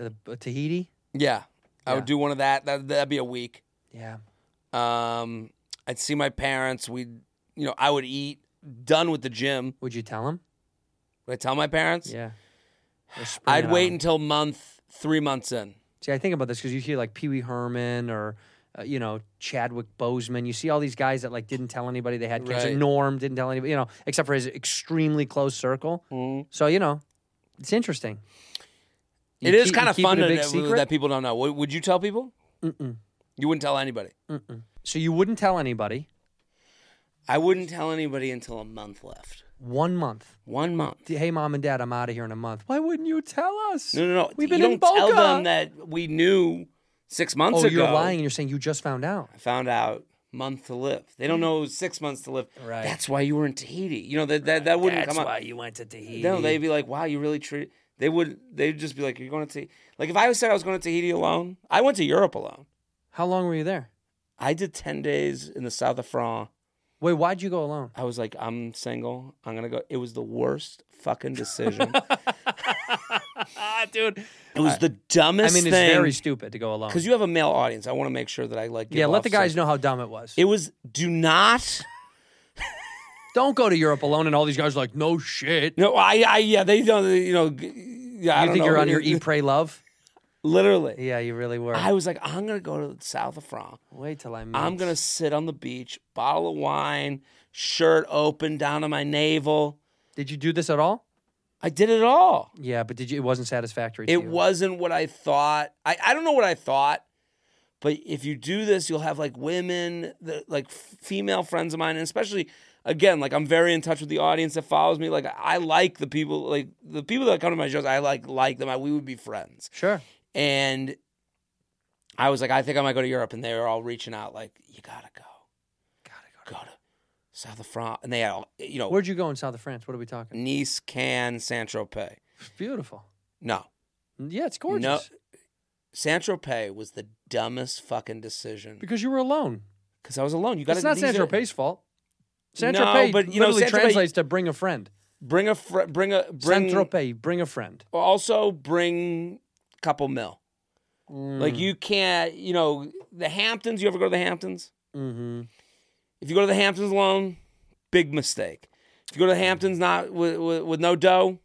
Speaker 1: Uh, Tahiti.
Speaker 9: Yeah, I
Speaker 1: Yeah.
Speaker 9: would do one of that. That that'd be a week.
Speaker 1: Yeah.
Speaker 9: Um, I'd see my parents. We'd, you know, I would eat. Done with the gym.
Speaker 1: Would you tell him?
Speaker 9: Would I tell my parents?
Speaker 1: Yeah. Or spring it
Speaker 9: I'd
Speaker 1: on
Speaker 9: wait
Speaker 1: 'em.
Speaker 9: until month three months in.
Speaker 1: See, I think about this because you hear like Pee Wee Herman or. Uh, you know Chadwick Boseman. You see all these guys that like didn't tell anybody they had cancer.
Speaker 9: Right.
Speaker 1: Norm didn't tell anybody, you know, except for his extremely close circle.
Speaker 9: Mm-hmm.
Speaker 1: So you know, it's interesting. You
Speaker 9: it is
Speaker 1: keep-
Speaker 9: kind
Speaker 1: you
Speaker 9: of
Speaker 1: keep it
Speaker 9: fun
Speaker 1: a
Speaker 9: to,
Speaker 1: big
Speaker 9: that,
Speaker 1: secret?
Speaker 9: that people don't know. Would, would you tell people? Mm-mm. You wouldn't tell anybody.
Speaker 1: So you wouldn't tell anybody.
Speaker 9: I wouldn't tell anybody until a month left.
Speaker 1: One month.
Speaker 9: One month.
Speaker 1: D- Hey, mom and dad, I'm out of here in a month. Why wouldn't you tell us?
Speaker 9: No, no, no.
Speaker 1: We've been
Speaker 9: you
Speaker 1: in
Speaker 9: don't
Speaker 1: Boca.
Speaker 9: tell them that we knew six months
Speaker 1: oh,
Speaker 9: ago.
Speaker 1: you're lying. You're saying you just found out.
Speaker 9: I found out month to live. They don't know it was six months to live.
Speaker 1: Hmm. Right.
Speaker 9: That's why you were in Tahiti. You know that that, that wouldn't come up.
Speaker 1: you went to Tahiti.
Speaker 9: No, they'd be like, "Wow, you really treat." They would. They'd just be like, "You're going to Tahiti." Like if I said I was going to Tahiti alone, I went to Europe alone.
Speaker 1: How long were you there?
Speaker 9: I did ten days in the south of France.
Speaker 1: Wait, why'd you go alone?
Speaker 9: I was like, I'm single. I'm gonna go. It was the worst fucking
Speaker 1: *laughs*
Speaker 9: decision. Ah,
Speaker 1: dude.
Speaker 9: it was the
Speaker 1: I
Speaker 9: dumbest.
Speaker 1: mean, it's
Speaker 9: thing.
Speaker 1: very stupid to go alone.
Speaker 9: because you have a male audience. I want to make sure that I like. give
Speaker 1: Yeah, let
Speaker 9: off
Speaker 1: the guys
Speaker 9: some-
Speaker 1: know how dumb it was.
Speaker 9: It was do not.
Speaker 1: Don't go to Europe alone, and all these guys are like, no shit.
Speaker 9: No, I, I, yeah, they don't. You know, g- yeah, I
Speaker 1: you
Speaker 9: don't
Speaker 1: think
Speaker 9: know.
Speaker 1: you're on your eat, pray, love?
Speaker 9: Literally,
Speaker 1: Yeah, you really were.
Speaker 9: I was like, I'm gonna go to the south of France.
Speaker 1: Wait till I meet.
Speaker 9: I'm gonna sit on the beach, bottle of wine, shirt open down to my navel.
Speaker 1: Did you do this at all?
Speaker 9: I did it all.
Speaker 1: Yeah, but did you? It wasn't satisfactory. to
Speaker 9: It
Speaker 1: you.
Speaker 9: wasn't what I thought. I, I don't know what I thought, but if you do this, you'll have like women, the, like f- female friends of mine, and especially again, like I'm very in touch with the audience that follows me. Like I like the people, like the people that come to my shows. I like like them. I, we would be friends.
Speaker 1: Sure.
Speaker 9: And I was like, I think I might go to Europe, and they were all reaching out like, you gotta go, gotta go, go to South of France, and they had all, you know,
Speaker 1: Where'd you go in South of France? What are we talking?
Speaker 9: Nice, Cannes, Saint Tropez.
Speaker 1: It's beautiful. Mm,
Speaker 9: No.
Speaker 1: Yeah, it's gorgeous.
Speaker 9: Saint Tropez was the dumbest fucking decision
Speaker 1: Because you were alone.
Speaker 9: because I was alone. You got
Speaker 1: That's not San
Speaker 9: Tropez.
Speaker 1: Tropez's fault. San
Speaker 9: No,
Speaker 1: Tropez
Speaker 9: but, you know,
Speaker 1: literally
Speaker 9: Saint Tropez-
Speaker 1: translates to bring a friend.
Speaker 9: Bring a fr- bring a
Speaker 1: San
Speaker 9: bring
Speaker 1: Tropez, bring a friend.
Speaker 9: also bring couple mil. Like you can't, you know, the Hamptons. You ever go to the Hamptons?
Speaker 1: Mm-hmm.
Speaker 9: If you go to the Hamptons alone, big mistake. If you go to the
Speaker 1: Mm-hmm.
Speaker 9: Hamptons not with with, with no dough,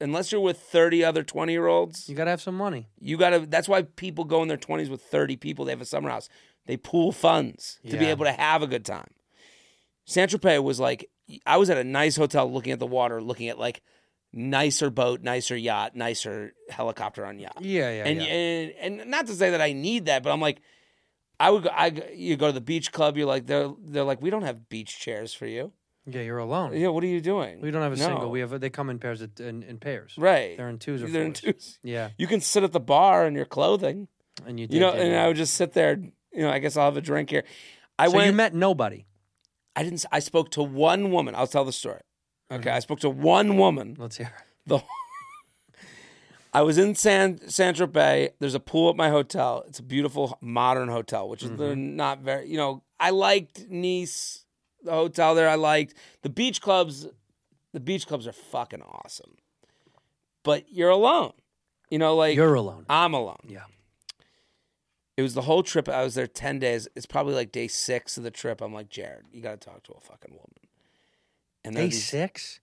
Speaker 9: unless you're with thirty other twenty year olds,
Speaker 1: You got to have some money.
Speaker 9: You gotta. That's why people go in their twenties with thirty people. They have a summer house. They pool funds to be
Speaker 1: Yeah.
Speaker 9: able to have a good time. Saint Tropez was like, I was at a nice hotel, looking at the water, looking at like nicer boat, nicer yacht, nicer helicopter on yacht.
Speaker 1: Yeah, yeah,
Speaker 9: and,
Speaker 1: yeah.
Speaker 9: and and not to say that I need that, but I'm like, I would go. I go- you go to the beach club. You're like they're they're like we don't have beach chairs for you.
Speaker 1: Yeah, you're alone.
Speaker 9: Yeah, what are you doing?
Speaker 1: We don't have a
Speaker 9: No.
Speaker 1: single. We have. They come in pairs. Of, in, in pairs.
Speaker 9: right.
Speaker 1: They're in twos or
Speaker 9: They're in
Speaker 1: fours.
Speaker 9: twos.
Speaker 1: Yeah,
Speaker 9: You can sit at the bar in your clothing.
Speaker 1: and you. Did,
Speaker 9: You know,
Speaker 1: did
Speaker 9: and
Speaker 1: that.
Speaker 9: I would just sit there. You know, I guess I'll have a drink here. I
Speaker 1: so
Speaker 9: went.
Speaker 1: you met nobody.
Speaker 9: I didn't. I spoke to one woman. I'll tell the story. Okay, I spoke to one woman.
Speaker 1: Let's hear.
Speaker 9: The. I was in San San Tropez. There's a pool at my hotel. It's a beautiful modern hotel, which is they're
Speaker 1: Mm-hmm.
Speaker 9: not very. You know, I liked Nice. The hotel there, I liked the beach clubs. The beach clubs are fucking awesome, but you're alone. You know, like
Speaker 1: You're alone.
Speaker 9: I'm alone.
Speaker 1: Yeah.
Speaker 9: It was the whole trip. I was there 10 days. It's probably like day six of the trip. I'm like, Jared, you got to talk to a fucking woman. And there are
Speaker 1: Day
Speaker 9: these-
Speaker 1: six.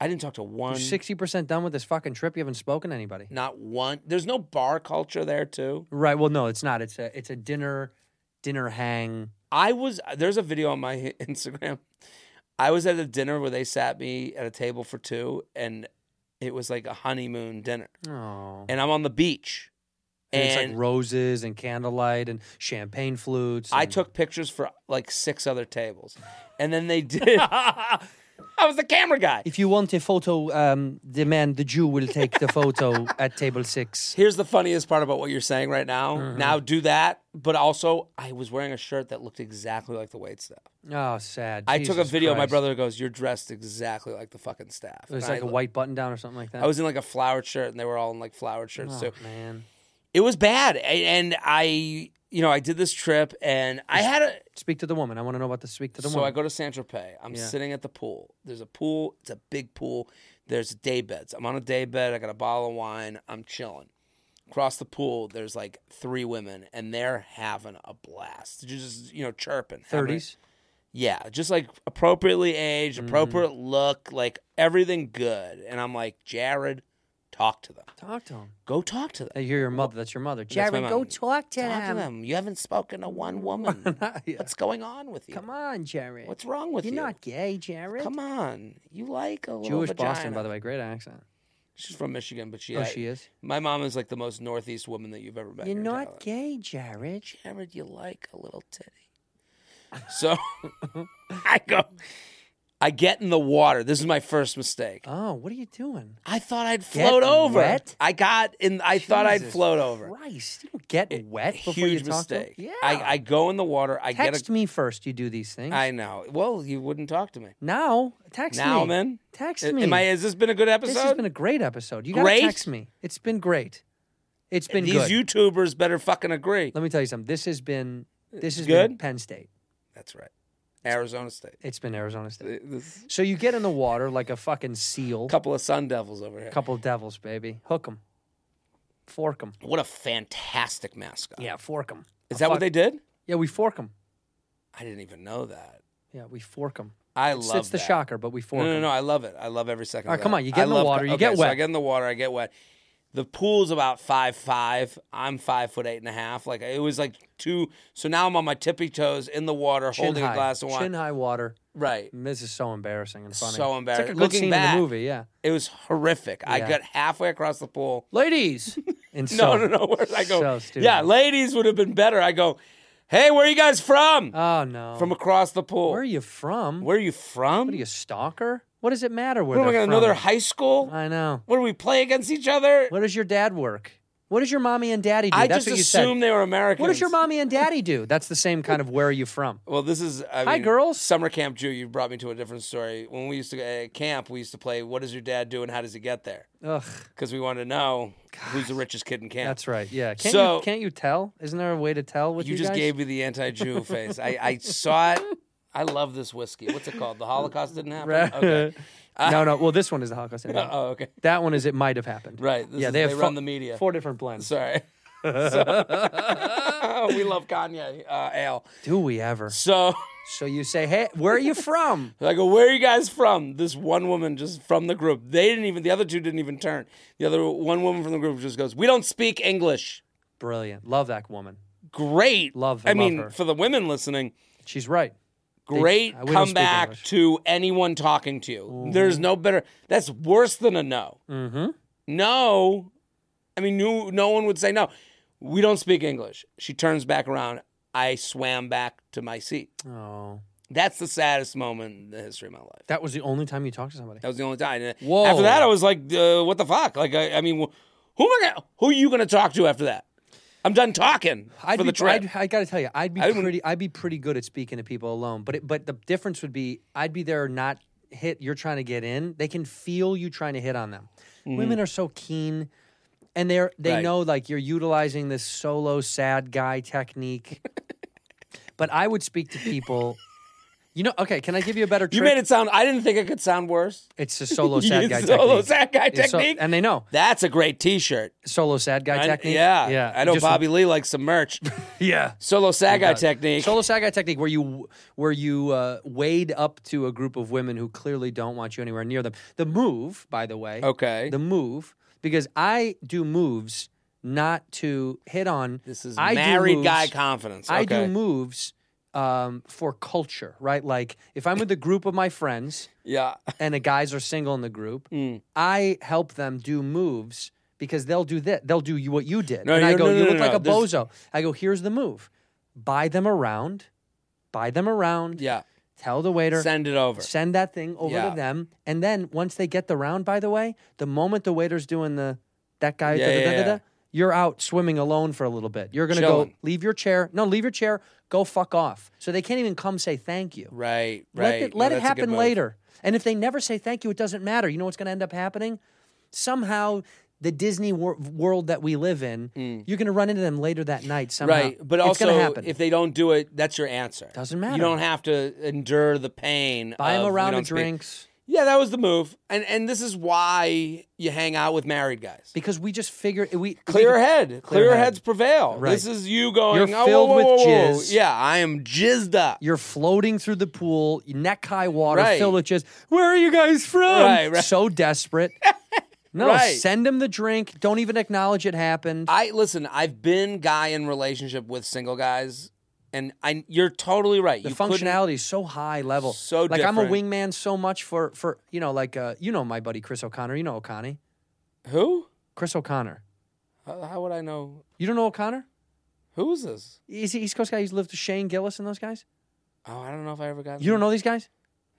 Speaker 9: I didn't talk to one,
Speaker 1: Sixty percent done with this fucking trip. You haven't spoken to anybody.
Speaker 9: not one. There's no bar culture there, too.
Speaker 1: Right. Well, no, it's not. It's a it's a dinner dinner hang.
Speaker 9: I was there's a video on my *laughs* Instagram. I was at a dinner where they sat me at a table for two, and it was like a honeymoon dinner.
Speaker 1: Oh.
Speaker 9: And I'm on the beach,
Speaker 1: And it's
Speaker 9: and
Speaker 1: like roses and candlelight and champagne flutes.
Speaker 9: I
Speaker 1: and-
Speaker 9: took pictures for like six other tables, and then they did.
Speaker 1: *laughs*
Speaker 9: I was the camera guy.
Speaker 1: If you want a photo, um, the man, the Jew, will take the
Speaker 9: *laughs*
Speaker 1: photo at table six.
Speaker 9: Here's the funniest part about what you're saying right now.
Speaker 1: Uh-huh.
Speaker 9: Now do that, but also I was wearing a shirt that looked exactly like the wait staff.
Speaker 1: Oh, sad.
Speaker 9: I took a
Speaker 1: Jesus
Speaker 9: video. My
Speaker 1: Christ.
Speaker 9: brother goes, "You're dressed exactly like the fucking staff."
Speaker 1: It was
Speaker 9: And I
Speaker 1: like a
Speaker 9: lo-
Speaker 1: white button down or something like that.
Speaker 9: I was in like a flowered shirt, and they were all in like flowered shirts too.
Speaker 1: man.
Speaker 9: it was bad A- and i you know i did this trip and i had a
Speaker 1: Speak to the woman. I want to know about the speak to the
Speaker 9: so i
Speaker 1: woman.
Speaker 9: go to san tropez i'm
Speaker 1: Yeah.
Speaker 9: sitting at the pool there's a pool it's a big pool there's day beds i'm on a day bed i got a bottle of wine i'm chilling across the pool there's like three women and they're having a blast just you know chirping having a-
Speaker 1: Thirties. Mm-hmm.
Speaker 9: yeah, just like appropriately aged, appropriate look, like everything good. And I'm like, Jared, talk to them.
Speaker 1: Talk to him.
Speaker 9: Go talk to them.
Speaker 1: I hear your mother. That's your mother.
Speaker 9: That's my
Speaker 1: Jared, go *laughs*
Speaker 9: mom.
Speaker 1: talk to
Speaker 9: Talk
Speaker 1: him.
Speaker 9: to them. You haven't spoken
Speaker 1: *laughs*
Speaker 9: to one woman.
Speaker 1: Yeah.
Speaker 9: What's going on with you?
Speaker 1: Come on, Jared.
Speaker 9: What's wrong with
Speaker 1: You're
Speaker 9: you?
Speaker 1: not gay, Jared.
Speaker 9: Come on. You like a little
Speaker 1: Jewish
Speaker 9: vagina.
Speaker 1: Boston, by the way. Great accent.
Speaker 9: She's from Michigan, but she.
Speaker 1: Oh,
Speaker 9: I-
Speaker 1: she is?
Speaker 9: My mom is like the most northeast woman that you've ever met. in
Speaker 1: You're
Speaker 9: your
Speaker 1: not
Speaker 9: entire life.
Speaker 1: gay, Jared.
Speaker 9: Jared, you like a little titty.
Speaker 1: *laughs*
Speaker 9: So *laughs* I go. I get in the water. This is my first mistake.
Speaker 1: Oh, what are you doing?
Speaker 9: I thought I'd float over.
Speaker 1: wet?
Speaker 9: I got in. I thought I'd
Speaker 1: Jesus
Speaker 9: float over.
Speaker 1: Christ, you don't get wet before you
Speaker 9: Huge
Speaker 1: talk to him?
Speaker 9: mistake.
Speaker 1: Yeah.
Speaker 9: I, I go in the water. I
Speaker 1: text
Speaker 9: get a.
Speaker 1: me first. You do these things.
Speaker 9: I know. Well, you wouldn't talk to me.
Speaker 1: now text
Speaker 9: now,
Speaker 1: me.
Speaker 9: man.
Speaker 1: Text
Speaker 9: A-
Speaker 1: me.
Speaker 9: Am I, has this been a good episode?
Speaker 1: this has been a great episode. You gotta
Speaker 9: Great?
Speaker 1: text me. It's been great. It's been
Speaker 9: These
Speaker 1: good.
Speaker 9: YouTubers better fucking agree.
Speaker 1: Let me tell you something. This has been this has been
Speaker 9: Good?
Speaker 1: Penn State.
Speaker 9: That's right. Arizona State.
Speaker 1: It's been Arizona State.
Speaker 9: This
Speaker 1: So you get in the water like a fucking seal.
Speaker 9: couple of Sun Devils over here.
Speaker 1: Couple devils, baby. Hook 'em. Fork 'em.
Speaker 9: What a fantastic mascot.
Speaker 1: Yeah, fork 'em.
Speaker 9: Is that what they did?
Speaker 1: Yeah, we fork 'em.
Speaker 9: I didn't even know that.
Speaker 1: Yeah, we fork 'em.
Speaker 9: I
Speaker 1: It's,
Speaker 9: love
Speaker 1: it's the
Speaker 9: that.
Speaker 1: shocker, but we
Speaker 9: No,
Speaker 1: fork 'em.
Speaker 9: no, no. I love it. I love every second.
Speaker 1: All
Speaker 9: of
Speaker 1: right, come
Speaker 9: that.
Speaker 1: on, you
Speaker 9: I
Speaker 1: get in the
Speaker 9: love-
Speaker 1: water, you
Speaker 9: okay,
Speaker 1: get
Speaker 9: So I
Speaker 1: wet.
Speaker 9: get in the water. I get wet. The pool's about five five. I'm five foot eight and a half. Like it was like two. So now I'm on my tippy toes in the water,
Speaker 1: Chin
Speaker 9: holding
Speaker 1: high.
Speaker 9: a glass of wine.
Speaker 1: Chin high water.
Speaker 9: Right.
Speaker 1: This is so embarrassing and funny.
Speaker 9: So
Speaker 1: It's like a
Speaker 9: embarrassing.
Speaker 1: good
Speaker 9: Looking
Speaker 1: scene
Speaker 9: back-
Speaker 1: in the movie, yeah.
Speaker 9: It was horrific. I
Speaker 1: Yeah.
Speaker 9: got halfway across the pool. *laughs*
Speaker 1: Ladies. And
Speaker 9: No,
Speaker 1: so,
Speaker 9: no, no. Where I go,
Speaker 1: so stupid.
Speaker 9: yeah, ladies would have been better. I go, hey, where are you guys from?
Speaker 1: Oh no.
Speaker 9: from across the pool.
Speaker 1: Where are you from?
Speaker 9: Where are you from?
Speaker 1: What are you a stalker? What does it matter where
Speaker 9: What am I
Speaker 1: they're
Speaker 9: going to know their
Speaker 1: from?
Speaker 9: high school?
Speaker 1: I know.
Speaker 9: what do we play against each other?
Speaker 1: What does your dad work? What does your mommy and daddy do?
Speaker 9: I
Speaker 1: That's
Speaker 9: just
Speaker 1: what you said.
Speaker 9: assumed they were Americans.
Speaker 1: What does your mommy and daddy do? That's the same kind of where are you from?
Speaker 9: Well, this is I
Speaker 1: Hi,
Speaker 9: mean,
Speaker 1: girls.
Speaker 9: Summer camp Jew. You brought me to a different story. When we used to uh, camp, we used to play. What does your dad do and how does he get there?
Speaker 1: Ugh,
Speaker 9: Because we wanted to know who's the richest kid in camp.
Speaker 1: that's right. Yeah. Can't you
Speaker 9: So-
Speaker 1: can't you tell? Isn't there a way to tell with
Speaker 9: You,
Speaker 1: you,
Speaker 9: just
Speaker 1: guys? *laughs*
Speaker 9: gave me the anti-Jew face. I, I saw it. I love this whiskey. What's it called? The Holocaust didn't happen.
Speaker 1: Right.
Speaker 9: Okay. Uh,
Speaker 1: no, no. Well, this one is the Holocaust. Anyway.
Speaker 9: *laughs* Oh, okay.
Speaker 1: That one is it might have happened.
Speaker 9: Right. This
Speaker 1: yeah,
Speaker 9: is-
Speaker 1: they have
Speaker 9: they run
Speaker 1: fo-
Speaker 9: the media.
Speaker 1: Four different blends. *laughs*
Speaker 9: Sorry. So- *laughs* we love Kanye uh, ale.
Speaker 1: Do we ever?
Speaker 9: So
Speaker 1: So you say, hey, where are you from? *laughs*
Speaker 9: I go, where are you guys from? This one woman just from the group. They didn't even. The other two didn't even turn. The other one woman from the group just goes, we don't speak English.
Speaker 1: Brilliant. Love that woman.
Speaker 9: Great.
Speaker 1: Love-
Speaker 9: I
Speaker 1: love
Speaker 9: mean,
Speaker 1: her.
Speaker 9: for the women listening,
Speaker 1: She's right.
Speaker 9: great
Speaker 1: we don't
Speaker 9: comeback
Speaker 1: speak Mm-hmm.
Speaker 9: to anyone talking to you. There's no better. That's worse than a no. Mm-hmm. No, I mean, no, no one would say no. We don't speak English. She turns back around. I swam back to my seat.
Speaker 1: Oh.
Speaker 9: That's the saddest moment in the history of my life.
Speaker 1: That was the only time you talked to somebody.
Speaker 9: That was the only time. And
Speaker 1: Whoa.
Speaker 9: After that, I was like, uh, "What the fuck?" Like, I, I mean, who am I? Gonna, who are you going to talk to after that? I'm done talking
Speaker 1: I'd
Speaker 9: for
Speaker 1: be,
Speaker 9: the trip.
Speaker 1: I'd, I gotta tell you, I'd be
Speaker 9: I wouldn't-
Speaker 1: pretty. I'd be pretty good at speaking to people alone. But it, but the difference would be, I'd be there not hit. You're trying to get in. They can feel you trying to hit on them. Women are so keen, and they're they
Speaker 9: Mm-hmm. Right.
Speaker 1: know like you're utilizing this
Speaker 9: *laughs*
Speaker 1: solo sad guy technique. but I would speak to people. You know, okay, can I give you a better trick?
Speaker 9: You made it sound. I didn't think it could sound worse.
Speaker 1: It's a
Speaker 9: *laughs*
Speaker 1: solo sad guy
Speaker 9: solo
Speaker 1: technique.
Speaker 9: sad guy
Speaker 1: It's so-
Speaker 9: technique.
Speaker 1: and they know.
Speaker 9: That's a great T-shirt.
Speaker 1: Solo sad guy
Speaker 9: I-
Speaker 1: technique.
Speaker 9: yeah,
Speaker 1: Yeah.
Speaker 9: I know
Speaker 1: Just-
Speaker 9: Bobby Lee likes
Speaker 1: *laughs*
Speaker 9: some merch.
Speaker 1: Yeah.
Speaker 9: Solo sad guy
Speaker 1: got it.
Speaker 9: technique.
Speaker 1: Solo sad guy technique, where you where you uh, wade up to a group of women who clearly don't want you anywhere near them. The move, by the way.
Speaker 9: Okay.
Speaker 1: The move, because I do moves not to hit on.
Speaker 9: this is
Speaker 1: I do
Speaker 9: married
Speaker 1: moves-
Speaker 9: guy confidence.
Speaker 1: I
Speaker 9: Okay.
Speaker 1: do moves um, for culture, right? Like if I'm with a group of my friends
Speaker 9: Yeah.
Speaker 1: and the guys are single in the group,
Speaker 9: Hmm.
Speaker 1: I help them do moves because they'll do that. They'll do you- what you did.
Speaker 9: No,
Speaker 1: and I
Speaker 9: you're-
Speaker 1: go,
Speaker 9: no, no,
Speaker 1: you
Speaker 9: no,
Speaker 1: look
Speaker 9: no,
Speaker 1: like a
Speaker 9: there's-
Speaker 1: bozo. I go, here's the move. Buy them around. Buy them around.
Speaker 9: Yeah.
Speaker 1: Tell the waiter.
Speaker 9: Send it over.
Speaker 1: Send that thing over
Speaker 9: Yeah.
Speaker 1: to them. And then once they get the round, by the way, the moment the waiter's doing the that guy,
Speaker 9: Yeah,
Speaker 1: da, da,
Speaker 9: yeah,
Speaker 1: da, da,
Speaker 9: yeah.
Speaker 1: da, you're out swimming alone for a little bit. You're gonna
Speaker 9: Chilling.
Speaker 1: go leave your chair. No, leave your chair, go fuck off. So they can't even come say thank you.
Speaker 9: Right.
Speaker 1: Let
Speaker 9: Right.
Speaker 1: it,
Speaker 9: No,
Speaker 1: let it
Speaker 9: that's a good
Speaker 1: happen
Speaker 9: move.
Speaker 1: later. And if they never say thank you, it doesn't matter. You know what's going to end up happening? Somehow, the Disney wor- world that we live in, you're going to run into them later that night somehow.
Speaker 9: Mm. Right, but
Speaker 1: it's
Speaker 9: also
Speaker 1: going to happen.
Speaker 9: if they don't do it, that's your answer.
Speaker 1: Doesn't
Speaker 9: You
Speaker 1: matter.
Speaker 9: don't have to endure the pain.
Speaker 1: buy
Speaker 9: of
Speaker 1: them a
Speaker 9: we
Speaker 1: round
Speaker 9: don't
Speaker 1: of
Speaker 9: speak.
Speaker 1: drinks
Speaker 9: Yeah, that was the move, and and this is why you hang out with married guys.
Speaker 1: because we just figured we
Speaker 9: Clear
Speaker 1: we,
Speaker 9: head, clear,
Speaker 1: head.
Speaker 9: heads prevail.
Speaker 1: Right.
Speaker 9: This is you going.
Speaker 1: You're
Speaker 9: oh, whoa,
Speaker 1: filled
Speaker 9: whoa,
Speaker 1: with
Speaker 9: whoa, whoa."
Speaker 1: jizz.
Speaker 9: Yeah, I am jizzed up.
Speaker 1: You're floating through the pool, neck high water,
Speaker 9: Right.
Speaker 1: filled with just where are you guys from?
Speaker 9: Right, right.
Speaker 1: So
Speaker 9: *laughs*
Speaker 1: desperate. No,
Speaker 9: Right.
Speaker 1: send them the drink. Don't even acknowledge it happened.
Speaker 9: I listen. I've been guy in relationship with single guys, and I. You're totally right.
Speaker 1: the
Speaker 9: you couldn't-
Speaker 1: functionality is so high level.
Speaker 9: So
Speaker 1: like I'm a
Speaker 9: different.
Speaker 1: wingman so much for for you know like uh you know my buddy Chris O'Connor. You know O'Connor.
Speaker 9: Who?
Speaker 1: Chris O'Connor.
Speaker 9: How, how would I know?
Speaker 1: You don't know O'Connor?
Speaker 9: Who is this?
Speaker 1: He's an East Coast guy. He's lived with Shane Gillis and those guys.
Speaker 9: Oh, I don't know if I ever got.
Speaker 1: You don't know these guys?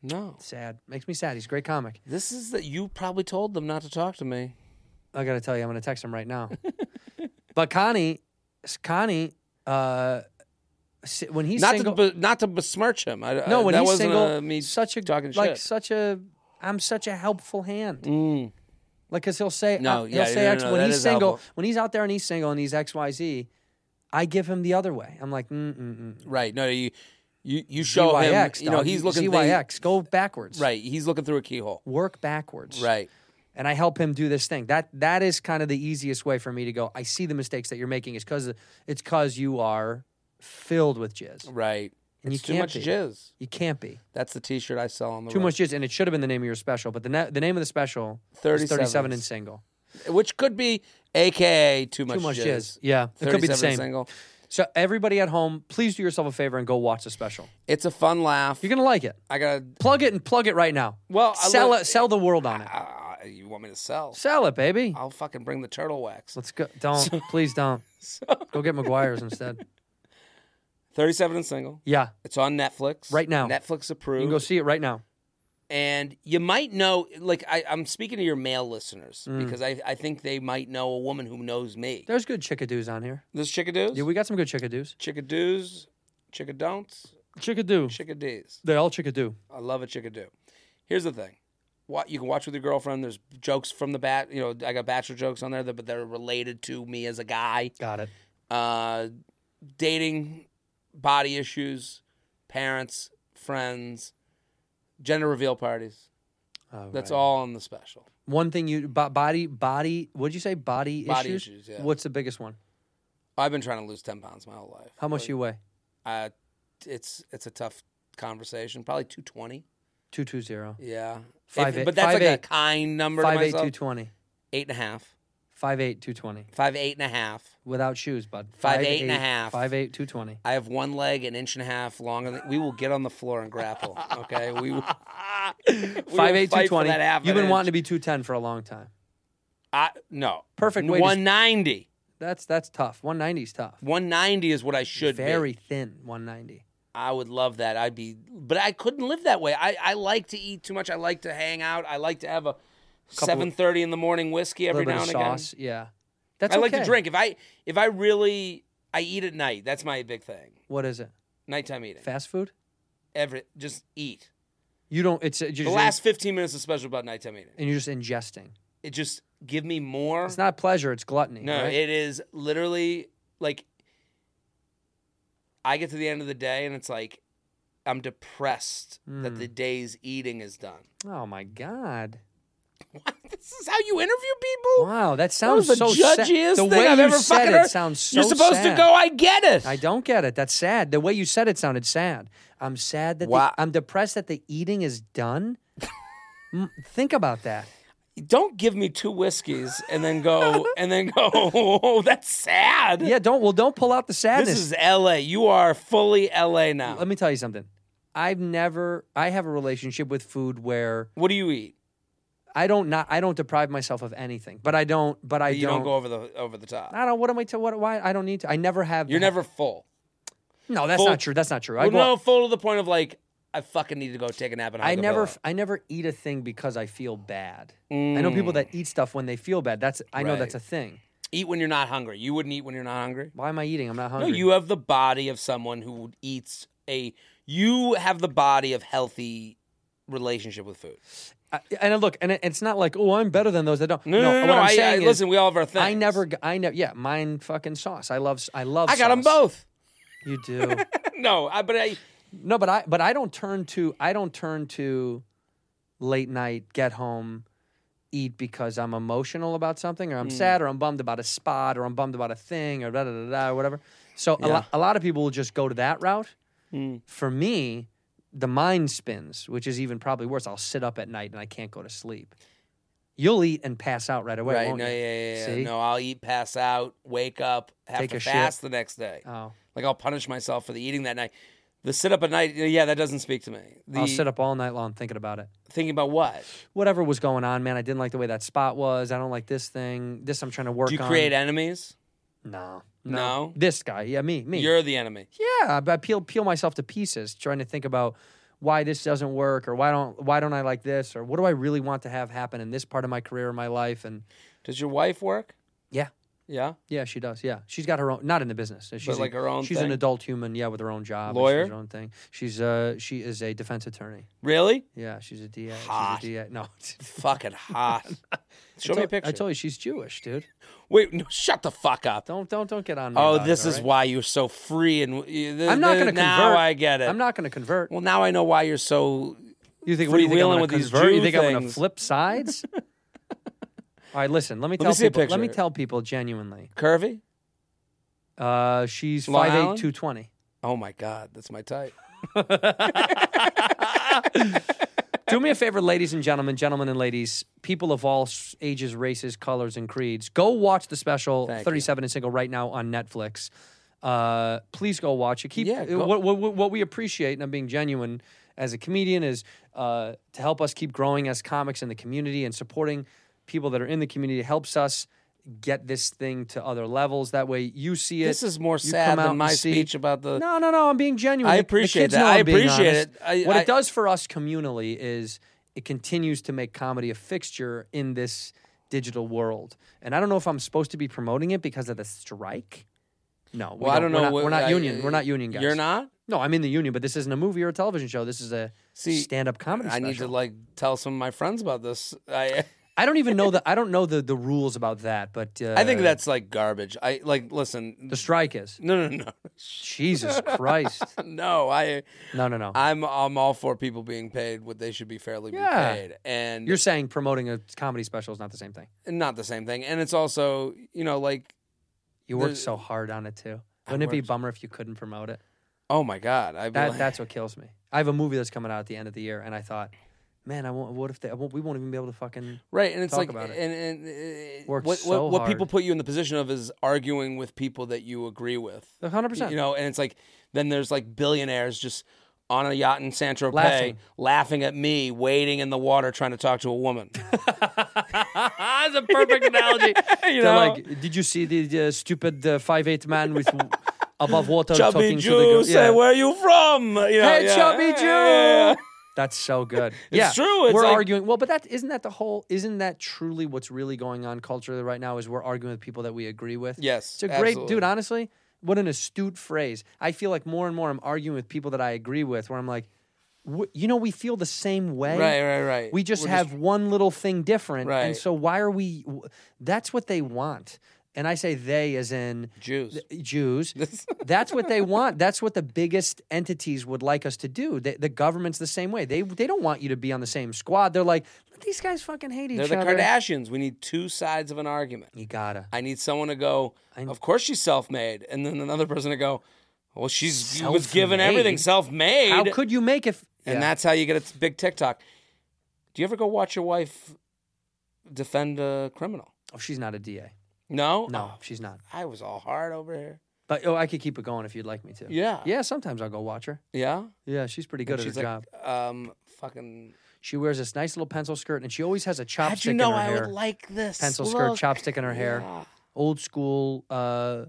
Speaker 9: No.
Speaker 1: Sad. Makes me sad. He's a great comic.
Speaker 9: This is that you probably told them not to talk to me.
Speaker 1: I gotta tell you, I'm gonna text him right now.
Speaker 9: *laughs*
Speaker 1: but Connie, Connie, uh, si- when he's
Speaker 9: not
Speaker 1: single,
Speaker 9: to be, not to besmirch him. I,
Speaker 1: no,
Speaker 9: I,
Speaker 1: when
Speaker 9: that
Speaker 1: he's
Speaker 9: wasn't
Speaker 1: single,
Speaker 9: uh, me
Speaker 1: such a
Speaker 9: talking
Speaker 1: like
Speaker 9: shit.
Speaker 1: such a, I'm such a helpful hand.
Speaker 9: Mm.
Speaker 1: Like, cause he'll say,
Speaker 9: No,
Speaker 1: uh,
Speaker 9: yeah,
Speaker 1: he'll say
Speaker 9: no, no,
Speaker 1: X,
Speaker 9: no,
Speaker 1: when
Speaker 9: that
Speaker 1: he's
Speaker 9: is
Speaker 1: single,
Speaker 9: helpful.
Speaker 1: when he's out there and he's single and he's X Y Z, I give him the other way. I'm like, mm mm mm.
Speaker 9: right. No, you you you show
Speaker 1: ZYX,
Speaker 9: him. You know,
Speaker 1: dog.
Speaker 9: he's looking
Speaker 1: ZYX. go backwards.
Speaker 9: Through, right. He's looking through a keyhole.
Speaker 1: Work backwards.
Speaker 9: Right.
Speaker 1: and I help him do this thing. That that is kind of the easiest way for me to go. I see the mistakes that you're making. It's cause it's cause you are filled with jizz.
Speaker 9: Right.
Speaker 1: And
Speaker 9: it's
Speaker 1: you
Speaker 9: too
Speaker 1: can't
Speaker 9: much
Speaker 1: be.
Speaker 9: jizz.
Speaker 1: You can't be
Speaker 9: That's the T-shirt I sell on the
Speaker 1: too
Speaker 9: road.
Speaker 1: much jizz, and it should have been the name of your special. But the na- the name of the special is
Speaker 9: 37.
Speaker 1: thirty-seven and single.
Speaker 9: which could be AKA too much
Speaker 1: Too much
Speaker 9: jizz.
Speaker 1: jizz. Yeah, it could be the
Speaker 9: 37
Speaker 1: same.
Speaker 9: Single.
Speaker 1: So everybody at home, please do yourself a favor and go watch the special.
Speaker 9: It's a fun laugh.
Speaker 1: You're gonna like it.
Speaker 9: I gotta.
Speaker 1: Plug it and plug it right now.
Speaker 9: Well, I
Speaker 1: sell
Speaker 9: look-
Speaker 1: it. Sell the world on it.
Speaker 9: Uh, you want me to sell?
Speaker 1: Sell it, baby.
Speaker 9: I'll fucking bring the turtle wax.
Speaker 1: Let's go.
Speaker 9: *laughs*
Speaker 1: Don't please don't. Go get McGuire's instead.
Speaker 9: Thirty-seven and single.
Speaker 1: Yeah,
Speaker 9: It's on Netflix
Speaker 1: Right now.
Speaker 9: Netflix approved.
Speaker 1: you can go see it right now.
Speaker 9: and you might know like I, i'm speaking to your male listeners
Speaker 1: Mm.
Speaker 9: because I, I think they might know a woman who knows me
Speaker 1: There's good chickadoos on here.
Speaker 9: there's chickadoos
Speaker 1: Yeah, we got some good chickadoos.
Speaker 9: chickadoos chickadon'ts
Speaker 1: Chickadoo.
Speaker 9: chickadees
Speaker 1: They all chickadoo.
Speaker 9: i love a chickadoo here's the thing what you can watch with your girlfriend there's jokes from the bat you know i got bachelor jokes on there that, but they're related to me as a guy
Speaker 1: Got it.
Speaker 9: uh, dating body issues parents friends gender reveal parties that's all on the special
Speaker 1: One thing you bo- body body. What'd you say? Body,
Speaker 9: Body
Speaker 1: issues.
Speaker 9: issues, yeah.
Speaker 1: What's the biggest one?
Speaker 9: I've been trying to lose ten pounds my whole life.
Speaker 1: How much you weigh?
Speaker 9: Uh, it's it's a tough conversation. Probably two twenty.
Speaker 1: Two two zero.
Speaker 9: Yeah,
Speaker 1: Five eight-
Speaker 9: But that's
Speaker 1: five
Speaker 9: like
Speaker 1: eight.
Speaker 9: a kind number
Speaker 1: Five
Speaker 9: to
Speaker 1: eight
Speaker 9: myself.
Speaker 1: two twenty.
Speaker 9: eight and a half.
Speaker 1: Five eight two twenty.
Speaker 9: Five eight and a half.
Speaker 1: Without shoes, bud.
Speaker 9: Five eight and a half.
Speaker 1: Five eight two twenty.
Speaker 9: I have one leg an inch and a half longer. Than, we will get on the floor and grapple. Okay, we. will- *laughs* we will
Speaker 1: Five eight
Speaker 9: fight
Speaker 1: two
Speaker 9: for
Speaker 1: twenty.
Speaker 9: that half
Speaker 1: You've
Speaker 9: an
Speaker 1: been wanting to
Speaker 9: inch.
Speaker 1: be two ten for a long time.
Speaker 9: I, no
Speaker 1: Perfect way to-
Speaker 9: One ninety.
Speaker 1: That's that's tough. One ninety is tough.
Speaker 9: One ninety is what I should be.
Speaker 1: Very thin. One ninety.
Speaker 9: I would love that. I'd be, but I couldn't live that way. I, I like to eat too much. I like to hang out. I like to have a seven thirty in the morning whiskey
Speaker 1: A
Speaker 9: every
Speaker 1: little bit
Speaker 9: now
Speaker 1: of
Speaker 9: and
Speaker 1: sauce.
Speaker 9: again.
Speaker 1: Yeah. That's
Speaker 9: I like to
Speaker 1: okay.
Speaker 9: drink. If I if I really I eat at night. That's my big thing.
Speaker 1: What is it?
Speaker 9: Nighttime eating.
Speaker 1: Fast food?
Speaker 9: Every just eat.
Speaker 1: You don't. It's you
Speaker 9: The last fifteen minutes is special about nighttime eating.
Speaker 1: and you're just ingesting.
Speaker 9: It just give me more.
Speaker 1: It's not pleasure. It's gluttony.
Speaker 9: no,
Speaker 1: right?
Speaker 9: it is literally like I get to the end of the day and it's like I'm depressed
Speaker 1: Hmm.
Speaker 9: that the day's eating is done. *laughs*
Speaker 1: Oh my God!
Speaker 9: What? This is how you interview people?
Speaker 1: Wow, that
Speaker 9: That
Speaker 1: sounds
Speaker 9: was the
Speaker 1: so sad.
Speaker 9: judgiest
Speaker 1: The
Speaker 9: thing
Speaker 1: way
Speaker 9: I've
Speaker 1: you
Speaker 9: ever
Speaker 1: said
Speaker 9: fucking
Speaker 1: it
Speaker 9: heard.
Speaker 1: sounds so.
Speaker 9: You're supposed
Speaker 1: sad.
Speaker 9: to go. I get it.
Speaker 1: I don't get it. That's sad. The way you said it sounded sad. I'm sad that the-
Speaker 9: Wow.
Speaker 1: I'm depressed that the eating is done. Mm, Think about that.
Speaker 9: don't give me two whiskeys and
Speaker 1: *laughs*
Speaker 9: then go and then go. Oh, that's sad.
Speaker 1: Yeah, don't. Well, don't pull out the
Speaker 9: this
Speaker 1: sadness.
Speaker 9: is L.A. You are fully L.A. now.
Speaker 1: Let me tell you something. I've never. I have a relationship with food where
Speaker 9: what do you eat?
Speaker 1: I don't not. I don't deprive myself of anything, but I don't. But I
Speaker 9: You don't,
Speaker 1: don't.
Speaker 9: go over the over the top.
Speaker 1: I don't. What am I to? What? Why? I don't need to. I never have.
Speaker 9: You're never full.
Speaker 1: No, that's
Speaker 9: full-
Speaker 1: not true. That's not true. I
Speaker 9: Well,
Speaker 1: go
Speaker 9: no, full to the point of like I fucking need to go take a nap. And
Speaker 1: I never,
Speaker 9: F-
Speaker 1: I never eat a thing because I feel bad. I know people that eat stuff when they feel bad. That's I know
Speaker 9: Mm. Right.
Speaker 1: that's a thing.
Speaker 9: eat when you're not hungry. You wouldn't eat when you're not hungry.
Speaker 1: Why am I eating? I'm not
Speaker 9: No,
Speaker 1: hungry.
Speaker 9: you have the body of someone who eats a. You have the body of healthy relationship with food.
Speaker 1: I, and I look, and it- it's not like oh, I'm better than those that don't.
Speaker 9: No, no, no.
Speaker 1: what
Speaker 9: no,
Speaker 1: I'm
Speaker 9: I, I-
Speaker 1: saying is,
Speaker 9: listen, we all have our things.
Speaker 1: I never, g- I never, yeah, mine fucking sauce. I love, s- I love.
Speaker 9: I got them
Speaker 1: sauce.
Speaker 9: both.
Speaker 1: You do.
Speaker 9: *laughs* No, I, but I.
Speaker 1: no, but I, but I don't turn to, I don't turn to late night, get home, eat because I'm emotional about something, or
Speaker 9: Hmm.
Speaker 1: I'm sad, or I'm bummed about a spot, or I'm bummed about a thing, or da da da da, or whatever. So a, lo- a lot of people will just go to that route.
Speaker 9: Hmm.
Speaker 1: For me, the mind spins, which is even probably worse. I'll sit up at night and I can't go to sleep. You'll eat and pass out right away.
Speaker 9: right?
Speaker 1: won't
Speaker 9: no,
Speaker 1: you?
Speaker 9: yeah, yeah, yeah.
Speaker 1: See?
Speaker 9: No, I'll eat, pass out, wake up, have
Speaker 1: Take
Speaker 9: to
Speaker 1: a shit.
Speaker 9: fast the next day.
Speaker 1: Oh.
Speaker 9: Like I'll punish myself for the eating that night. The sit up at night, yeah, that doesn't speak to me. The
Speaker 1: I'll sit up all night long thinking about it.
Speaker 9: thinking about what?
Speaker 1: Whatever was going on, man, I didn't like the way that spot was. I don't like this thing. This I'm trying to work
Speaker 9: Do you
Speaker 1: on.
Speaker 9: create enemies?
Speaker 1: No, no.
Speaker 9: No.
Speaker 1: This guy, yeah, me, me.
Speaker 9: You're the enemy.
Speaker 1: yeah, but I peel peel myself to pieces trying to think about why this doesn't work or why don't why don't I like this or what do I really want to have happen in this part of my career or my life and
Speaker 9: Does your wife work?
Speaker 1: yeah.
Speaker 9: Yeah.
Speaker 1: Yeah, she does. Yeah, she's got her own. Not in the business. She's a-
Speaker 9: like, her own
Speaker 1: She's an
Speaker 9: thing?
Speaker 1: adult human. Yeah, with her own job. and she
Speaker 9: Lawyer?
Speaker 1: does her own thing. She's uh, she is a defense attorney.
Speaker 9: Really?
Speaker 1: Yeah, she's a DA.
Speaker 9: Hot.
Speaker 1: She's a DA. No, *laughs*
Speaker 9: Fucking hot. Show me a picture.
Speaker 1: I told you she's Jewish, dude.
Speaker 9: Wait, no, shut the fuck up.
Speaker 1: Don't don't don't get on. Me
Speaker 9: Oh,
Speaker 1: about it,
Speaker 9: this
Speaker 1: all
Speaker 9: is
Speaker 1: right?
Speaker 9: why you're so free and
Speaker 1: I'm not going to
Speaker 9: Now
Speaker 1: convert.
Speaker 9: I get it.
Speaker 1: I'm not going to convert.
Speaker 9: Well, now I know why you're so.
Speaker 1: you think what do you think I'm
Speaker 9: freewheeling
Speaker 1: gonna
Speaker 9: with these
Speaker 1: convert? You
Speaker 9: Jew
Speaker 1: think I'm going to
Speaker 9: things.
Speaker 1: flip
Speaker 9: *laughs*
Speaker 1: sides? all right, listen. Let me
Speaker 9: Let me
Speaker 1: tell
Speaker 9: see a
Speaker 1: people. Let me
Speaker 9: picture.
Speaker 1: tell people genuinely.
Speaker 9: Curvy?
Speaker 1: Uh, she's
Speaker 9: Long
Speaker 1: five eight
Speaker 9: Island?
Speaker 1: two twenty.
Speaker 9: Oh my God, that's my type.
Speaker 1: Do me a favor, ladies and gentlemen, gentlemen and ladies, people of all s- ages, races, colors, and creeds, go watch the special
Speaker 9: Thank you.
Speaker 1: 37 and Single right now on Netflix. Uh, please go watch it. Keep uh,
Speaker 9: Yeah, go-
Speaker 1: What, what, what we appreciate, and I'm being genuine as a comedian, is uh, to help us keep growing as comics in the community and supporting people that are in the community helps us get this thing to other levels. That way, you see it.
Speaker 9: This is more
Speaker 1: you
Speaker 9: sad
Speaker 1: come out
Speaker 9: than
Speaker 1: and
Speaker 9: my
Speaker 1: see-
Speaker 9: speech about the.
Speaker 1: no, no, no. I'm being genuine.
Speaker 9: I
Speaker 1: The- the
Speaker 9: appreciate
Speaker 1: kids
Speaker 9: that.
Speaker 1: know
Speaker 9: I
Speaker 1: I'm being
Speaker 9: appreciate
Speaker 1: honest.
Speaker 9: it. I-
Speaker 1: what
Speaker 9: I-
Speaker 1: it does for us communally is it continues to make comedy a fixture in this digital world. And I don't know if I'm supposed to be promoting it because of the strike. No, we
Speaker 9: Well, I don't
Speaker 1: we're
Speaker 9: know
Speaker 1: not-
Speaker 9: what-
Speaker 1: we're not
Speaker 9: I-
Speaker 1: union. We're not union guys.
Speaker 9: You're not.
Speaker 1: No, I'm in the union, but this isn't a movie or a television show. This is a
Speaker 9: See,
Speaker 1: stand-up comedy.
Speaker 9: I need to
Speaker 1: special.
Speaker 9: like tell some of my friends about this. I
Speaker 1: I don't even know the. I don't know the the rules about that, but uh,
Speaker 9: I think that's like garbage. I like listen.
Speaker 1: the strike is.
Speaker 9: No, no, *laughs* no,
Speaker 1: Jesus
Speaker 9: *laughs*
Speaker 1: Christ!
Speaker 9: no. I
Speaker 1: No, no, no.
Speaker 9: I'm I'm all for people being paid what they should be fairly
Speaker 1: Yeah.
Speaker 9: be paid, and
Speaker 1: You're saying promoting a comedy special is not the same thing.
Speaker 9: not the same thing. And it's also you know like
Speaker 1: You worked
Speaker 9: The-
Speaker 1: so hard on it too. Wouldn't it be a
Speaker 9: worked-
Speaker 1: bummer if you couldn't promote it?
Speaker 9: oh my god, I
Speaker 1: That
Speaker 9: like,
Speaker 1: that's what kills me. I have a movie that's coming out at the end of the year, and I thought, man, I won't. What if they? I won't, we won't even be able to fucking.
Speaker 9: right, and it's
Speaker 1: talk
Speaker 9: like
Speaker 1: about it.
Speaker 9: and and uh,
Speaker 1: Worked
Speaker 9: what
Speaker 1: so
Speaker 9: what, what people
Speaker 1: hard.
Speaker 9: put you in the position of is arguing with people that you agree with.
Speaker 1: A hundred percent.
Speaker 9: You know, and it's like then there's like billionaires just on a yacht in San Tropez
Speaker 1: Laughing.
Speaker 9: laughing. at me, wading in the water trying to talk to a woman.
Speaker 1: *laughs* that's a perfect *laughs* analogy.
Speaker 9: you
Speaker 1: They're
Speaker 9: know,
Speaker 1: like, did you see the, the stupid uh, five eight man
Speaker 9: *laughs*
Speaker 1: with w- above water
Speaker 9: chubby
Speaker 1: talking to the girl?
Speaker 9: Jew, say where are you from? You know,
Speaker 1: Hey,
Speaker 9: Oh, yeah.
Speaker 1: chubby Jew.
Speaker 9: Yeah.
Speaker 1: That's so good.
Speaker 9: *laughs* It's
Speaker 1: yeah,
Speaker 9: true. It's
Speaker 1: we're
Speaker 9: like-
Speaker 1: arguing. Well, but that isn't that the whole. Isn't that truly what's really going on culturally right now? Is we're arguing with people that we agree with.
Speaker 9: Yes,
Speaker 1: it's a great
Speaker 9: absolutely.
Speaker 1: dude. Honestly, what an astute phrase. I feel like more and more I'm arguing with people that I agree with. Where I'm like, w- you know, we feel the same way.
Speaker 9: Right, right, right.
Speaker 1: We just
Speaker 9: We're
Speaker 1: have one little thing different, and
Speaker 9: Right.
Speaker 1: so why are we? w- That's what they want. and I say they as in
Speaker 9: Jews.
Speaker 1: th- Jews.
Speaker 9: *laughs*
Speaker 1: That's what they want. That's what the biggest entities would like us to do. They, the government's the same way. They they don't want you to be on the same squad. They're like, "Let these guys fucking hate each
Speaker 9: They're the
Speaker 1: other.
Speaker 9: Kardashians. We need two sides of an argument.
Speaker 1: You gotta.
Speaker 9: I need someone to go, of course she's self made. And then another person to go, well, she's she was given
Speaker 1: Self-made?
Speaker 9: everything self made.
Speaker 1: How could you make if?
Speaker 9: And
Speaker 1: Yeah.
Speaker 9: that's how you get a big TikTok. Do you ever go watch your wife defend a criminal?
Speaker 1: Oh, she's not a DA.
Speaker 9: No?
Speaker 1: No,
Speaker 9: Oh,
Speaker 1: she's not.
Speaker 9: I was all hard over here.
Speaker 1: But oh, I could keep it going if you'd like me to.
Speaker 9: Yeah.
Speaker 1: Yeah. Sometimes I'll go watch her.
Speaker 9: Yeah?
Speaker 1: Yeah, she's pretty good
Speaker 9: And
Speaker 1: at her
Speaker 9: she's like,
Speaker 1: job.
Speaker 9: um, fucking.
Speaker 1: She wears this nice little pencil skirt, and she always has a chopstick
Speaker 9: How'd you
Speaker 1: in
Speaker 9: know
Speaker 1: her
Speaker 9: I
Speaker 1: hair.
Speaker 9: would like this?
Speaker 1: pencil skirt,
Speaker 9: Look.
Speaker 1: chopstick in her hair.
Speaker 9: Yeah.
Speaker 1: Old school, uh,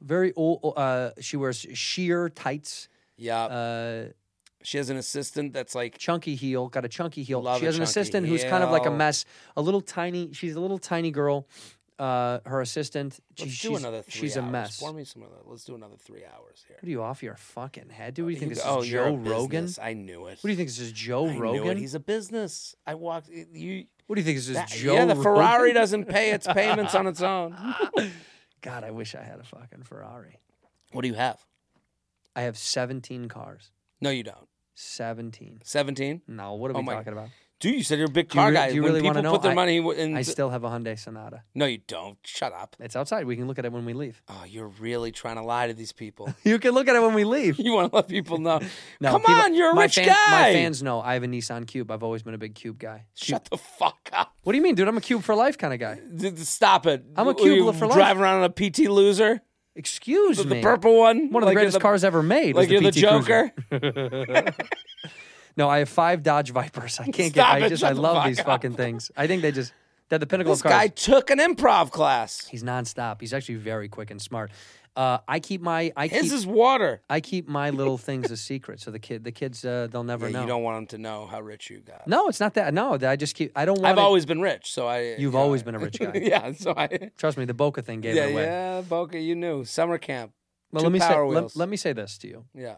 Speaker 1: very old. Uh, she wears sheer tights,
Speaker 9: Yeah.
Speaker 1: uh,
Speaker 9: she has an assistant that's like,
Speaker 1: chunky heel, got a chunky heel.
Speaker 9: Love
Speaker 1: she
Speaker 9: a
Speaker 1: has an
Speaker 9: chunky
Speaker 1: assistant who's kind of like a
Speaker 9: heel.
Speaker 1: mess, a little tiny. She's a little tiny girl. Uh, her assistant,
Speaker 9: let's
Speaker 1: she's,
Speaker 9: do another three
Speaker 1: she's a
Speaker 9: hours.
Speaker 1: mess.
Speaker 9: Pour
Speaker 1: What
Speaker 9: me some of that. Let's do another three hours here.
Speaker 1: are you off your fucking head, dude? What do you think
Speaker 9: You
Speaker 1: this
Speaker 9: go- oh,
Speaker 1: is
Speaker 9: you're a
Speaker 1: Joe Rogan?
Speaker 9: business.
Speaker 1: What
Speaker 9: I knew it.
Speaker 1: do you think this is Joe
Speaker 9: I
Speaker 1: Rogan?
Speaker 9: Knew it. He's a business. I walked. You.
Speaker 1: what do you think this is
Speaker 9: that-
Speaker 1: Joe?
Speaker 9: yeah, the
Speaker 1: *laughs*
Speaker 9: Ferrari
Speaker 1: Rogan?
Speaker 9: doesn't pay its payments on its own.
Speaker 1: God, I wish I had a fucking Ferrari.
Speaker 9: What do you have?
Speaker 1: I have 17 cars.
Speaker 9: No, you don't.
Speaker 1: 17.
Speaker 9: Seventeen.
Speaker 1: No, what are
Speaker 9: Oh
Speaker 1: we
Speaker 9: my-
Speaker 1: talking about?
Speaker 9: Dude, you said you're a big
Speaker 1: Do you
Speaker 9: car
Speaker 1: re-
Speaker 9: guy.
Speaker 1: do you
Speaker 9: when
Speaker 1: really wanna
Speaker 9: people
Speaker 1: know?
Speaker 9: put their
Speaker 1: I-
Speaker 9: money in,
Speaker 1: I still have a Hyundai Sonata.
Speaker 9: no, you don't. Shut up.
Speaker 1: It's outside. We can look at it when we leave. *laughs*
Speaker 9: Oh, you're really trying to lie to these people. *laughs*
Speaker 1: You can look at it when we leave.
Speaker 9: you want to let people know?
Speaker 1: *laughs* No,
Speaker 9: Come
Speaker 1: people-
Speaker 9: on, you're a
Speaker 1: my
Speaker 9: rich
Speaker 1: fan-
Speaker 9: guy.
Speaker 1: My fans know I have a Nissan Cube. I've always been a big Cube guy.
Speaker 9: Shut the fuck up.
Speaker 1: What do you mean, dude? I'm a Cube for life kind of guy.
Speaker 9: D- d- Stop it.
Speaker 1: I'm a
Speaker 9: Were
Speaker 1: cube
Speaker 9: you
Speaker 1: for life.
Speaker 9: Driving around in a PT loser,
Speaker 1: Excuse
Speaker 9: the
Speaker 1: me.
Speaker 9: purple one,
Speaker 1: One of the
Speaker 9: Like you're
Speaker 1: greatest cars ever made.
Speaker 9: Like
Speaker 1: was
Speaker 9: you're the
Speaker 1: PT Cruiser.
Speaker 9: Joker.
Speaker 1: No, I have five Dodge Vipers. I can't
Speaker 9: Stop
Speaker 1: get. I
Speaker 9: it.
Speaker 1: just.
Speaker 9: Shut
Speaker 1: I
Speaker 9: the
Speaker 1: love
Speaker 9: fuck
Speaker 1: these
Speaker 9: up.
Speaker 1: fucking things. I think they just. They're the pinnacle
Speaker 9: This
Speaker 1: of cars.
Speaker 9: guy took an improv class.
Speaker 1: He's nonstop. He's actually very quick and smart. Uh, I keep my. I
Speaker 9: His
Speaker 1: keep.
Speaker 9: is water.
Speaker 1: I keep my little things a secret, so the kid, the kids, uh, they'll never
Speaker 9: Yeah,
Speaker 1: know.
Speaker 9: You don't want him to know how rich you got.
Speaker 1: No, it's not that. No, that I just keep. I don't want.
Speaker 9: I've
Speaker 1: it-
Speaker 9: always been rich, so I.
Speaker 1: You've
Speaker 9: yeah.
Speaker 1: always been a
Speaker 9: *laughs*
Speaker 1: rich guy.
Speaker 9: yeah, so I.
Speaker 1: Trust me, the Boca thing gave
Speaker 9: Yeah,
Speaker 1: it away.
Speaker 9: yeah, Boca, you knew summer camp.
Speaker 1: Well,
Speaker 9: Two
Speaker 1: let me say.
Speaker 9: Power
Speaker 1: Let,
Speaker 9: Wheels.
Speaker 1: let me say this to you.
Speaker 9: Yeah,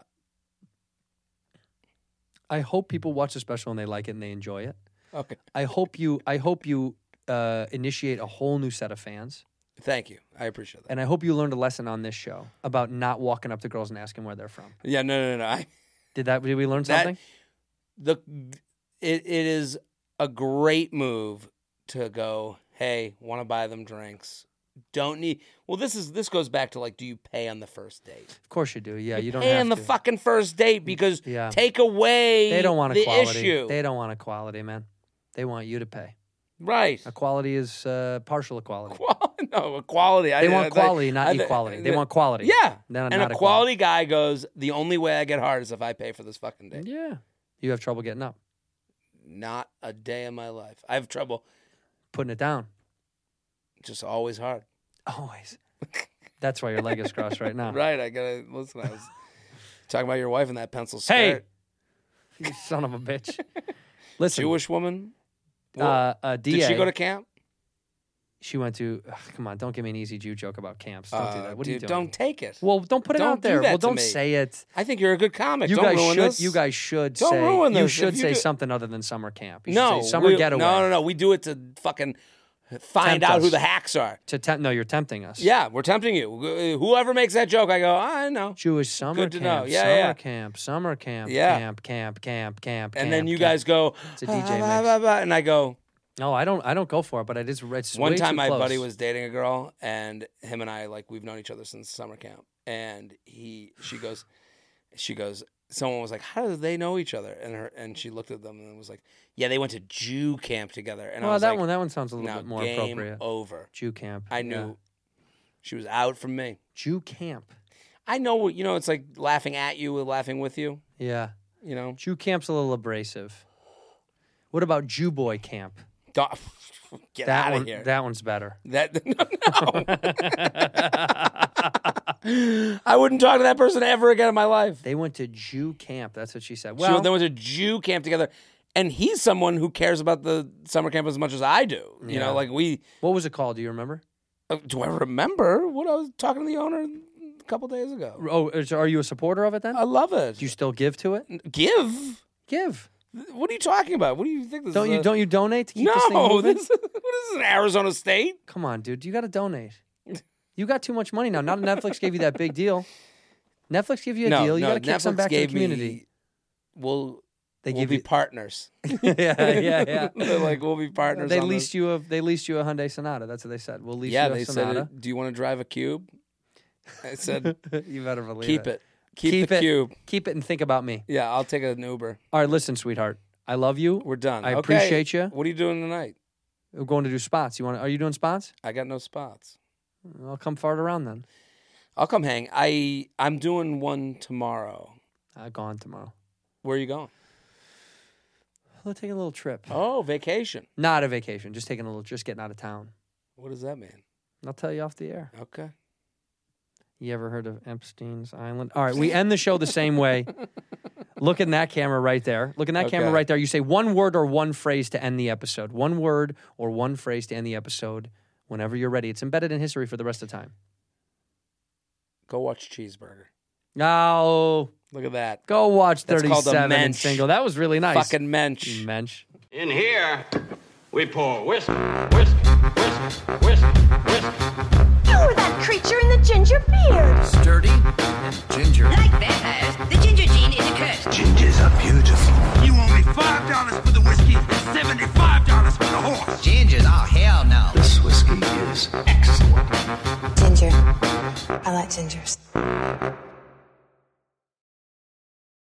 Speaker 1: I hope people watch the special and they like it and they enjoy it.
Speaker 9: okay.
Speaker 1: I hope you. I hope you uh, initiate a whole new set of fans,
Speaker 9: Thank you, I appreciate that.
Speaker 1: and I hope you learned a lesson on this show about not walking up to girls and asking where they're from.
Speaker 9: Yeah, no, no, no. I,
Speaker 1: Did that? Did we learn
Speaker 9: That-
Speaker 1: something?
Speaker 9: the it, it is a great move to go. Hey, want to buy them drinks? Don't need. Well, this is this goes back to like, do you pay on the first date?
Speaker 1: of course you do. Yeah, you don't
Speaker 9: pay
Speaker 1: have
Speaker 9: on the
Speaker 1: to.
Speaker 9: fucking first date because
Speaker 1: Yeah.
Speaker 9: take away
Speaker 1: They don't want
Speaker 9: the
Speaker 1: equality.
Speaker 9: issue.
Speaker 1: They don't want equality, man. They want you to pay.
Speaker 9: right. *laughs*
Speaker 1: Equality is uh, partial equality.
Speaker 9: Qual- no, equality.
Speaker 1: They want quality, not equality. They want quality.
Speaker 9: Yeah.
Speaker 1: No,
Speaker 9: and
Speaker 1: not
Speaker 9: a
Speaker 1: equality.
Speaker 9: quality guy goes, the only way I get hard is if I pay for this fucking day.
Speaker 1: Yeah. You have trouble getting up,
Speaker 9: Not a day in my life. I have trouble.
Speaker 1: putting it down.
Speaker 9: Just always hard. *laughs*
Speaker 1: Always. That's why your leg is crossed right now.
Speaker 9: Right. I gotta
Speaker 1: *laughs*
Speaker 9: listen. I was talking about your wife and that pencil skirt.
Speaker 1: Hey, you son of a bitch. *laughs* Listen,
Speaker 9: Jewish woman.
Speaker 1: uh, uh, DA,
Speaker 9: Did she go to camp?
Speaker 1: she went to. ugh, come on, don't give me an easy Jew joke about camps. Don't do
Speaker 9: Uh,
Speaker 1: that. What
Speaker 9: dude,
Speaker 1: are you doing?
Speaker 9: Don't take it.
Speaker 1: Well, don't put it
Speaker 9: don't
Speaker 1: out
Speaker 9: do
Speaker 1: there.
Speaker 9: that
Speaker 1: well,
Speaker 9: to
Speaker 1: don't
Speaker 9: me.
Speaker 1: say it.
Speaker 9: I think you're a good comic.
Speaker 1: You
Speaker 9: don't
Speaker 1: guys
Speaker 9: ruin
Speaker 1: should.
Speaker 9: this.
Speaker 1: You guys should
Speaker 9: Don't
Speaker 1: say.
Speaker 9: ruin
Speaker 1: You
Speaker 9: this.
Speaker 1: should
Speaker 9: If you
Speaker 1: say
Speaker 9: do-
Speaker 1: something other than summer camp. You should
Speaker 9: No.
Speaker 1: say summer
Speaker 9: we-
Speaker 1: getaway.
Speaker 9: No, no, no. We do it to fucking find
Speaker 1: Tempt
Speaker 9: out who
Speaker 1: us.
Speaker 9: the hacks are.
Speaker 1: To tempt, no, you're tempting us.
Speaker 9: Yeah, we're tempting you. Whoever makes that joke, I go, "Ah, I know.
Speaker 1: Jewish summer
Speaker 9: Good to know.
Speaker 1: camp,
Speaker 9: Yeah,
Speaker 1: summer
Speaker 9: yeah.
Speaker 1: camp, summer camp,
Speaker 9: Yeah.
Speaker 1: camp, camp, camp, camp.
Speaker 9: And
Speaker 1: camp,
Speaker 9: then you
Speaker 1: camp.
Speaker 9: guys go,
Speaker 1: It's a DJ
Speaker 9: "Ah, blah,
Speaker 1: mix.
Speaker 9: blah, blah," and I go,
Speaker 1: No, I don't. I don't go for it, but it is. It's
Speaker 9: one
Speaker 1: way
Speaker 9: time
Speaker 1: too
Speaker 9: my
Speaker 1: close.
Speaker 9: buddy was dating a girl, and him and I, like, we've known each other since summer camp. And he, she goes, she goes, someone was like, how do they know each other? And her, and she looked at them and was like, yeah, they went to Jew camp together. And I
Speaker 1: Well,
Speaker 9: was
Speaker 1: that
Speaker 9: like,
Speaker 1: one. That one sounds a little
Speaker 9: now
Speaker 1: bit more
Speaker 9: game
Speaker 1: appropriate.
Speaker 9: over.
Speaker 1: Jew camp.
Speaker 9: I
Speaker 1: yeah.
Speaker 9: knew she was out from me.
Speaker 1: Jew camp.
Speaker 9: I know, you know, it's like laughing at you, with laughing with you,
Speaker 1: Yeah,
Speaker 9: you know.
Speaker 1: Jew camp's a little abrasive. What about Jew boy camp?
Speaker 9: Duh, Get
Speaker 1: That
Speaker 9: out
Speaker 1: one.
Speaker 9: of here.
Speaker 1: That one's
Speaker 9: *laughs*
Speaker 1: better.
Speaker 9: That *laughs* no, no. I wouldn't talk to that person ever again in my life.
Speaker 1: They went to Jew camp. That's what she said.
Speaker 9: Well,
Speaker 1: Well,
Speaker 9: she, they went to Jew camp together, and he's someone who cares about the summer camp as much as I do. You
Speaker 1: Yeah.
Speaker 9: know, like we.
Speaker 1: what was it called? Do you remember?
Speaker 9: uh, Do I remember what I was talking to the owner a couple days ago?
Speaker 1: Oh, is- are you a supporter of it then?
Speaker 9: I love it.
Speaker 1: Do you still give to it?
Speaker 9: give?
Speaker 1: Give.
Speaker 9: What are you talking about? What do you think this
Speaker 1: Don't
Speaker 9: is?
Speaker 1: you?
Speaker 9: a-
Speaker 1: Don't you donate to keep this thing *laughs*
Speaker 9: *laughs* no,
Speaker 1: moving?
Speaker 9: this, what is this, an Arizona State?
Speaker 1: Come on, dude. You got to donate. You got too much money now. Not Netflix gave you that big deal. Netflix gave you a
Speaker 9: no,
Speaker 1: deal. You
Speaker 9: no,
Speaker 1: got to kick some
Speaker 9: Netflix
Speaker 1: back to the
Speaker 9: gave
Speaker 1: community.
Speaker 9: Me, we'll
Speaker 1: they
Speaker 9: we'll
Speaker 1: give
Speaker 9: be
Speaker 1: you,
Speaker 9: partners.
Speaker 1: yeah, *laughs* yeah, yeah.
Speaker 9: They're *laughs* like we'll be partners.
Speaker 1: They
Speaker 9: on
Speaker 1: leased
Speaker 9: this.
Speaker 1: you a they leased you a Hyundai Sonata. That's what they said. We'll lease
Speaker 9: Yeah,
Speaker 1: you a
Speaker 9: they
Speaker 1: Sonata.
Speaker 9: said, "Do you want to drive a cube?"
Speaker 1: *laughs*
Speaker 9: I said,
Speaker 1: you better believe
Speaker 9: "Keep it, keep, the
Speaker 1: it.
Speaker 9: cube."
Speaker 1: Keep it and think about me.
Speaker 9: Yeah, I'll take an Uber.
Speaker 1: All right, listen, sweetheart. I love you.
Speaker 9: We're done.
Speaker 1: I
Speaker 9: Okay.
Speaker 1: appreciate you.
Speaker 9: What are you doing tonight?
Speaker 1: We're going to do spots. You want? Are you doing spots?
Speaker 9: I got no spots.
Speaker 1: I'll come fart around then.
Speaker 9: I'll come hang. I I'm doing one tomorrow.
Speaker 1: Uh, gone tomorrow.
Speaker 9: Where are you going?
Speaker 1: Let's take a little trip.
Speaker 9: Oh, vacation.
Speaker 1: Not a vacation. Just taking a little. Just getting out of town.
Speaker 9: What does that mean?
Speaker 1: I'll tell you off the air.
Speaker 9: Okay.
Speaker 1: You ever heard of Epstein's Island? All right,
Speaker 9: *laughs*
Speaker 1: we end the show the same way. Look in that camera right there. Look in that camera
Speaker 9: Okay.
Speaker 1: right there. You say one word or one phrase to end the episode. One word or one phrase to end the episode whenever you're ready. It's embedded in history for the rest of time.
Speaker 9: Go watch Cheeseburger.
Speaker 1: No,
Speaker 9: Look at that.
Speaker 1: go watch
Speaker 9: That's called a
Speaker 1: 37 and
Speaker 9: mensch.
Speaker 1: single. That was really nice.
Speaker 9: Fucking mensch.
Speaker 1: mensch.
Speaker 2: In here, we pour whiskey, whiskey, whiskey, whiskey, whiskey.
Speaker 3: You were Oh, that creature in the ginger beard.
Speaker 4: Sturdy and ginger.
Speaker 5: Like vampires, the ginger gene is a curse.
Speaker 6: Gingers are beautiful.
Speaker 7: You owe me five dollars for the whiskey and seventy-five dollars for the horse.
Speaker 4: Gingers, oh hell no.
Speaker 6: This whiskey is excellent.
Speaker 8: Ginger. I like gingers.